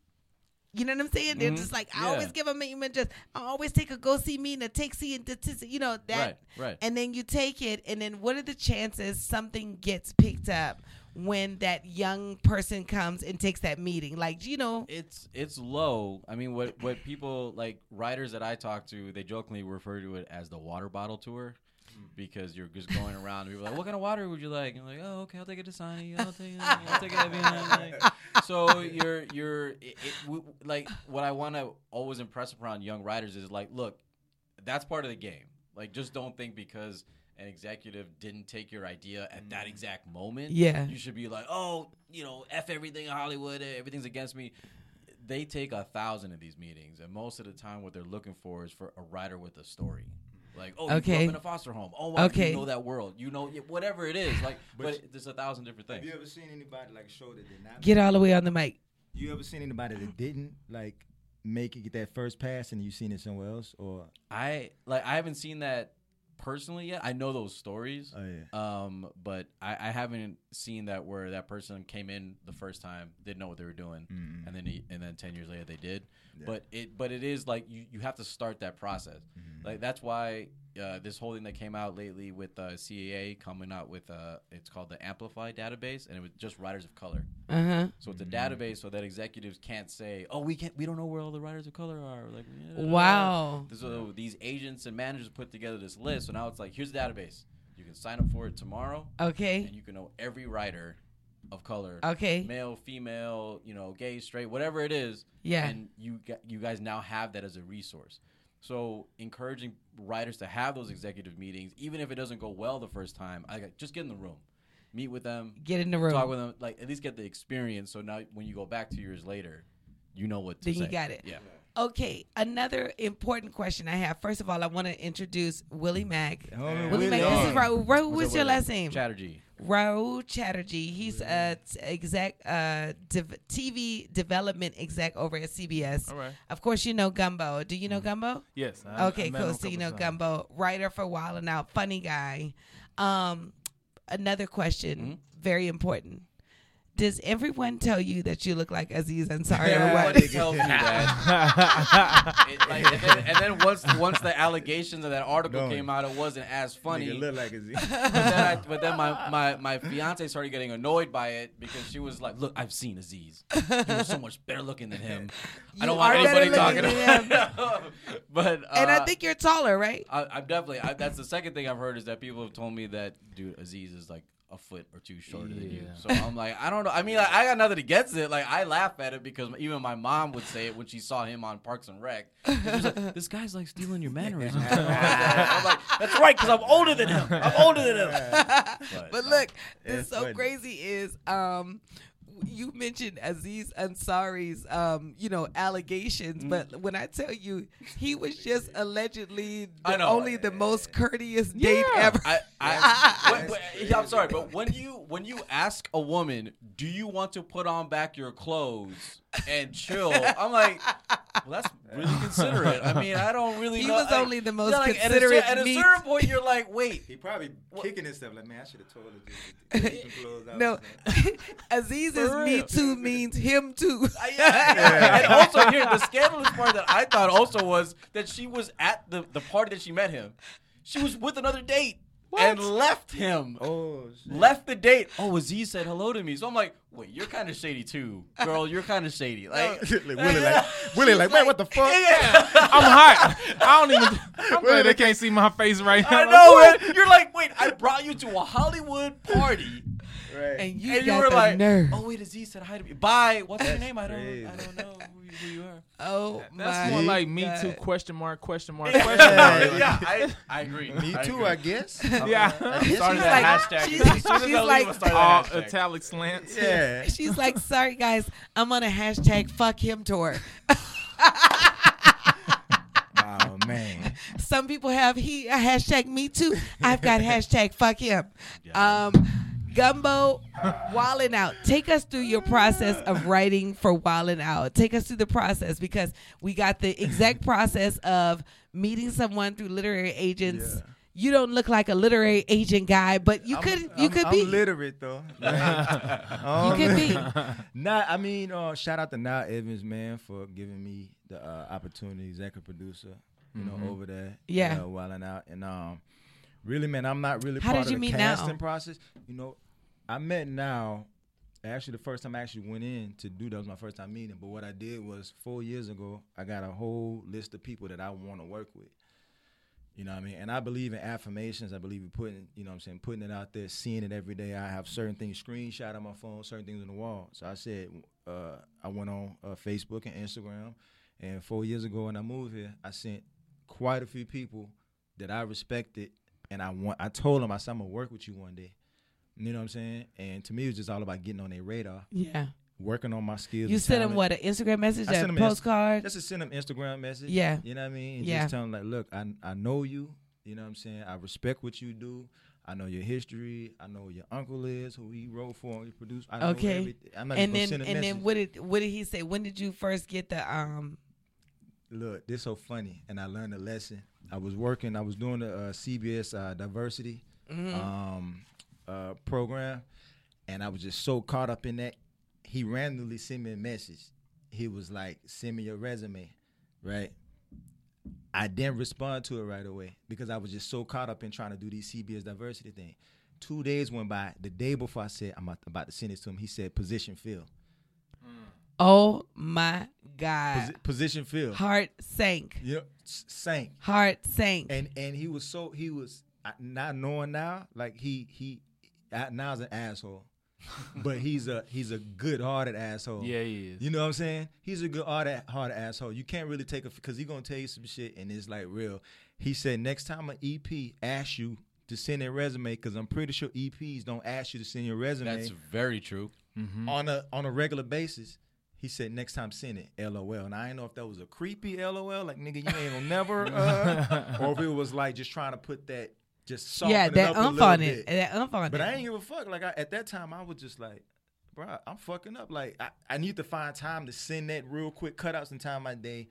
You know what I'm saying? They're
Mhm.
just like, "I
Yeah.
always give them an just, I always take a go see me and a taxi and t- t- you know that."
Right, right.
And then you take it, and then what are the chances something gets picked up when that young person comes and takes that meeting? Like, you know,
It's it's low. I mean, what what people like writers that I talk to, they jokingly refer to it as the water bottle tour,
Mm.
because you're just going around. And people are like, what kind of water would you like? And you're like, oh, okay, I'll take it Dasani. I'll take it. I'll take
*laughs*
it. Evian." Like,
*laughs*
so you're you're it, it, w- like what I want to always impress upon young writers is like, look, that's part of the game. Like, just don't think because an executive didn't take your idea at
Mm.
that exact moment.
Yeah.
You should be like, oh, you know, F everything in Hollywood, eh, everything's against me. They take a thousand of these meetings, and most of the time, what they're looking for is for a writer with a story. Like, oh, you grew
Okay.
up in a foster home. Oh, wow,
Okay.
you know that world. You know, yeah, whatever it is. Like, but, there's a thousand different
Have
things.
you ever seen anybody like show that did not?
get all the way on the mic.
You ever seen anybody that didn't like make it get that first pass, and you seen it somewhere else, or
I like, I haven't seen that personally yet. I know those stories.
oh yeah.
Um, but I, I haven't seen that where that person came in the first time, didn't know what they were doing,
Mm.
and then he, and then ten years later they did.
Yeah.
But it but it is like you, you have to start that process.
Mm-hmm.
Like that's why uh, this whole thing that came out lately with uh, CAA coming out with uh, it's called the Amplify database, and it was just writers of color.
Uh-huh.
So
Mm-hmm.
it's a database so that executives can't say, "Oh, we can't, we don't know where all the writers of color are." Like, yeah.
Wow.
So these agents and managers put together this list. So now it's like, here's the database. You can sign up for it tomorrow.
Okay.
And you can know every writer of color.
Okay.
Male, female, you know, gay, straight, whatever it is.
Yeah.
And you got, you guys now have that as a resource. So encouraging writers to have those executive meetings, even if it doesn't go well the first time, I got, just get in the room, meet with them,
Get in the room.
talk with them, like at least get the experience. So now when you go back two years later, you know what to
Then
say.
you got it.
Yeah.
Okay, another important question I have. First of all, I want to introduce Willie Mack.
Willie.
Willie Mack, this is Raul. Raul, what's
What's up,
your
Willie?
last name?
Chatterjee.
Raul Chatterjee. He's a t- exec, uh, dev- TV development exec over at CBS.
All right.
Of course, you know Gumbo. Do you know Gumbo?
Yes, I- I
okay,
met him
cool.
a
So you
couple
know
times.
Gumbo, writer for Wild and Out, funny guy. Um, another question,
Mm-hmm.
very important. Does everyone tell you that you look like Aziz Ansari or what?
Everybody tells me *laughs* that. It, like, and, then, and then once once the allegations of that article
Going.
came out, it wasn't as funny.
Nigga look like a
*laughs*
Z.
but then, I, but then my, my, my fiance started getting annoyed by it because she was like, "Look, I've seen Aziz. You're so much better looking than
*laughs*
him. I don't
You
want
are better
anybody talking
looking
about
than
him." *laughs* but uh,
and I think you're taller, right?
I, I'm definitely. I, that's the second thing I've heard is that people have told me that dude Aziz is like a foot or two shorter than you. So I'm like, I don't know. I mean, like, I got nothing against it. Like I laugh at it because even my mom would say it when she saw him on Parks and Rec. She
*laughs*
was like, this guy's like stealing your mannerisms. I'm like, *laughs* that's right, because I'm older than him. I'm older than him.
*laughs*
uh,
but, look, this
It's
so
funny.
crazy is um you mentioned Aziz Ansari's um, you know, allegations,
Mm.
but when I tell you he was just allegedly
I
the,
know.
only the most courteous date
Yeah.
ever.
I,
*laughs*
I, when- when- yeah, I'm sorry, but when you when you ask a woman, do you want to put on back your clothes and chill? I'm like, well, that's really considerate. I mean, I don't
*laughs*
really.
He
know.
was
I-
only the most
yeah, like, at a cer-
considerate
At a,
meat.
certain point, you're like, wait.
He probably kicking himself like, man, I should have told him. just to
*laughs*
take some clothes out
no,
or something."
*laughs* Aziz's
For
me
real.
too means him
*laughs*
too.
*laughs* and also here, the scandalous part that I thought also was that she was at the the party that she met him. She was with another date. And left him.
Oh,
left the date. Oh, Aziz said hello to me. So I'm like, wait, you're kind of shady too, girl. You're kind of
*laughs*
shady. Like,
Willie
*laughs*
like, Willie like, man, what the fuck?
I'm
*laughs*
hot. I don't even. I'm glad they can't see my face right now.
I
Like,
know
what?
it. You're like, wait, I brought you to a Hollywood party.
Right.
And you
and you
got
were
the
like,
nerve.
oh wait, Aziz said hi to me. Bye. What's your
That's
name? I don't. *laughs*
*laughs* crazy.
I don't know who, you- who you are.
Oh my
That's more like me
God.
too? Question mark? Question mark?
Yeah.
Question
*laughs*
mark?
yeah, I, I agree.
Me too,
agree. *laughs*
I guess.
Yeah.
I guess
Started
you
that
like-
hashtag.
she's-
as soon as I
she's
leave, I'm
like-
gonna start
All
that hashtag.
italic
*laughs*
slants.
Yeah.
She's like, sorry guys, I'm on a hashtag fuck him
*laughs*
tour.
Oh man.
*laughs* Some people have he a hashtag me too. I've
*laughs*
got hashtag fuck him. Um, Gumbo, Wallin Out. Take us through your process of writing for Wallin Out. Take us through the process because we got the
*laughs*
exact process of meeting someone through literary agents. You don't look like a literary agent guy, but you
I'm-
could you
I'm-
could
I'm
be.
literate though.
You could be.
*laughs* Nah, I mean, uh, shout out to Nile Evans, man, for giving me the uh, opportunity, executive producer, you
Mhm.
know, over there.
Mm-hmm. Yeah.
You know, while and out. And um, really, man, I'm not really
How
part
did
of
you
the
meet Nile?
casting process. You know, I met now. Actually, the first time I actually went in to do that was my first time meeting. But what I did was four years ago, I got a whole list of people that I want to work with. You know what I mean? And I believe in affirmations. I believe in putting, you know what I'm saying, putting it out there, seeing it every day. I have certain things screenshot on my phone, certain things on the wall. So I said, uh, I went on uh, Facebook and Instagram. And four years ago when I moved here, I sent quite a few people that I respected. And I want, I told them, I said, I'm going to work with you one day. You know what I'm saying? And to me, it was just all about getting on their radar,
Yeah.
working on my skills.
You
and
sent him
talent.
what an Instagram message,
I
a
sent him an Inst-
postcard.
Just to send them Instagram message.
Yeah.
You know what I mean? And
Yeah.
Just tell them like, look, I I know you. You know what I'm saying? I respect what you do. I know your history. I know who your uncle is, who he wrote for, he produced. I Know
okay.
everything. I'm not
and
just
then
gonna
and
send a message.
then what did what did he say? When did you first get the um?
look, this so funny, and I learned a lesson. I was working, I was doing the uh, CBS uh, diversity um, uh, program, and I was just so caught up in that. He randomly sent me a message. He was like, "Send me your resume," right? I didn't respond to it right away because I was just so caught up in trying to do these CBS diversity thing. Two days went by. The day before I said I'm about- about to send this to him, he said position fill.
Oh my God.
Posi- position fill.
Heart sank.
Yep, s- sank.
Heart sank.
And and he was so he was I- not knowing now. Like he he I- now's an
*laughs*
asshole, but he's a he's a good-hearted asshole.
Yeah, he is.
You know what I'm saying? He's a good-hearted hearted asshole. You can't really take a because he's gonna tell you some shit and it's like real. He said next time an EP asks you to send a resume, because I'm pretty sure EPs don't ask you to send your resume
That's very true.
Mm-hmm.
on a on a regular basis. He said, "Next time, send it." LOL. And I didn't know if that was a creepy LOL, like nigga, you ain't gonna never,
*laughs*
uh, or if it was like just trying to put that, just soften
Yeah,
it
that
up a
umph
little
on it.
bit.
That umph on
But
it.
I ain't give a fuck. Like I, at that time, I was just like, bro, I'm fucking up. Like I, I need to find time to send that real quick, cut out some time in my day.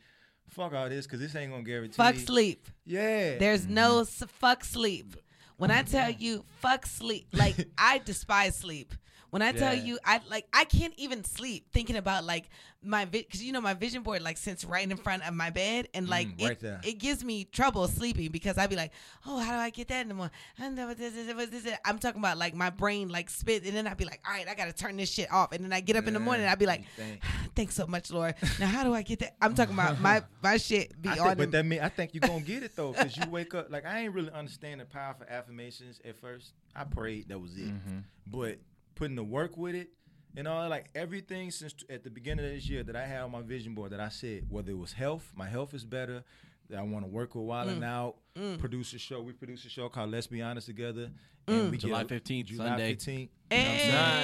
Fuck all this, cause this ain't gonna guarantee.
Fuck sleep.
Yeah. Mm-hmm.
There's no s- fuck sleep. When I tell you fuck sleep,
*laughs*
like I despise sleep. When I tell
Yeah.
you, I like I can't even sleep thinking about like my because you know my vision board like sits right in front of my bed and like
Mm, right
it,
there.
it gives me trouble sleeping because I'd be like, oh, how do I get that in the morning? I don't know what this is, what this is. I'm talking about like my brain like spit and then I'd be like, all right, I gotta turn this shit off and then I get up in the
Yeah,
morning and I'd be like,
think.
thanks so much, Lord. Now how do I get that? I'm talking about
*laughs*
my my shit be on
I think, but
the-
that mean I think you're gonna get it though,
*laughs*
cause you wake up like I ain't really understand the power for affirmations at first. I prayed that was it,
Mhm.
but putting the work with it and all like everything since t- at the beginning of this year that I had on my vision board that I said whether it was health, my health is better. That I want to work with Wild and
Mm.
Out,
Mm.
produce a show. We produce a show called Let's Be Honest Together. And
Mm.
we get
July
a-
15th,
July
Sunday.
15th. You know what I'm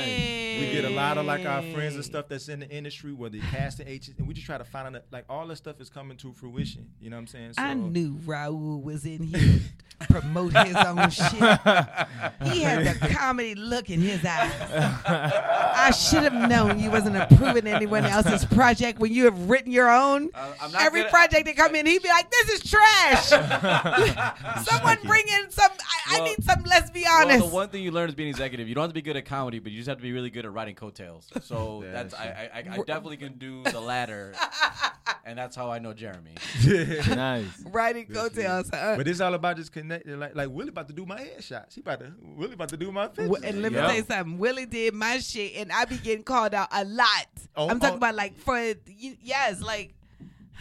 saying? We get a lot of like our friends and
Hey.
stuff that's in the industry, whether it's casting agents, and we just try to find out like all this stuff is coming to fruition. You know what I'm saying?
*laughs* I knew Raul was in here to promote his
*laughs*
own shit. He had the comedy look in his eyes. I should have known you wasn't approving anyone else's project when you have written your own.
Uh,
Every project that come in, he'd be like, "This is
*laughs*
trash." Someone bring in some. I, I need some. Let's be honest.
Well, the one thing you learn is being executive. You don't have to be good at comedy, but you just have to be really good at writing coattails. So
*laughs* Yeah,
that's,
sure.
I, I, I, I definitely can
*laughs*
do the latter, and that's how Oh, I know
*laughs*
Jeremy.
nice.
Writing coattails, huh?
But it's all about just connecting. Like, like Willie about to do my headshots. He about to Willie about to do my pictures.
Wi- and let me
Yeah.
tell you something. Willie did my shit, and I be getting called out a lot.
Oh,
I'm talking
oh.
about like for you- yes, like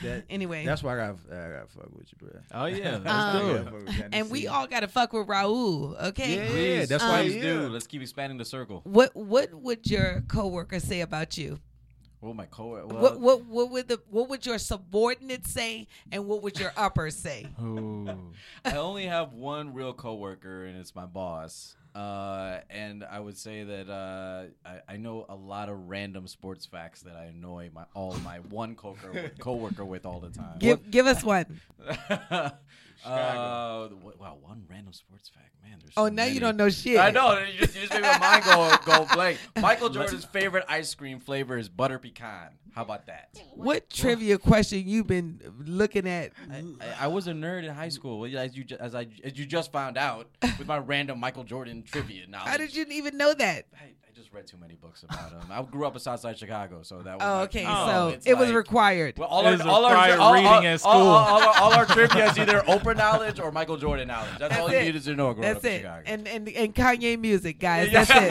That-
Anyway.
that's why I got I got fuck with you, bro. *laughs*
Oh yeah,
That's
Um, *laughs*
good.
and we all gotta fuck with Raul, okay?
Please,
Um,
please do. Let's keep expanding the circle.
What What would your coworker say about you?
What would oh, my coworker? Well,
what What What would the What would your subordinates say, and what would your uppers say?
I only have one real coworker, and it's my boss. Uh, and I would say that uh, I, I know a lot of random sports facts that I annoy my all my one
*laughs*
coworker coworker with *laughs* all the time.
Give Give us
*laughs*
one.
uh, wh- Oh, wow, one random sports fact, man. There's
Oh,
so
now you
many.
don't know shit.
I know. You just, you just made my mind go go
*laughs*
blank. Michael Jordan's favorite ice cream flavor is butter pecan. How about that?
What trivia question you been looking at?
I- I was a nerd in high school, well, as you ju- as I as you just found out with my random Michael Jordan trivia knowledge.
How did you even know that?
I just read too many books about him. um, I grew up in Southside Chicago, so that. was
Oh,
like-
okay.
Oh,
so
it's
it was
like-
required.
Well, all our, all our, all, all- All, all- all- all our trivia is either *laughs* Oprah knowledge or Michael Jordan knowledge. That's, all you
it.
needed to know growing
That's
up in
it.
Chicago.
And, and and Kanye music, guys.
Yeah.
That's it.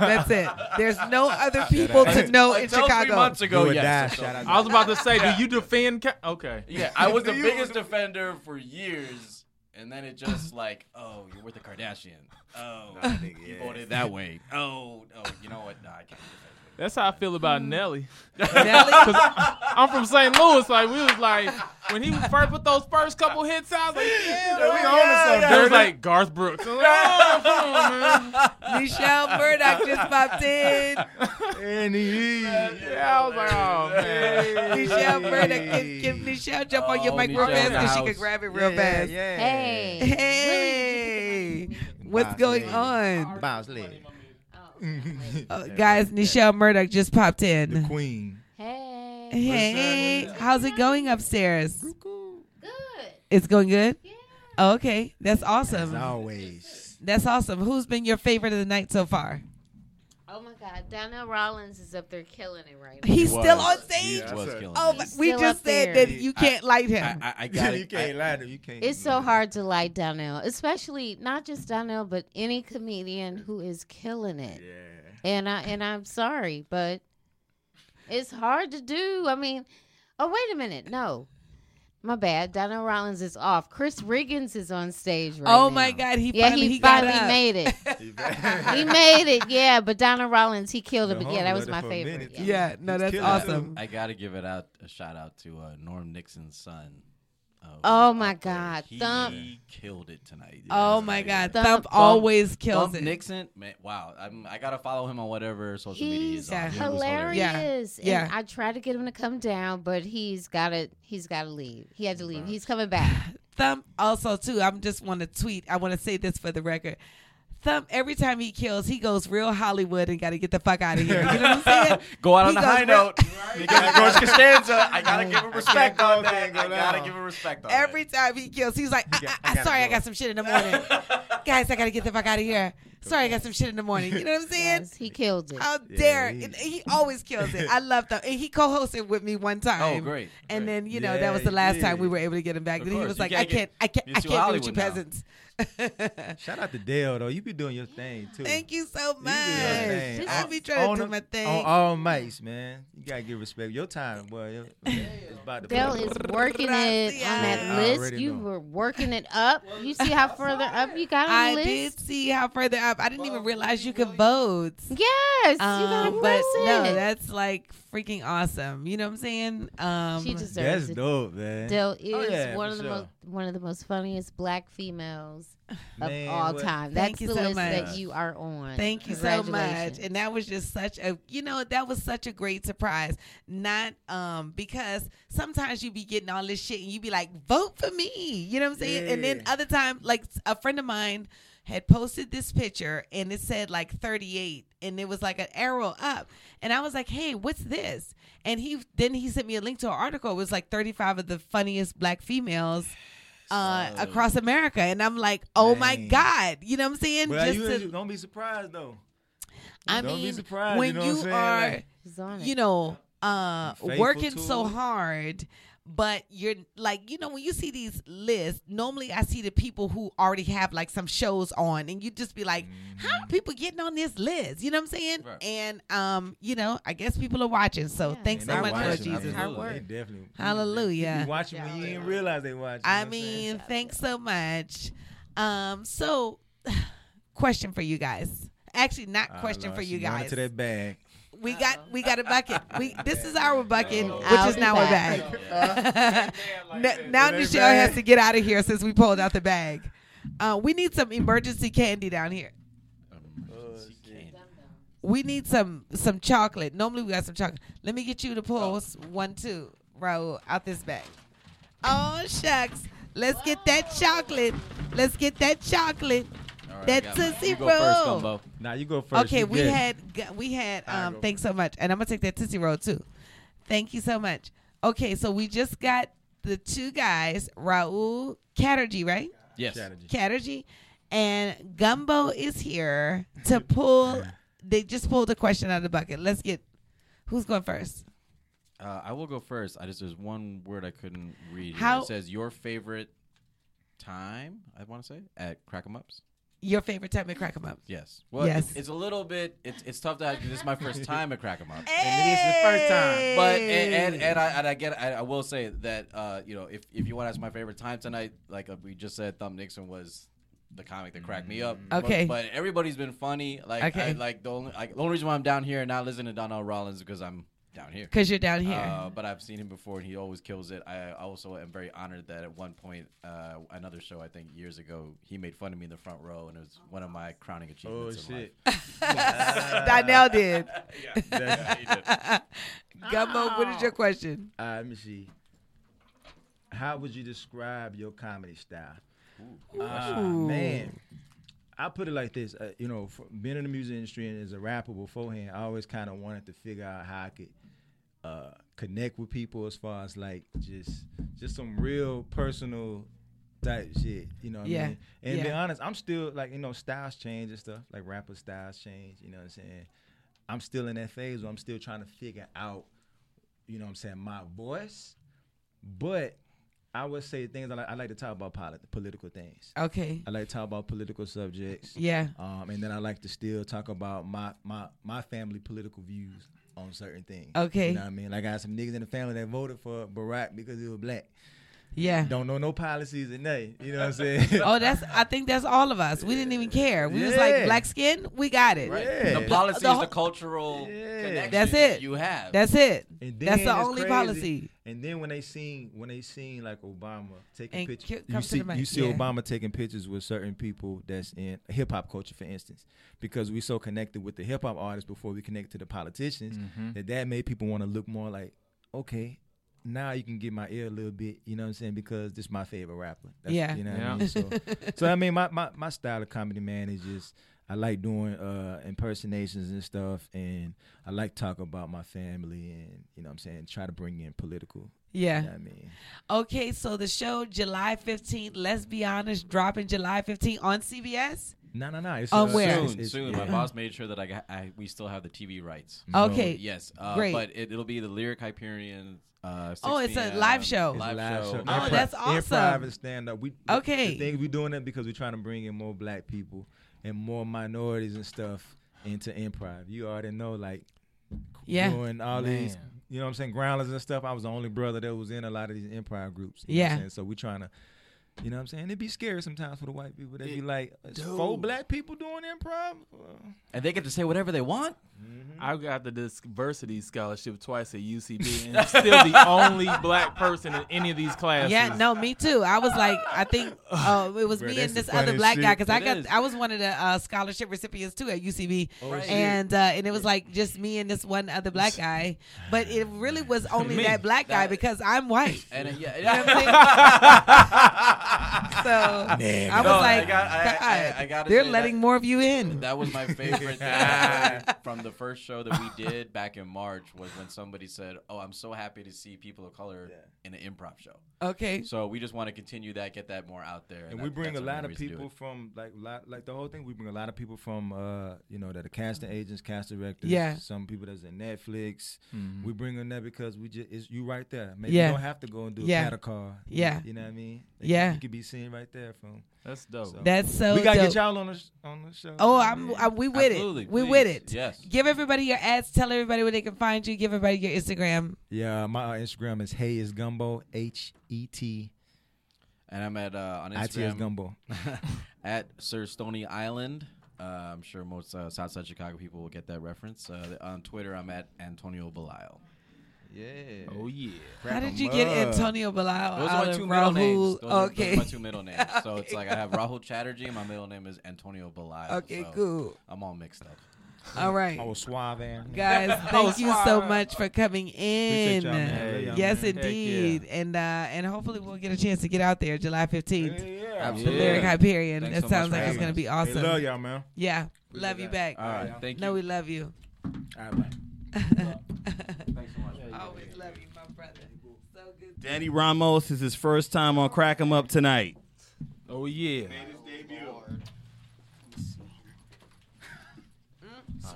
That's it. There's
*laughs*
no other people to know in
Until
Chicago.
Three months ago,
Do or
yes.
die, shout out.
I was about
*laughs*
to say, do you defend? Ca- okay.
Yeah, I *laughs* was the
Do *laughs* you-
biggest
*laughs*
defender for years, and then it *laughs* just like, oh, you're with the Kardashian. Oh, you voted that way. *laughs* Oh, oh, you know what? Nah, I can't.
That's how I feel
*laughs*
about Nelly.
Nelly?
*laughs* I'm from St. Louis. Like we was like when he first put those first couple hits out, I was like
Yeah,
yeah, we
yeah,
on to something.
yeah.
It was like Garth Brooks. I was like, oh, come on, man.
Michelle Murdoch just popped in.
And he,
yeah, I was like, oh man.
Michelle Murdoch, give, give Michelle jump on your
Oh,
mic real
Michelle's
fast because she
house.
can *laughs* grab it real
Yeah, yeah,
fast.
yeah.
Hey,
Hey.
hey, what's
Boss
going
lady.
on?
Boss lady.
*laughs* Uh, guys, Michelle Murdoch just popped in.
Mm-hmm. The queen.
Hey.
Hey, how's it going upstairs?
Good.
It's going good. Yeah. okay, that's awesome.
As always.
That's awesome. Who's been your favorite of the night so far?
Oh my God, Donnell Rollins is up there killing it right now.
He's still on stage. oh, but we
Still
just
up
said
there.
that you can't light him.
I, I got *laughs* You can't lie to you can't.
It's so hard to like Donnell, especially not just Donnell, but any comedian who is killing it. Yeah. And I and I'm sorry, but it's hard to do. I mean, oh wait a minute, no. My bad. Donnell Rollins is off. Chris Riggins is on stage right now.
Oh my God, he
yeah
finally-
he
he got
finally
up.
made
*laughs*
it. he made it. Yeah, but Donnell Rollins he killed it. But yeah, that was my favorite.
Yeah, no, that's awesome.
I gotta give it out a shout out to uh, Norm Nixon's son. uh, who
Oh
was
my
up there.
God,
he
Thump.
killed it tonight.
Oh my God, Thump always kills
Thump
it.
Nixon, man, wow, I'm, I gotta follow him on whatever social media
He's
he's on. He was
hilarious.
Yeah.
And
Yeah.
I tried to get him to come down, but he's gotta he's gotta leave. He had to leave. He's coming
*laughs*
back.
Thumb also too. I'm just want to tweet. I want to say this for the record. Thumb every time he kills, he goes real Hollywood and got to get the fuck out of here. You know what I'm saying?
*laughs* Go out on
He
the
goes
high
real-
note. Because George Costanza, I gotta give him respect on that. I gotta give him respect on that.
Every time he kills, he's like, I, I,
I
I,
gotta
"Sorry, I got some shit in the
*laughs*
morning, guys. I gotta get the fuck out of here. Sorry, I got some shit in the morning." You know what I'm saying?
he killed it.
How
Yeah,
dare
he-
and he always kills it. I love that. And he co-hosted with me one time.
Oh, great,
And
great.
then you know
Yeah,
that was
he
the last time
did.
we were able to get him back.
Of
then he
course,
was
you
like, "I
can't
can't,
get-
I can't,
you're
I
too
can't be with you
Hollywood now.
peasants." *laughs*
Shout out to Dale though. You be doing your thing too.
Thank you so much.
Hey,
I
on-
be trying
on
to do
the-
my thing.
On all mics, man. You gotta give respect. Your time, boy. Your- It's about to
Dell is working it on that
I
list.
already
You
know.
were working it up. You see how further up you got on
I
the list?
did see how further up. I didn't even realize you could vote. Um,
Yes, you gotta
but
press
no,
it.
that's like freaking awesome. You know what I'm saying? Um,
She deserves That's it.
dope, man.
Dell
Oh,
is
yeah,
one
for
of the
sure.
most one of the most funniest black females of
Man,
all
what-
time.
Thank
That's
you
the
so
list
much.
that you are on.
Thank you so much.
Congratulations.
And that was just such a, you know, that was such a great surprise. Not um because sometimes you be getting all this shit and you be like, vote for me. You know what I'm saying? And then
Yeah.
other time, like a friend of mine had posted this picture and it said like 38 and it was like an arrow up and i was like hey what's this and he then he sent me a link to an article it was like 35 of the funniest black females uh, across america and i'm like oh my god you know what i'm saying
Well,
Just
you,
to-
you don't be surprised though.
I
don't
mean,
be surprised.
when
you, know
you
what I'm saying?
are,
Like,
you know, uh,
Faithful
working
to
so
it.
hard, but you're like, you know, when you see these lists, normally I see the people who already have like some shows on, and you just be like, how
Mm-hmm.
are people getting on this list? You know what I'm saying? And um, you know, I guess people are watching, so thanks
They
so much, Lord
watching,
Jesus.
absolutely. They definitely.
Hallelujah.
You be watching when you didn't realize they watching.
I mean, thanks so much. Um, so *sighs* question for you guys. Actually,
Uh,
not question for you guys.
To that bag.
We got we got a bucket. We this is
*laughs*
our bucket,
Uh-oh.
which is
Out
now a
the
bag. *laughs*
bag.
N- now
It ain't
Michelle
bad.
has to get out of here since we pulled out the bag. Uh, we need some emergency candy down here.
Oh,
We need some some chocolate. Normally we got some chocolate. Let me get you to pull s- one two Raul out this bag. Oh shucks, let's get that chocolate. Let's get that chocolate. That's a zero.
Now you go first.
Okay,
You
we
get it.
had *laughs* gu- we had
Alright,
um
go
thanks so much. And I'm gonna take that Tootsie Roll too. Thank you so much. Okay, so we just got the two guys, Raul Chatterjee, right?
Yes.
Chatterjee. And Gumbo is here to pull they just pulled a question out of the bucket. Let's get who's going first?
Uh, I will go first. I just there's one word I couldn't read. here.
How-
It says your favorite time. I want to say at Crack 'em Ups.
Your favorite time at Crack 'em Up.
Yes. Well,
yes.
it's, it's a little bit. It's, it's tough to because this is my
*laughs*
first time at Crack 'em Up.
And it is the first time.
But and and, and I and I get I, I will say that uh you know if if you want to ask my favorite time tonight, like uh, we just said, Thumb Nixon was. The comic that cracked me up. But-
Mm. Okay.
but, everybody's been funny. Like, I-
Okay.
like the only like, the only reason why I'm down here and not listening to Donnell Rollins is because I'm down here.
'Cause you're down here.
Uh, but I've seen him before, and he always kills it. I also am very honored that at one point, uh, another show I think years ago, he made fun of me in the front row, and it was one of my crowning achievements.
Oh,
in
shit.
life.
Donnell did.
Yeah, yeah, he did.
Gumbo, what is your question?
All right, let me see. How would you describe your comedy style? Ah,
Ooh.
man, I put it like this. Uh, you know, f being in the music industry and as a rapper beforehand, I always kind of wanted to figure out how I could uh, connect with people as far as like just just some real personal type shit. You know what
Yeah.
I mean? And to be
Yeah.
honest, I'm still like you know styles change and stuff. Like rapper styles change. You know what I'm saying? I'm still in that phase where I'm still trying to figure out, you know what I'm saying, my voice. But I would say things I like, I like to talk about polit- political things.
Okay.
I like to talk about political subjects.
Yeah.
Um, and then I like to still talk about my my my family political views on certain things.
Okay.
You know what I mean? Like I got some niggas in the family that voted for Barack because he was black.
Yeah.
Don't know no policies and nothing. You know what I'm saying?
*laughs* oh, that's. I think that's all of us. We didn't even care. We was
Yeah.
like black skin. We got it.
Yeah.
The policy
the
is
whole-
the cultural connection
That's it.
you have.
That's it.
And
That's
then
the
it's
only
crazy.
policy.
And then when they seen when they seen like Obama taking
And
pictures,
ki-
you
come to
see
the mic,
you see
yeah.
Obama taking pictures with certain people that's in hip hop culture, for instance, because we so connected with the hip hop artists before we connect to the politicians
Mm-hmm.
Mhm.
that that made people want to look more like okay. Now you can get my ear a little bit, you know what I'm saying? Because this is my favorite rapper.
Yeah.
You know what
Yeah.
I
*laughs*
mean? So, so, I mean, my, my, my style of comedy, man, is just I like doing uh, impersonations and stuff, and I like talk about my family, and you know what I'm saying try to bring in political.
Yeah.
you know what I mean,
Okay, so the show July 15th, let's be honest, dropping July 15th on CBS.
no, no, no. It's
On
uh,
Oh, Um, where? Uh-huh.
it's-
soon,
it's-
soon. My
yeah. Mm-hmm.
boss made sure that I, got, I we still have the TV rights.
Okay,
So, yes. Uh,
great.
But it, it'll be the Lyric Hyperion. Uh, 6
Oh, it's a
PM,
live show.
It's a
Live,
live
show.
show.
Oh,
Impro-
that's
Improv
awesome.
and stand up. We
Okay.
The thing we doing it because we're trying to bring in more black people and more minorities and stuff into improv. You already know, like,
Yeah.
doing all these,
Man.
you know what I'm saying, groundless and stuff. I was the only brother that was in a lot of these improv groups. you know
Yeah.
what I'm saying? So we trying to. You know what I'm saying? It'd be scary sometimes for the white people. They'd be like, "It's four
Dude.
black people doing improv? Uh,
And they get to say whatever they want.
Mm-hmm.
I got the diversity scholarship twice at UCB, and I'm still the *laughs* only black person in any of these classes.
Yeah, no, me too. I was like, I think uh, it was
Bro,
me
that's
and this
the
other
funniest
black guy
shit.
because I
It
got
is.
I was one of the uh, scholarship recipients too at UCB,
Oh, Right. shit.
and uh, and it was like just me and this one other black guy, but it really was only
Me.
that black guy because I'm white.
And uh, yeah,
You know what I'm *laughs* saying? so
*laughs*
I was
No,
like,
got- I- I-
God,
I gotta
they're
say
letting
that-
more of you in.
That was
*laughs*
my *laughs* favorite thing from the first show that we did back in March was when somebody said, "Oh, I'm so happy to see people of color in an improv show."
Okay.
So we just want to continue that, get that more out there,
and
that-
we bring
that's
a
the
lot
only
of
reason to do
people
it.
from like lot, like the whole thing. We bring a lot of people from uh, you know that are casting agents, cast directors.
Mm-hmm. Yeah.
Some people that's in Netflix.
Mhm.
We bring in there because we just it's you right there. Maybe
Yeah.
you don't have to go and do
Yeah.
a cattle car. You-
Yeah.
You know what I mean?
Yeah.
You could be seen right there from.
That's dope.
That's so.
We gotta
dope.
get y'all on the sh- on the show.
Oh, I'm, i we with
Absolutely,
it. We with
please.
it.
Yes.
Give everybody your ads. Tell everybody where they can find you. Give everybody your Instagram.
Yeah, my uh, Instagram is Hey is Gumbo H E T.
And I'm at uh, on
IT is
Instagram
gumbo.
*laughs* at Sir Stony Island. Uh, I'm sure most uh, Southside Chicago people will get that reference. Uh, on Twitter, I'm at Antonio Belial.
Yeah. Oh yeah.
How did you get Antonio Bilal?
Those
out
are my
of
two middle names.
Rahul?
Those, are,
okay.
those are my two middle names. So it's like
*laughs*
I have Rahul Chatterjee, and my middle name is Antonio Belial.
Okay,
so
cool.
I'm all mixed up.
All right.
I was suave and *laughs*
Guys,
Oh,
thank you so
suave.
much for coming in.
y'all, man. Love y'all,
yes,
man. Heck
indeed, and uh, and hopefully we'll get a chance to get out there July fifteenth.
Absolutely.
Lyric Hyperion.
Thanks
that
so much
sounds
for
like it's
having
gonna
us.
be
Hey,
awesome.
love y'all, man.
Yeah,
Appreciate
love you
that.
back.
All right, thank
No, we love you.
All
*laughs*
right, bye.
Thanks so much. Always love you, my brother. So
*laughs*
good.
Danny Ramos is his first time on Crack 'em Up tonight.
Oh yeah.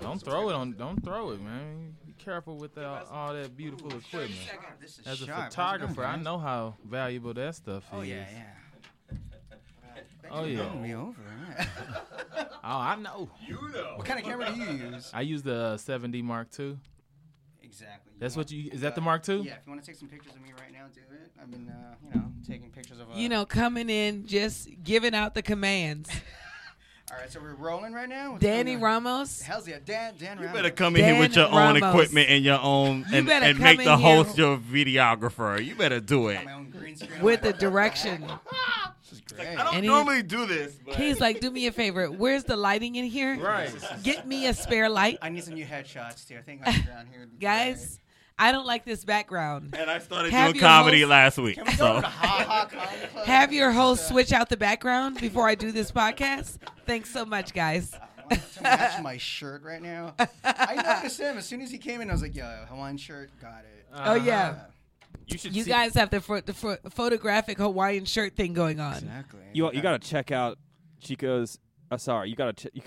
Don't throw it on. Don't throw it, man. Be careful with that, all that beautiful equipment.
This is
As a
sharp. How's it
photographer,
going,
I
guys?
know how valuable that stuff is.
Oh yeah, yeah.
Oh
you
yeah.
knocked me over,
*laughs* oh, I know.
You know. What kind of camera do you use?
I use the 7D Mark II.
Exactly.
That's what you. Is
uh,
that the Mark II?
Yeah. If you want to take some pictures of me right now, do it. I mean, uh, you know, taking pictures of. Uh,
You know, coming in, just giving out the commands.
All right, so we're rolling *laughs* right now. What's
Danny
going on?
Ramos.
How's it, Dan? Dan
You
Ramos.
better come in here with
Dan
your own
Ramos.
equipment and your own
You
and,
better
and
come
make
in
the
here-
host your videographer. You better do it.
with the direction.
I don't
And he-
normally do this, but
He's like, do me a favor. Where's the lighting in here?
Right.
Get me a spare light.
I need some new headshots too. I think I'm down here. would be
Guys, I don't like this background.
And I started
Have
doing
your
comedy
host-
last week. So
Have your host
uh,
switch out the background before I do this podcast. Thanks so much, guys.
to match my shirt right now. I noticed him as soon as he came in. I was like, "Yo, Hawaiian shirt, got it."
*laughs*
Uh-huh.
Oh, yeah.
You should.
You
see-
guys have the, pho- the pho- photographic Hawaiian shirt thing going on.
Exactly.
You you gotta check out *laughs* Chico's. Uh, sorry, you gotta. Ch- you,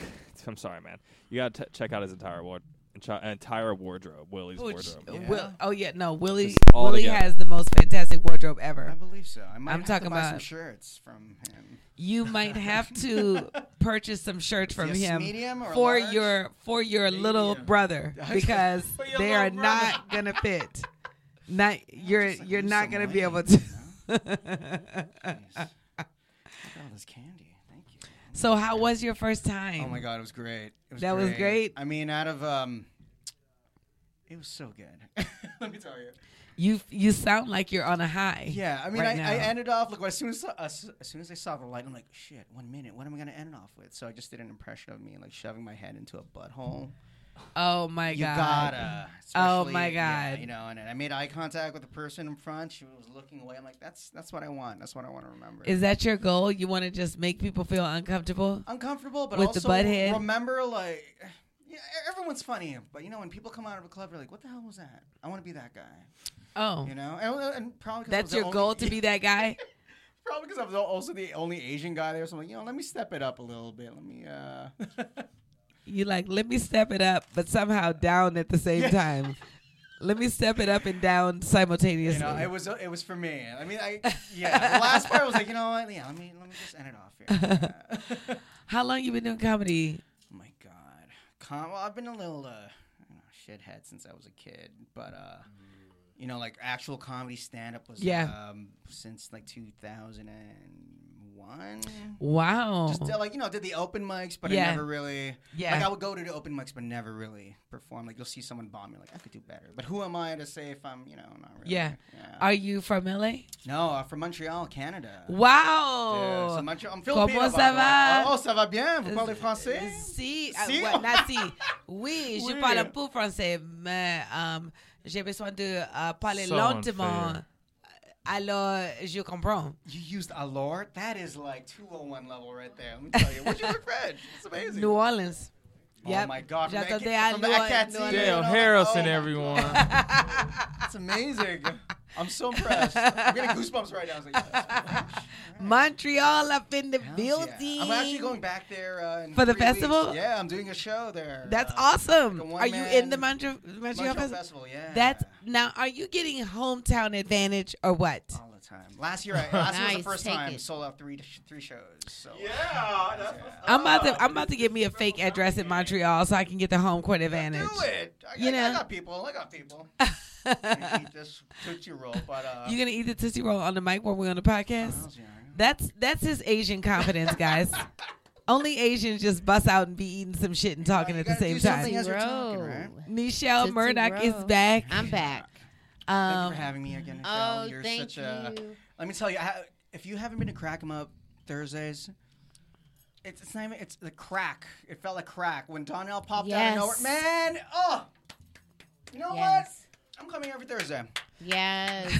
I'm sorry, man. You gotta t- check out his entire ward, enchi- entire wardrobe, Willie's
Who-
wardrobe.
Will, oh yeah, no, Willie.
Just all
Willie
together.
has the most fantastic wardrobe ever. I
believe so. I might
am
have
talking
to buy
about
some shirts from him.
You might have
*laughs*
to purchase some shirts
Is
from
he a
him
medium or a
for
large?
your for
*laughs*
your little brother
Okay.
because
For your
they
little
are
brother.
not gonna fit.
*laughs*
Not you're you're not gonna be able *laughs* to.
All this candy. Thank you.
so how was your first time?
Oh my god, it was great. It was
that was great.
I mean, out of um, it was so
*laughs*
good. Let me tell you.
You you sound like you're on a high.
Yeah, I mean,
right
I, I
now.
ended off like as soon as uh, as as soon as I saw the light, I'm like, shit, one minute, what am I gonna end off with? So I just did an impression of me like shoving my head into a butthole.
Oh my
you
God.
gotta.
Oh
especially-
my
yeah,
God.
you know, and, and I made eye contact with the person in front. She was looking away. I'm like, that's that's what I want. That's what I want to remember.
Is that your goal? You want to just make people feel uncomfortable?
Uh, uncomfortable, but
with
also
the butt head.
remember like yeah, e- everyone's funny, but you know when people come out of a club, they're like, "What the hell was that? I want to be that guy."
Oh.
you know, and, and probably 'cause I was
That's
the
your
only-
goal to
*laughs*
be that guy.
Probably because I was al- also the only Asian guy there, so I'm like, you know, let me step it up a little bit. Let me. uh
You like let me step it up, but somehow down at the same
Yeah.
time. Let me step it up and down
You
simultaneously.
know,
*laughs*
it was it was for me. I mean, I yeah. The last part I was like, you know what? Yeah, let me let me just end it off
*laughs*
here. Yeah.
How long you been doing comedy?
Oh my god. Com- well, I've been a little uh, you know, shithead since I was a kid, but uh, you know, like actual comedy stand up was
Yeah.
um, since like 2001.
Wow.
Just uh, like you know, did the open mics, but I
Yeah.
never really.
Yeah.
Like I would go to the open mics, but never really perform. Like you'll see someone bomb, you're like, I could do better. But who am I to say if I'm, you know, not really?
Yeah. Are you from LA?
No, uh, from Montreal, Canada.
Wow.
Yeah, so Montreal, I'm Filipino.
Comment
by
ça
the way.
va?
Oh, ça va bien? Vous parlez français?
Si, ah,
Si?
ouais, not si.
*laughs*
Oui, je
Oui.
parle un peu français, mais um, j'ai besoin de euh, parler
So
lentement.
unfair.
Alors, je comprends.
You used alors? That is like 201 level right there. Let me tell you. What'd you learn French? *laughs* It's amazing.
New Orleans.
Oh
Yep.
my God, from the
J'attendais
Aca-
à
from the
New Orleans.
Acadie.
Dale
Oh,
Harrison,
oh.
everyone.
That's amazing. I'm so impressed. I'm *laughs* getting goosebumps right now. I was like,
Montreal up in the building.
yeah. I'm actually going back there uh, in
For the
three weeks.
festival?
Yeah, I'm doing a show there.
That's
Uh,
awesome.
like a
are you in the
one-man-
Montreal, Montreal
Montreal
Festival?
Festival, yeah.
That's now. Are you getting hometown advantage or what?
All the time. Last year, I, last year was
Nice,
the first
take
time
it.
sold out three three shows. So yeah,
I'm about
Oh,
to. I'm about to give me a fake address in Montreal so I can get the home court advantage.
do it. I,
Oh, you
I,
know,
I
*laughs*
got people. I got people. I'm gonna eat this tootsie roll, but uh, Oh,
you gonna eat the tootsie roll on the mic while we're on the podcast. That's that's his Asian
*laughs*
confidence, guys. Only Asians just bust out and be eating some shit and talking at the same time.
something as you're talking, right?
Michelle
Tootsie
Murdoch is
Roll.
back.
I'm back.
thank you
Um,
for having me again.
oh,
Michelle. You're
thank
such a.
you.
Let me tell you, I, ha- if you haven't been to Crack 'em Up Thursdays. It's, it's not even, it's the crack. It felt like crack when Donnell popped
oh, Yes.
out of nowhere. Man, oh, you know
Yes.
what? I'm coming every Thursday.
Yes.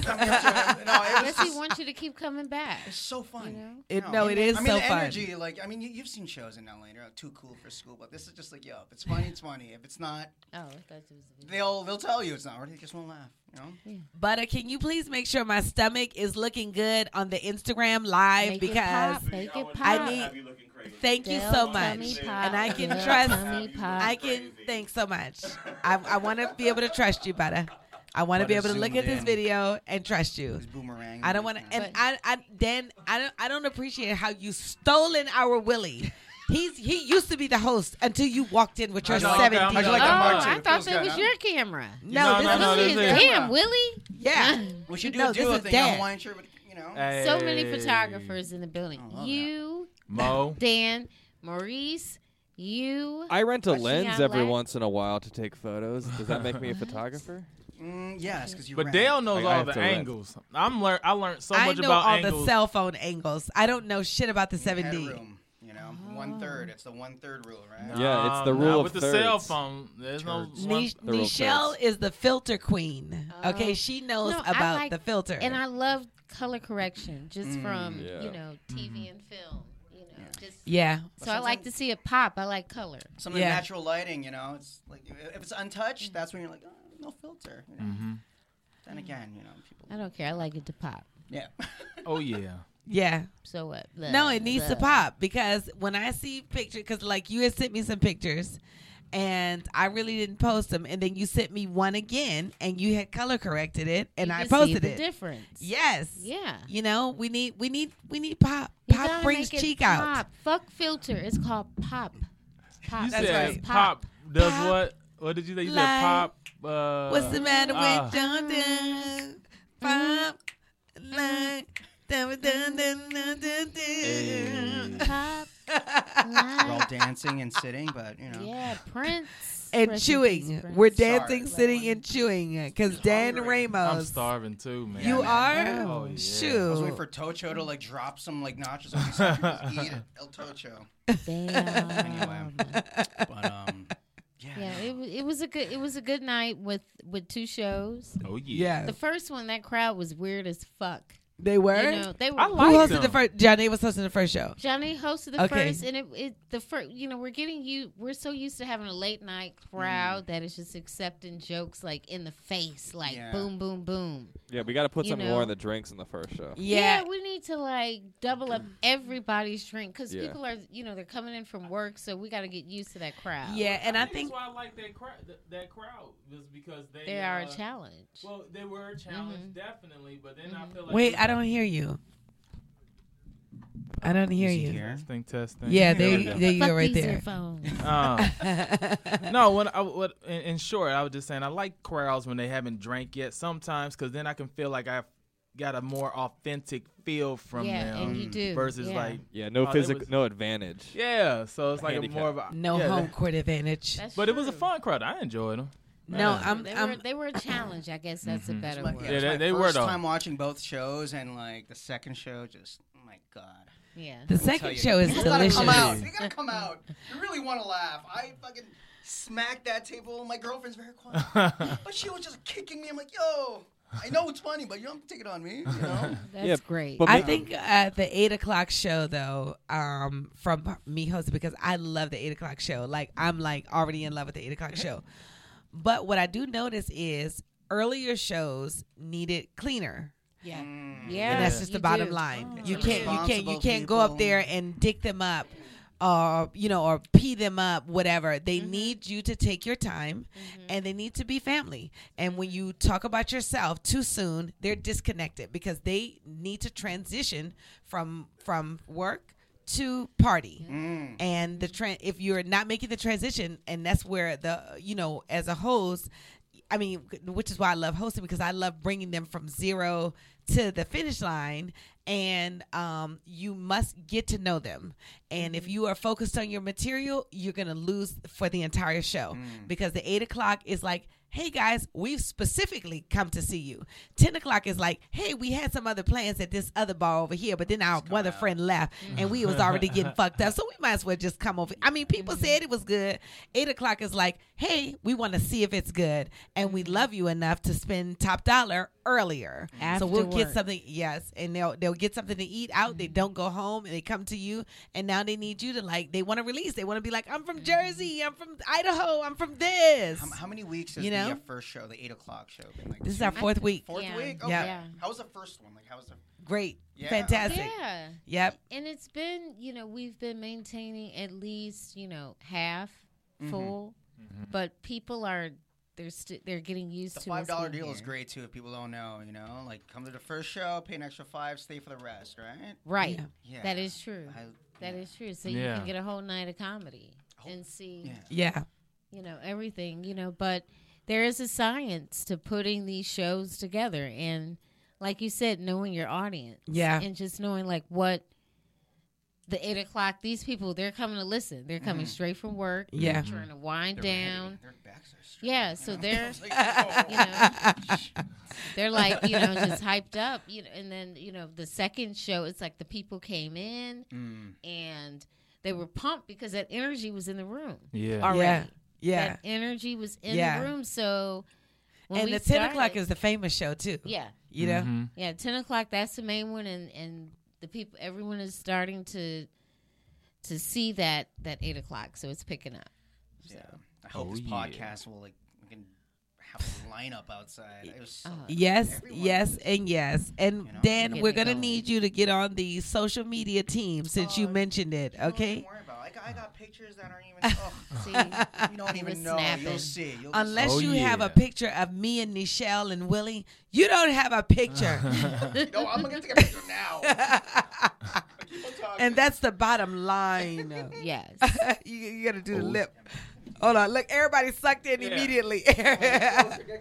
*laughs* Coming every
*laughs*
Thursday. No, it was
yes, he
just-
wants you to keep coming back. It's
so fun.
It- no,
and
it
the-
is
I mean,
so
the
fun.
energy, like, I mean, you, you've seen shows in LA, they're like, too cool for school, but this is just like, yo, if it's funny, it's funny. If it's not,
Oh, I thought it was a video.
they'll they'll tell you it's not, or they just won't laugh. You know?
Butter, can you please make sure my stomach is looking good on the Instagram live
Make it
because
pop, make it
I
pop.
need. Thank you so
Del
much,
tummy pop,
and I can
del
trust.
tummy pop.
I can. Thanks so much. I, I want to be able to trust you, Butter. I want to be able
Butter
to look at
zoomed
this
in.
video and trust you.
boomerang
I don't want to. And I, I, Dan, I don't, I don't appreciate how you stolen our Willie. He's he used to be the host until you walked in with your
How'd you like that?
seventeen.
How'd you like that Oh, mark, too? I thought Feels that good, was huh? your camera.
No,
No,
this
no,
is
no, this
Willie's
is-
camera.
Damn, Willie? *laughs*
Yeah.
We should do
No,
a
this
duo
is
thing, a
dad.
Hawaiian shirt with you know.
So many
Hey.
photographers in the building. You, Oh.
Mo.
Dan, Maurice, you.
I rent a
Christian
lens every
Black.
once in a while to take photos. Does that make me a photographer?
Mm, yes, because you.
But
ran.
Dale
Like,
knows
I
all
have
the
to rent.
angles. I'm learn. I learned so
I
much
know
about
all
angles.
the cell phone angles. I don't know shit about the
Head
7D.
room, you know,
Oh.
one third. It's the one third rule, right?
Yeah, it's the
Um,
rule
nah,
of
with the cell
thirds.
phone. There's no
Turds.
one-
Mich- Michelle is the filter queen. Okay, she knows
Oh. No, I
about
like-
the filter.
And I love color correction just
Mm.
from,
Yeah.
you know, TV and film. You know, just
Yeah.
So I like to see it pop. I like color.
Some of the natural lighting, you know, it's like if it's
Mm.
untouched, that's when you're like, oh, no filter. You know?
Mm-hmm.
Then again, you know,
*laughs*
people.
I don't care. I like it to pop.
Yeah. *laughs*
oh yeah.
Yeah.
So what?
No, it needs to
Blah.
pop because when I see pictures, because like you had sent me some pictures, and I really didn't post them. And then you sent me one again, and you had color corrected it, and
You
I
can see
posted
the
it.
difference.
Yes.
Yeah.
You know, we need we need we need pop.
You
Pop
gotta
brings
make it
cheek out.
pop. Fuck filter. It's called pop. Pop.
You said pop, does what? What did you say? You
Like-
said pop. Uh,
What's the matter
ah.
with John Dun? Pop like dun, dun, dun, dun, dun, dun.
Pop
We're all dancing and sitting, but you know.
Yeah, Prince.
and
Rest in
chewing.
peace, Prince.
We're dancing, sitting, and chewing because Dan
I'm
Ramos.
starving too, man.
You are?
Oh, yeah.
I was waiting
Shoot.
for Tocho to like drop some like nachos. I was like, "Just
*laughs*
eat it, El Tocho. anyway, but um, yeah.
Yeah, it, wa- it was a good it was a good night with with two shows.
Oh
yeah. Yeah.
The first one, that crowd was weird as fuck.
They were.
know, they were-
I
I
like Who
liked
hosted
them.
the first? Johnny was hosting the first show.
Johnny hosted the
Okay.
first, and it, it the first. You know, we're getting you. We're so used to having a late night
Mm.
crowd that is just accepting jokes like in the face, like
Yeah.
boom, boom, boom.
Yeah, we got to put
You
something more in
know?
the drinks in the first show.
Yeah. we need to like double
*clears throat*
up everybody's drink because
Yeah.
people are, you know, they're coming in from work, so we got to get used to that crowd.
that's why I like that crowd. That crowd was because they
They are a
uh,
challenge.
Well, they were a challenge definitely, but then I feel like
Wait, I don't hear you. I don't hear you.
Testing, testing.
Yeah, there,
There we
you-
go.
there you
Fuck
go, right
these
there.
*laughs* Um, no, when I what in, in short, I was just saying I like crowds when they haven't drank yet sometimes because then I can feel like I've got a more authentic feel from
Yeah,
them
and you do,
versus
yeah.
like
Yeah, no
oh, they
physical,
was-
no advantage.
yeah, so it's like a
Handicap.
more of a
No
yeah,
home court advantage.
but it was a fun crowd. I enjoyed them.
No,
Yeah.
I'm- Mm-hmm.
They were, they were a challenge. I guess that's
Mhm.
a better
my-
word.
yeah, it's
they-
my
they were,
first
though.
time watching both shows, and like the second show, just oh my god.
Yeah.
The
Let me
second
tell you,
show is
you gotta Come
delicious.
out. You gotta come out. You really want to laugh. I fucking smacked that table. My girlfriend's very
*laughs*
quiet, but she was just kicking me. I'm like, yo. I know it's funny, but you don't take it on me. You *laughs* know?
*laughs* That's Yeah, great.
I think uh, the eight o'clock show though, um, from me hosting because I love the eight o'clock show. Like I'm like already in love with the eight o'clock show. But what I do notice is earlier shows needed cleaner.
Yeah.
Mm.
And that's just the
you
bottom
do.
line.
Oh.
You can't you can't you
Responsible
can't go up
people.
there and dick them up or you know or pee them up whatever. They
Mm-hmm.
need you to take your time and they need to be family. And when you talk about yourself too soon, they're disconnected because they need to transition from from work to party
Mm.
and the tran if you're not making the transition and that's where the you know as a host i mean which is why i love hosting because i love bringing them from zero to the finish line and um, you must get to know them and if you are focused on your material you're going to lose for the entire show because the eight o'clock is like hey guys we've specifically come to see you 10 o'clock is like hey we had some other plans at this other bar over here but then our other friend left and we was already getting fucked up so we might as well just come over i mean people
Mm-hmm.
said it was good 8 o'clock is like hey we want to see if it's good and we
Mm-hmm.
love you enough to spend top dollar earlier so we'll
After work.
get something yes and they'll they'll get something to eat out
Mm-hmm.
they don't go home and they come to you and now they need you to like they want to release they want to be like i'm from jersey i'm from idaho i'm from this
Mm-hmm. How, how many weeks has
You know?
the uh, first show, the eight o'clock show, been? Like
This is
two
our
weeks?
fourth week.
Fourth
Yeah.
week.
Yeah.
Okay.
Yeah.
How was the first one? Like, how was the?
great
Yeah.
fantastic
Yeah.
yep
And it's been, you know, we've been maintaining at least, you know, half
Mhm.
full, but people are they're st- they're getting used
The
to us
five dollar
being
deal is
here.
great too. If people don't know, you know, like come to the first show, pay an extra five, stay for the rest, right?
Right.
Yeah.
That is true. That
I-
is
yeah. Oh,
true. So you
Yeah.
can get a whole night of comedy and see
Yeah.
you know, everything, you know, but there is a science to putting these shows together and like you said, knowing your audience.
Yeah.
And just knowing like what the eight o'clock, these people, they're coming to listen. They're coming
Mhm.
straight from work.
Mm-hmm. Yeah.
They're trying to wind down.
Their backs are straight. *laughs*
Yeah, so they're
It's like,
you know
*laughs*
they're like, you know, just hyped up, you know, and then, you know, the second show, it's like the people came in
Mm.
and they were pumped because that energy was in the room.
Yeah.
Already.
Yeah.
That energy was in
Yeah.
the room. So when
and
we
the 10 o'clock
started-
is the famous show too
Yeah.
you know
Yeah, ten o'clock. That's the main one, and and the people, everyone is starting to to see that that eight o'clock. So it's picking up.
Yeah. I hope
Oh,
this
yeah.
podcast will like we can have a lineup outside. It was so
Uh-huh. Yes,
everyone-
yes, and yes. And Dan,
Get
we're
me
gonna
going.
need you to get on the social media team since you mentioned it. Okay.
Don't worry about it. I got I got pictures that
*laughs*
aren't even. Oh, see, you don't
He was
even know.
snapping.
You'll see. You'll
Unless
see.
you
Oh,
Oh,
have a picture of me and Nichelle and Willie, you don't have a
*laughs*
picture.
no, I'm gonna take a picture
*laughs*
now.
and that's the bottom *laughs* line.
Yes.
you, you gotta
Oh.
do the lip. Hold on. Look, everybody sucked in immediately.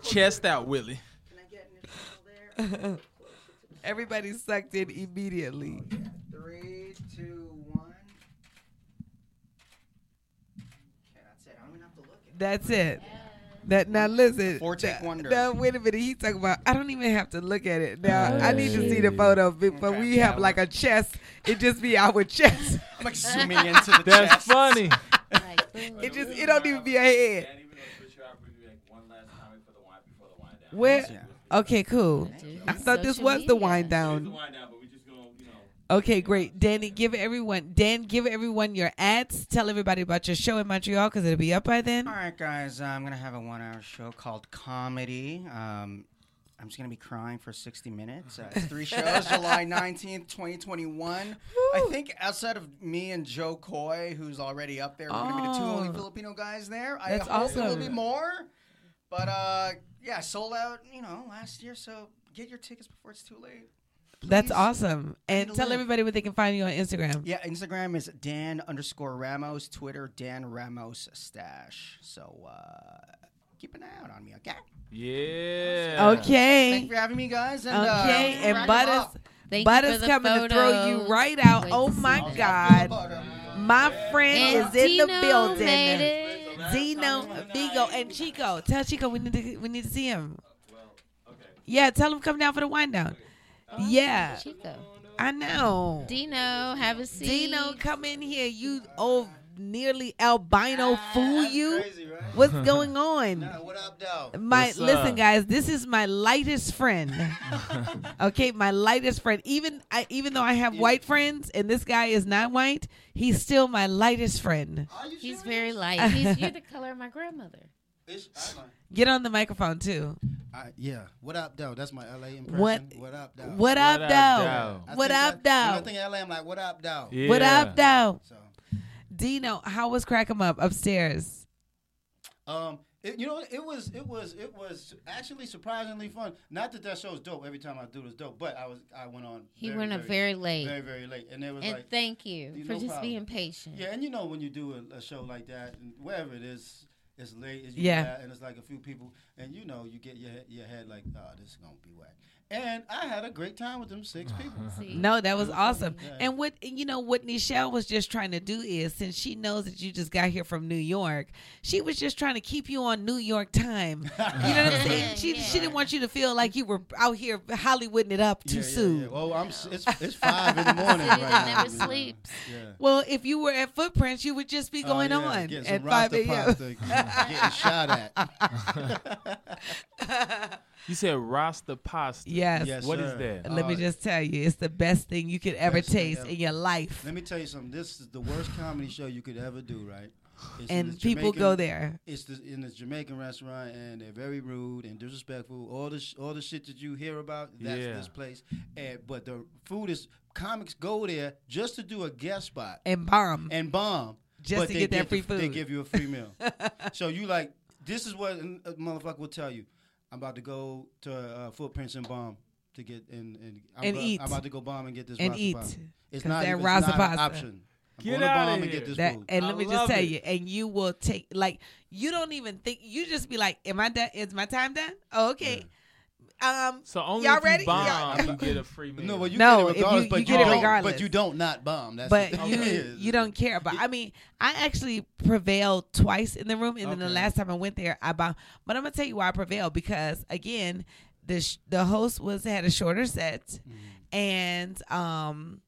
Chest out, Willie.
*laughs* everybody sucked in immediately.
Three, two, one. Okay, that's it. I don't even have to look.
That's it. That now listen.
Four take
now-
wonder.
Now wait a minute. He talking about. I don't even have to look at it. Now
Oh,
I need to see the
Hey.
photo, but but we
yeah,
have like a chest. It just be our chest.
*laughs* I'm like zooming into the That's chest. *laughs* funny.
*laughs* it just it don't even be a head. Where? Okay, cool. I thought this
Social
was the
media.
wind down. Okay, great. Danny, give everyone, Dan, give everyone your ads. Tell everybody about your show in Montreal because it'll be up by then.
All right, guys, uh, I'm going to have a one hour show called Comedy. Um, I'm just going to be crying for 60 minutes. Uh, it's
*laughs*
three shows, July 19th, 2021. I think outside of me and Joe Coy, who's already up there, we're going to be the two
Oh.
only Filipino guys there.
That's
I hope there will
awesome.
be more. But uh, yeah, sold out, you know, last year, so get your tickets before it's too late.
That's
Please.
awesome. And
Handle
tell
it.
everybody where they can find you on Instagram.
Yeah, Instagram is Dan underscore Ramos, Twitter, Dan Ramos stash. So uh, keep an eye out on me, okay?
Yeah.
Okay.
Thank you for having me, guys. And, uh,
okay,
crack 'em
and Butters,
up.
Butters coming to throw you right out. oh my God, my friend
And
is in the
Dino
building.
made
Dino, Vigo, and Chico. Tell Chico we need to we need to see him. Yeah, tell him come down for the wind down. Yeah,
Chico.
I know.
Dino, have a seat.
Dino, come in here. You old nearly albino
Ah.
fool. You,
*laughs*
what's going on?
what up, though?
My
What's
listen,
up?
guys. This is my lightest
*laughs*
friend. okay, my lightest friend. Even I, even though I have white friends, and this guy is not white, he's still my lightest friend.
He's very
*laughs*
light. He's, you're the color of my grandmother.
Get on the microphone too.
Uh, yeah. What up, though? That's my LA impression.
What-
What up, though?
what up, What up, though?
I
What up,
think I- When I
though?
think LA, I'm like, what up, though?
What up, though? Dino, how was crack 'em up upstairs?
Um, it, you know, it was, it was, it was actually surprisingly fun. Not that that show's dope. Every time I do this dope, but I was, I went on.
He
very,
went up very late.
Very, very late, and it was
And
like,
thank you for just being patient.
Yeah, and you know when you do a, a show like that, and wherever it is, it's late. It's
Yeah.
yeah, and it's like a few people, and you know you get your he- your head like, oh, this is gonna be whack. And I had a great time with
*laughs*
them six people.
No, that was
It
awesome.
Yeah.
And what you know, what Nichelle was just trying to do is, since she knows that you just got here from New York, she was just trying to keep you on New York time. You know what I'm saying? She she didn't want you to feel like you were out here Hollywooding it up too
Yeah, yeah,
soon.
yeah. Well, I'm s- it's, it's five in the morning.
City
right
that
now,
never
you know.
sleeps.
Yeah.
Well, if you were at Footprints, you would just be
Oh,
going
yeah,
on
getting
at
some
five
Rasta
a.m.
pasta, getting shot
*laughs*
*laughs*
at.
You said Rasta pasta.
Yes.
What is that?
Let
Uh,
me just tell you, it's the best thing you could ever
Best thing
taste
ever.
in your life.
Let me tell you something. This is the worst comedy show you could ever do, right? It's in
And
this
people go there.
It's the, in the Jamaican restaurant, and they're very rude and disrespectful. All the sh- all the shit that you hear about, that's
Yeah.
this place. And but the food is comics go there just to do a guest spot
And bomb.
and bomb
Just
but
to
they
get that
the-
free food.
They give you a free meal. so you like this is what a motherfucker will tell you. I'm about to go to uh, Footprints and bomb to get and and,
*laughs*
I'm,
And
go-
eat.
I'm about to go bomb and get this
And
Rasta
eat.
pasta. It's
'Cause
not,
that
even- it's
Rasta
not an
pasta.
option. I'm
Get
going to
outta
bomb and get this
That-
food.
And let me just tell
you.
you, and you will take like you don't even think you just be like, "Am I done? Is my time done? Oh, okay." Um,
so only
y'all
if you
ready?
bomb,
Y'all-
you get a free meal.
No, well, you
No, if
get it
you-
regardless,
you
but
get it
don't,
regardless.
But you don't not bomb. Um, That's the
but
*laughs* thing.
you you don't care about. I mean, I actually prevailed twice in the room, and then the last time I went there, I bombed. But I'm gonna tell you why I prevailed because again, the sh- the host was had a shorter set, and um.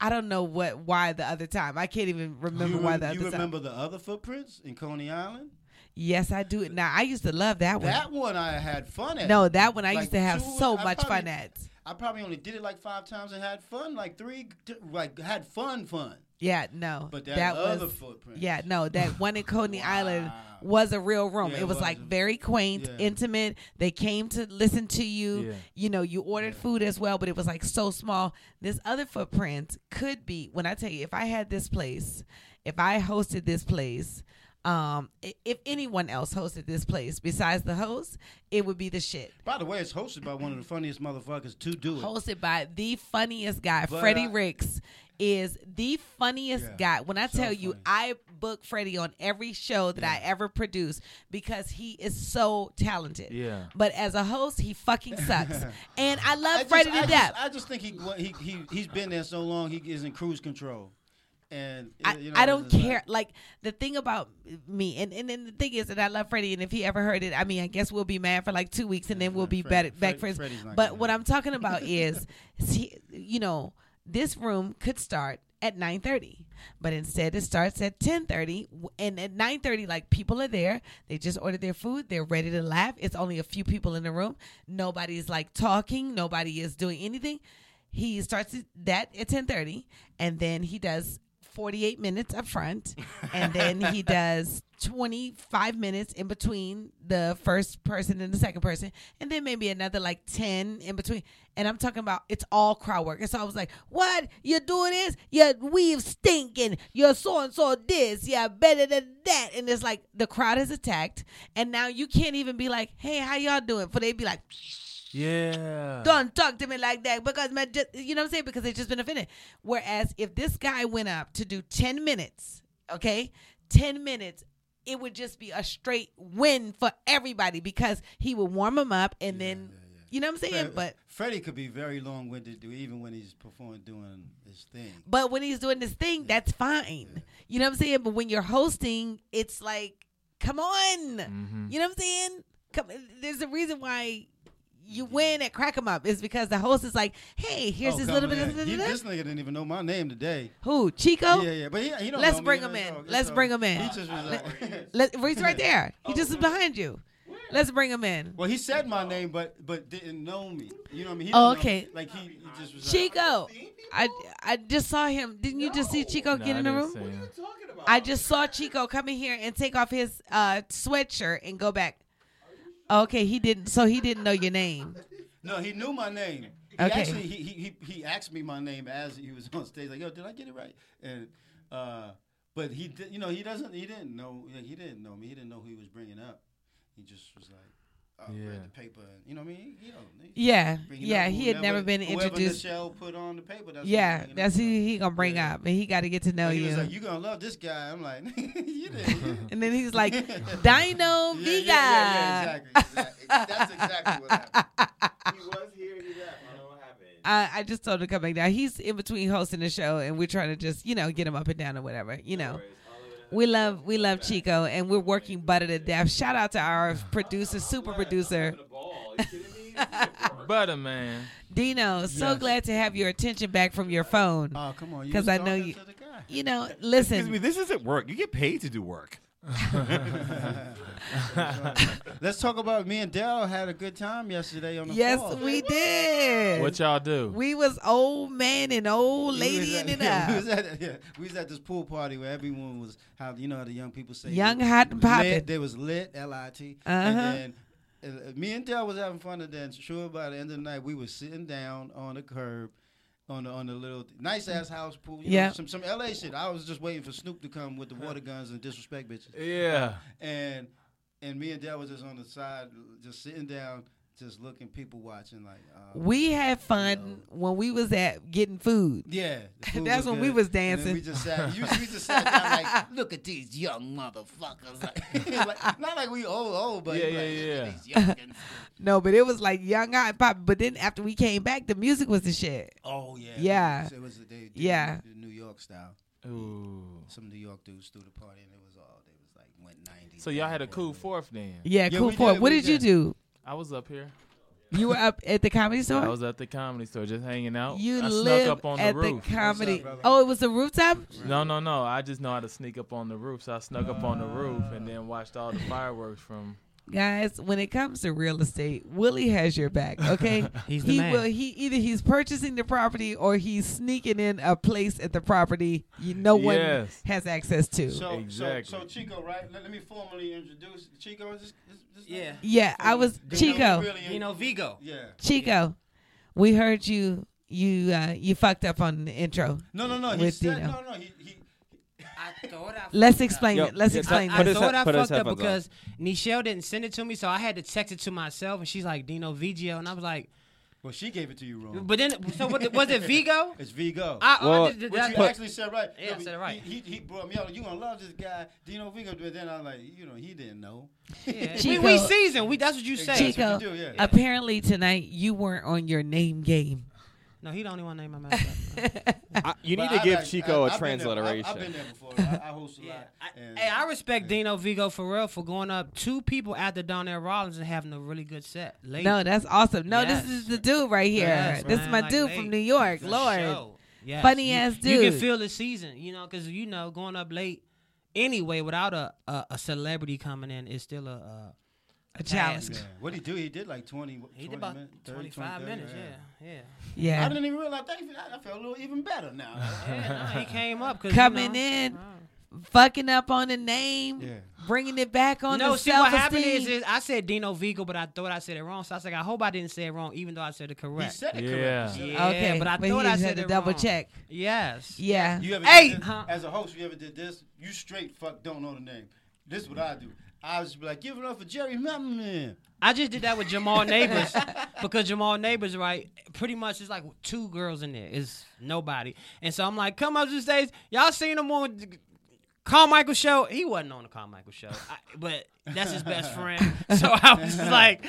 I don't know what why the other time. I can't even remember
you
why
rem-
the other
you
time.
remember the other footprints in Coney Island?
Yes, I do. Now I used to love that one.
That one I had fun at.
No, that one I
Like
used to have
two-
so
I
much
probably-
fun at.
I probably only did it like five times and had fun. Like three, like had fun, fun.
Yeah, no.
But that
was
other footprint.
Yeah, no. That one in
*laughs*
Coney Island was a real room.
Yeah,
it
it
was
was.
like very quaint,
Yeah.
intimate. They came to listen to you.
Yeah.
You know, you ordered food as well, but it was like so small. This other footprint could be when I tell you, if I had this place, if I hosted this place, um, i- if anyone else hosted this place besides the host, it would be the shit.
By the way, it's hosted by one of the funniest motherfuckers to do it.
Hosted by the funniest guy,
But
Freddie
I-
Ricks, is the funniest guy. When I tell you, I book Freddie on every show that I ever produce because he is so talented.
Yeah.
But as a host, he fucking
*laughs*
sucks, and I
I
love
just-
Freddie
I
to
just-
death.
I just think he, he he he's been there so long he is in cruise control, and you know,
I don't
it's like-
care. Like the thing about me, and, and then the thing is that I love Freddie, and if he ever heard it, I mean, I guess we'll be mad for like two weeks, and then we'll be
Fred-
back, back friends.
Fred- Freddie's not
But
gonna
what I'm
*laughs*
talking about is, see, you know, this room could start at 9:30, but instead it starts at 10:30, w- and at 9:30, like people are there, they just ordered their food, they're ready to laugh. It's only a few people in the room. Nobody's like talking. Nobody is doing anything. He starts that at 10:30, and then he does 48 minutes up front and then he does 25 minutes in between the first person and the second person and then maybe another like 10 in between and i'm talking about it's all crowd work and so i was like what you're doing this your weave stinking you're so and so this yeah better than that and it's like the crowd is attacked and now you can't even be like hey how y'all doing for they be like
Yeah.
don't talk to me like that because my ju- you know what I'm saying because they've just been offended. Whereas if this guy went up to do 10 minutes, okay, 10 minutes, it would just be a straight win for everybody because he would warm them up and then you know what I'm saying.
Fred-
but
Freddie could be very long winded, even when he's performing doing his thing.
but when he's doing this thing, that's fine. You know what I'm saying. But when you're hosting, it's like, come on,
Mm-hmm.
you know what I'm saying. Come, there's a reason why. You win at Crack 'em Up is because the host is like, "Hey, here's
Oh,
this
come
little bit
in.
of
He- this nigga didn't even know my name today.
Who? Chico?
Yeah, yeah. But he, he don't
Let's
know me.
bring
He
him
don't
in.
know.
Let's
So
bring him in.
He just was like-
Let, he's right there. He
Oh,
just is behind you. Let's bring him in.
well, he said my name, but but didn't know me. You know what I mean? He
Oh,
didn't know me.
okay.
Like he, he just was like,
Chico, I I just saw him. Didn't you just see Chico
No,
get
I
in the
didn't
room?
see What are you him.
talking about? I just saw Chico come in here and take off his uh, sweatshirt and go back. Okay, he didn't. So he didn't know your name.
No, he knew my name. He
Okay.
actually he, he he he asked me my name as he was *laughs* on stage, like, yo, did I get it right? And uh but he did you know, he doesn't he didn't know he didn't know me, he didn't know who he was bringing up. He just was like oh, I
Yeah.
read the paper, and you know what I mean? You know, he-
Yeah,
bringing
yeah.
up
He had
whoever-
never been
whoever
introduced.
Michelle put on the paper. That's who
yeah,
he bringing
that's
up.
who he gonna bring up, and he got to get to know
And he
you.
was like, "You gonna love this guy." I'm like, *laughs*
*laughs*
"You did."
And then he's
*laughs*
like, Dino Vega.
yeah, yeah, exactly, exactly. That's exactly what
*laughs*
happened.
He was here, he left. I, I just told him to come back down. He's in between hosting the show, and we're trying to just, you know, get him up and down or whatever, you know. We love we love Chico, and we're working butter to death. Shout out to our producer, super producer,
Butter man.
Dino. So
Yes.
glad to have your attention back from your phone.
Oh come on,
you
because
was
I know
talking
you.
to the guy.
You know,
Excuse *laughs*
*laughs*
listen.
me, this isn't work. You get paid to do work.
Let's talk about me and Dell had a good time yesterday on the
Yes,
fall.
we did.
What y'all do?
We was old man and old lady in
*laughs*
it
yeah, we was
up.
at, yeah, we was at this pool party where everyone was how you know how the young people say
Young,
they
hot, and
was
poppin'.
lit, They was lit, L I T.
Uh-huh.
And then uh, me and Dell was having fun, and then sure by the end of the night we were sitting down on the curb. On the, on the little nice ass house pool, you know,
Yeah.
some some LA shit. I was just waiting for Snoop to come with the water guns and disrespect bitches.
Yeah.
and and me and Dell was just on the side, just sitting down, just looking, people watching, like uh,
We had fun when we was at getting food.
Yeah, the
*laughs*
food
that's
was
when we
good.
was
And then
dancing.
we just
*laughs*
sat. You, we just sat down like, look at these young motherfuckers. *laughs* Like, like, not like we old, old, but
Yeah,
like,
yeah,
look
yeah.
at these young kids.
no, but it was like young hot and pop. But then after we came back, the music was the shit.
Oh yeah,
yeah,
It was, it was they, they
yeah.
did the New York style.
Ooh.
Some New York dudes threw the party, and it was all they was like went ninety.
So y'all had a cool fourth then.
Yeah, cool for it. What did you do?
I was up here.
You were up at the comedy store.
I was at the comedy store just hanging out.
you
I
live
snuck up on
at
the roof.
comedy. oh, it was the rooftop.
No, no, no. I just know how to sneak up on the roof. So I snuck up on the roof and then watched all the fireworks from
guys, when it comes to real estate, Willie has your back. Okay,
*laughs*
He's the
he
man.
will. He either he's purchasing the property or he's sneaking in a place at the property you, no one
Yes.
has access to.
So, so, so Chico, right? Let, let me formally introduce Chico. Is this, this, this yeah.
Yeah, I was Chico.
Dino Vigo. Yeah.
Chico, we heard you. You uh, you fucked up on the intro.
No, no, no. He
With
said,
Dino.
no, no. He, he,
Let's explain it. Let's explain
I, I
it.
thought I fucked up because Nichelle didn't send it to me, so I had to text it to myself, and she's like Dino Vigio, and I was like,
well, she gave it to you wrong.
but then so what, was it Vigo?
*laughs* It's Vigo.
I, oh, I
Well,
did- did
Which
that-
you actually said right.
Yeah, I
No,
said it right.
He, he, he brought me out. You gonna love this guy, Dino Vigo. But then I'm like, you know, he didn't know. *laughs*
Yeah. We- we seasoned. We- that's what you say.
That's
Chico,
what you do, yeah.
apparently tonight you weren't on your name game.
No, he the only one named my mouth.
*laughs*
you need
But
to
I've
give
act-
Chico
I've-
a
I've been there- I've-
transliteration.
I've been there before. I, I host a lot. and-
*laughs* Hey, I respect Dino Vigo for real for going up two people after Donnell Rollins and having a really good set. Late.
No, that's awesome. No,
Yes.
this is the dude right here.
Yes,
this is
man,
my
like
dude
they-
from New York.
for
Lord,
sure. Yes.
funny
You-
ass dude.
You can feel the season, you know, because you know going up late anyway without a a, a celebrity coming in is still a a, task.
Yeah. What he do? He did like 20,
He
20
did about
minutes, 30,
25
20,
minutes, yeah,
yeah. Yeah.
I didn't even realize that. I I felt a little even better now.
*laughs* Yeah, no, he came up 'cause, you
coming
know.
in, fucking up on the name,
Yeah.
bringing it back on
no,
the
see
self
what happened is,
esteem.
is I said Dino Vigo, but I thought I said it wrong. So I was like, I hope I didn't say it wrong, even though I said it correct.
said it
yeah.
correct. He said it
Yeah,
correct.
but I
but he
thought I
just
said
had to
it
double
wrong.
check.
Yes.
Yeah.
You ever
Hey!
did this? as a host, you ever did this? You straight fuck don't know the name. This is what I do. I was just be like, give it up for Jerry Mountain.
I just did that with
*laughs*
Jamal Neighbors because Jamal Neighbors, right? Pretty much it's like two girls in there. It's nobody. And so I'm like, come up to the stage. Y'all seen him on the Carmichael show? He wasn't on the Carmichael show, I, but that's his
*laughs*
best friend. So I was just like,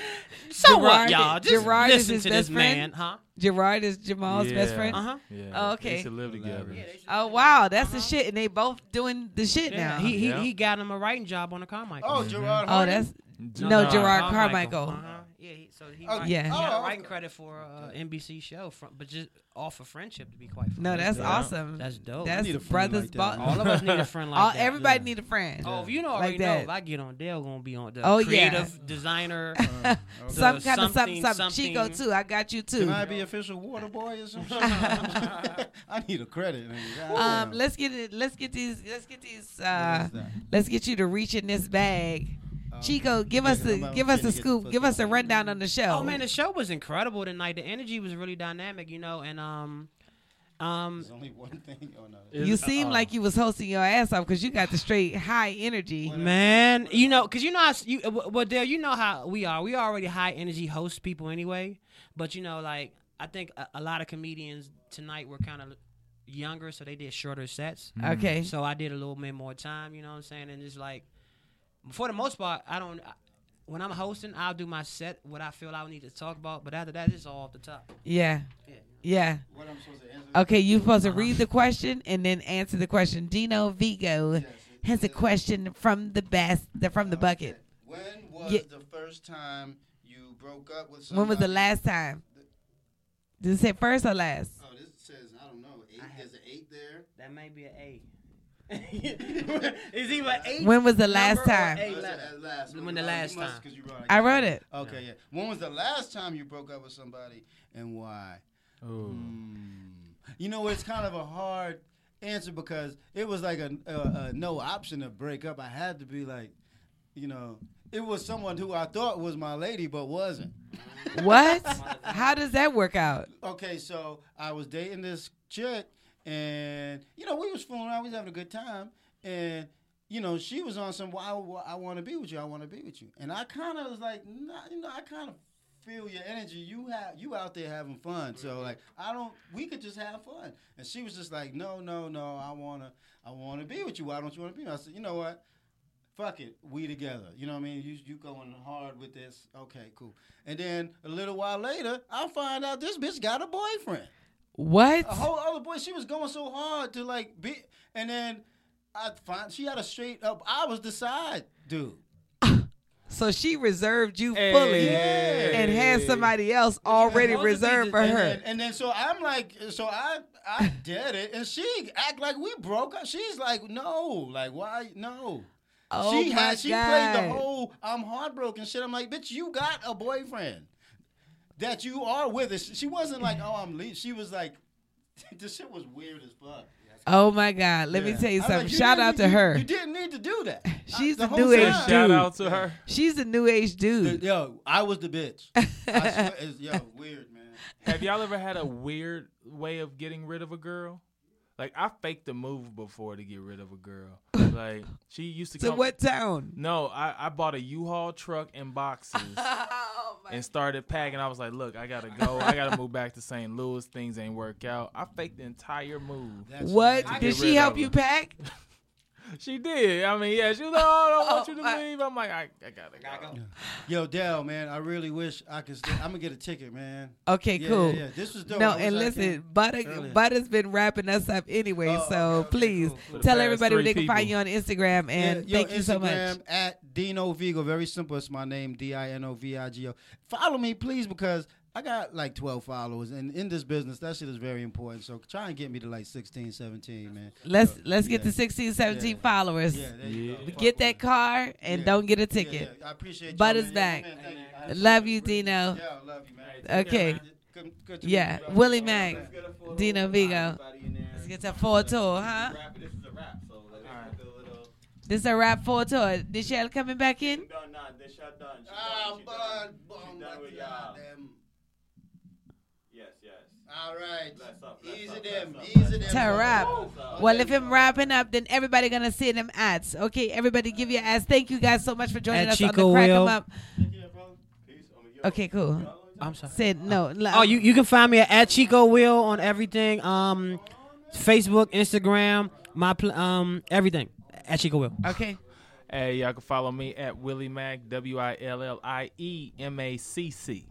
so what,
Gerard-
y'all? Just
Gerard is
listen
his
to
best
this man,
friend?
huh?
Gerard is Jamal's best
Yeah.
friend.
Uh-huh. Yeah.
Oh,
They
okay.
used to live together. Yeah, they used
oh wow, that's the shit, and they both doing the shit
Uh-huh. Yeah,
now.
He, he, he got him a writing job on the Carmichael. Mm-hmm.
Oh, Gerard
Oh, that's no, Gerard Carmichael.
Uh-huh. Yeah, he, so
*laughs*
he,
Oh,
write-
yeah.
he
oh,
got
okay.
writing credit for uh, NBC show, from, but just off of friendship, to be quite frank.
No, that's
Yeah.
awesome.
That's dope.
That's brothers. bond.
All of us
*laughs*
need a friend like
All,
that.
Everybody need a friend.
Oh, you know, already
like
know.
that.
If I get on, Dale gonna be on the
Oh, yeah.
creative
*laughs*
designer, the
some kind of something, something, Chico
something.
too. I got you too.
Can I be official water boy or something?
*laughs*
*laughs* I need a credit. Man.
Um,
Goddamn.
let's get it. Let's get these. Let's get these. Uh,
that?
let's get you to reach in this bag. Chico, give us
yeah,
the
I'm
give
trying
us the
to get
scoop.
the
Give us a rundown on the show.
Oh man, the show was incredible tonight. The energy was really dynamic, you know, and um, um.
There's only one thing. Oh, no.
you seem like you was hosting your ass off because you got the straight high energy.
Man, you know, cause you know, how, s- you uh, well, Dale, you know how we are. We already high energy host people anyway, but you know, like I think a, a lot of comedians tonight were kind of younger, so they did shorter sets.
Mm. Okay.
so I did a little bit more time. You know what I'm saying? And it's like, for the most part, I don't. I, when I'm hosting, I'll do my set, what I feel I need to talk about. But after that, it's all off the top.
Yeah.
Yeah.
Yeah.
What I'm supposed to answer? Uh-huh.
Okay, you're supposed to read the question and then answer the question. Dino Vigo has a question from the best, from the bucket.
When was
Yeah.
the first time you broke up with somebody?
When was the last time? Did it say first or
*laughs*
last?
Oh, this says I don't know. Eight, there's an eight there.
That may be an *laughs* eight. Is either eight?
When was the last
number or
time?
eight
Oh,
letter?
that's the last
When
one.
the
Oh, you
last
must-
time.
'cause you
I wrote it.
Okay, yeah. When was the last time you broke up with somebody and why? Hmm. You know, it's kind of a hard answer because it was like a, a, a no option to break up. I had to be like, you know, it was someone who I thought was my lady but wasn't.
What? How does that work out?
Okay, so I was dating this chick, and you know we was fooling around, we was having a good time, and you know she was on some. Well, I, want to be with you. I want to be with you. And I kind of was like, nah, you know, I kind of feel your energy. You have you out there having fun. So like, I don't. We could just have fun. And she was just like, no, no, no. I wanna, I wanna be with you. Why don't you want to be? with me? I said, you know what? fuck it, we together. You know what I mean? You you going hard with this? Okay, cool. And then a little while later, I find out this bitch got a boyfriend.
What?
A whole other boy. She was going so hard to like be, and then I find she had a straight up. I was the side dude.
*laughs* So she reserved you fully and had somebody else already
Both of these-
reserved for
and
her.
Then, and then so I'm like, so I I did it, and she act like we broke up. She's like, no, like why no.
Oh
she
my
had she played the
God.
whole I'm heartbroken shit. I'm like, bitch, you got a boyfriend that you are with. She she wasn't like, oh, I'm leaving. She was like, *laughs* this shit was weird as fuck.
Oh my God! Let me
Yeah.
tell you
I'm like,
something.
you
Shout
didn't
out to
need- you-
her.
you didn't need to do that.
She's
The
the,
whole
new age
time.
dude.
Shout out to her.
She's the new age dude.
yo, I was the
*laughs*
bitch. I swear, it's, yo, weird man.
Have y'all ever had a weird way of getting rid of a girl? Like I faked a move before to get rid of a girl. Like she used to.
To
come-
what town?
No, I, I bought a U-Haul truck
*laughs*
and boxes
Oh
and started packing. I was like, look, I gotta go. I gotta move back to St. Louis. Things ain't work out. I faked the entire move.
What?
To
Did
get
she
rid
help
of
you
her.
pack?
She did. I mean, yeah. She was like, oh, I don't want you to leave. I'm like, I, I gotta go.
Yo, Dell, man, I really wish I could. Stay. I'm gonna get a ticket, man.
Okay,
Yeah,
cool.
Yeah, yeah. this was dope.
No,
I wish
and
I
listen,
came
Butter,
earlier. Oh,
Butter's been wrapping us up anyway, so please
For the
tell
past
everybody where
three
they can find you
people.
on Instagram. And
Yeah, yo,
thank you so much.
Instagram At Dino Vigo, very simple. It's my name, D I N O V I G O. Follow me, please, because I got like 12 followers, and in this business, that shit is very important. So try and get me to like 16, 17, man.
Let's
So,
let's get to
yeah.
16, 17
Yeah.
followers.
Yeah, there you go.
Get that car and don't get a ticket.
yeah. I appreciate y'all,
Butter's
man.
back.
Yeah, man, thank you. I
Love
appreciate
you,
it.
Dino.
Yeah, I love you, man.
Okay.
Good- good to meet
yeah,
you, brother.
Willie
Let's
Mack,
get a photo.
Dino Vigo. Let's get that full tour, huh? This is a wrap for a tour. Nichelle coming back in?
Ah, bud, bum, bud, goddamn.
Yes, yes.
All right. Easy
up,
them.
bless up,
Easy them.
bless
To wrap.
Okay.
Well, if I'm wrapping up, then everybody gonna see them ads. Okay, everybody give your ads. Thank you guys so much for joining
At
us on
Chico
the Crack 'em
Will.
Up. Okay, cool.
I'm sorry.
Said no.
Oh, you, you can find me at Chico Will on everything. Um, Facebook, Instagram, my pl- um everything at Chico Will.
Okay.
*laughs* Hey, y'all can follow me at Willie Mac W I L L I E M A C C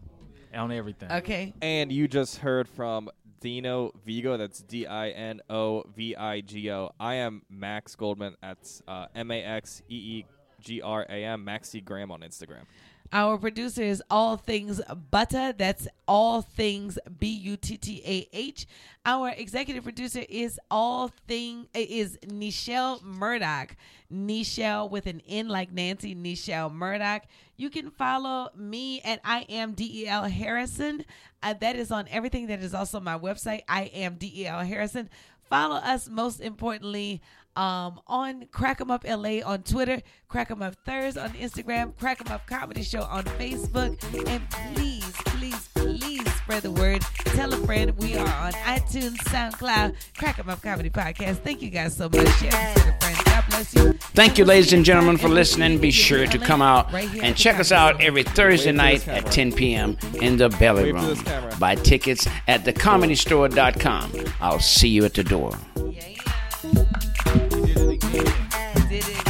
on everything.
And you just heard from Dino Vigo. That's D I N O V I G O. I am Max Goldman. That's uh, M A X E E G R A M. Maxi Graham on Instagram.
Our producer is All Things Butter. That's All Things B U T T A H. Our executive producer is All Thing eh, is Nichelle Murdoch. Nichelle with an N like Nancy. Nichelle Murdoch. You can follow me at I am D E L Harrison. Uh, that is on everything. That is also my website. I am D E L Harrison. Follow us most importantly um, on Crack 'em Up LA on Twitter, Crack 'em Up Thurs on Instagram, Crack 'em Up Comedy Show on Facebook, and please, please, please spread the word. Tell a friend we are on iTunes, SoundCloud, Crack 'em Up Comedy Podcast. Thank you guys so much. Share this with a friend. God bless you.
Thank you, ladies and gentlemen, for listening. Be sure to come out and check us out every Thursday night at 10 p.m. in the Belly Room. Buy tickets at thecomedystore.com. I'll see you at the door.
Did it.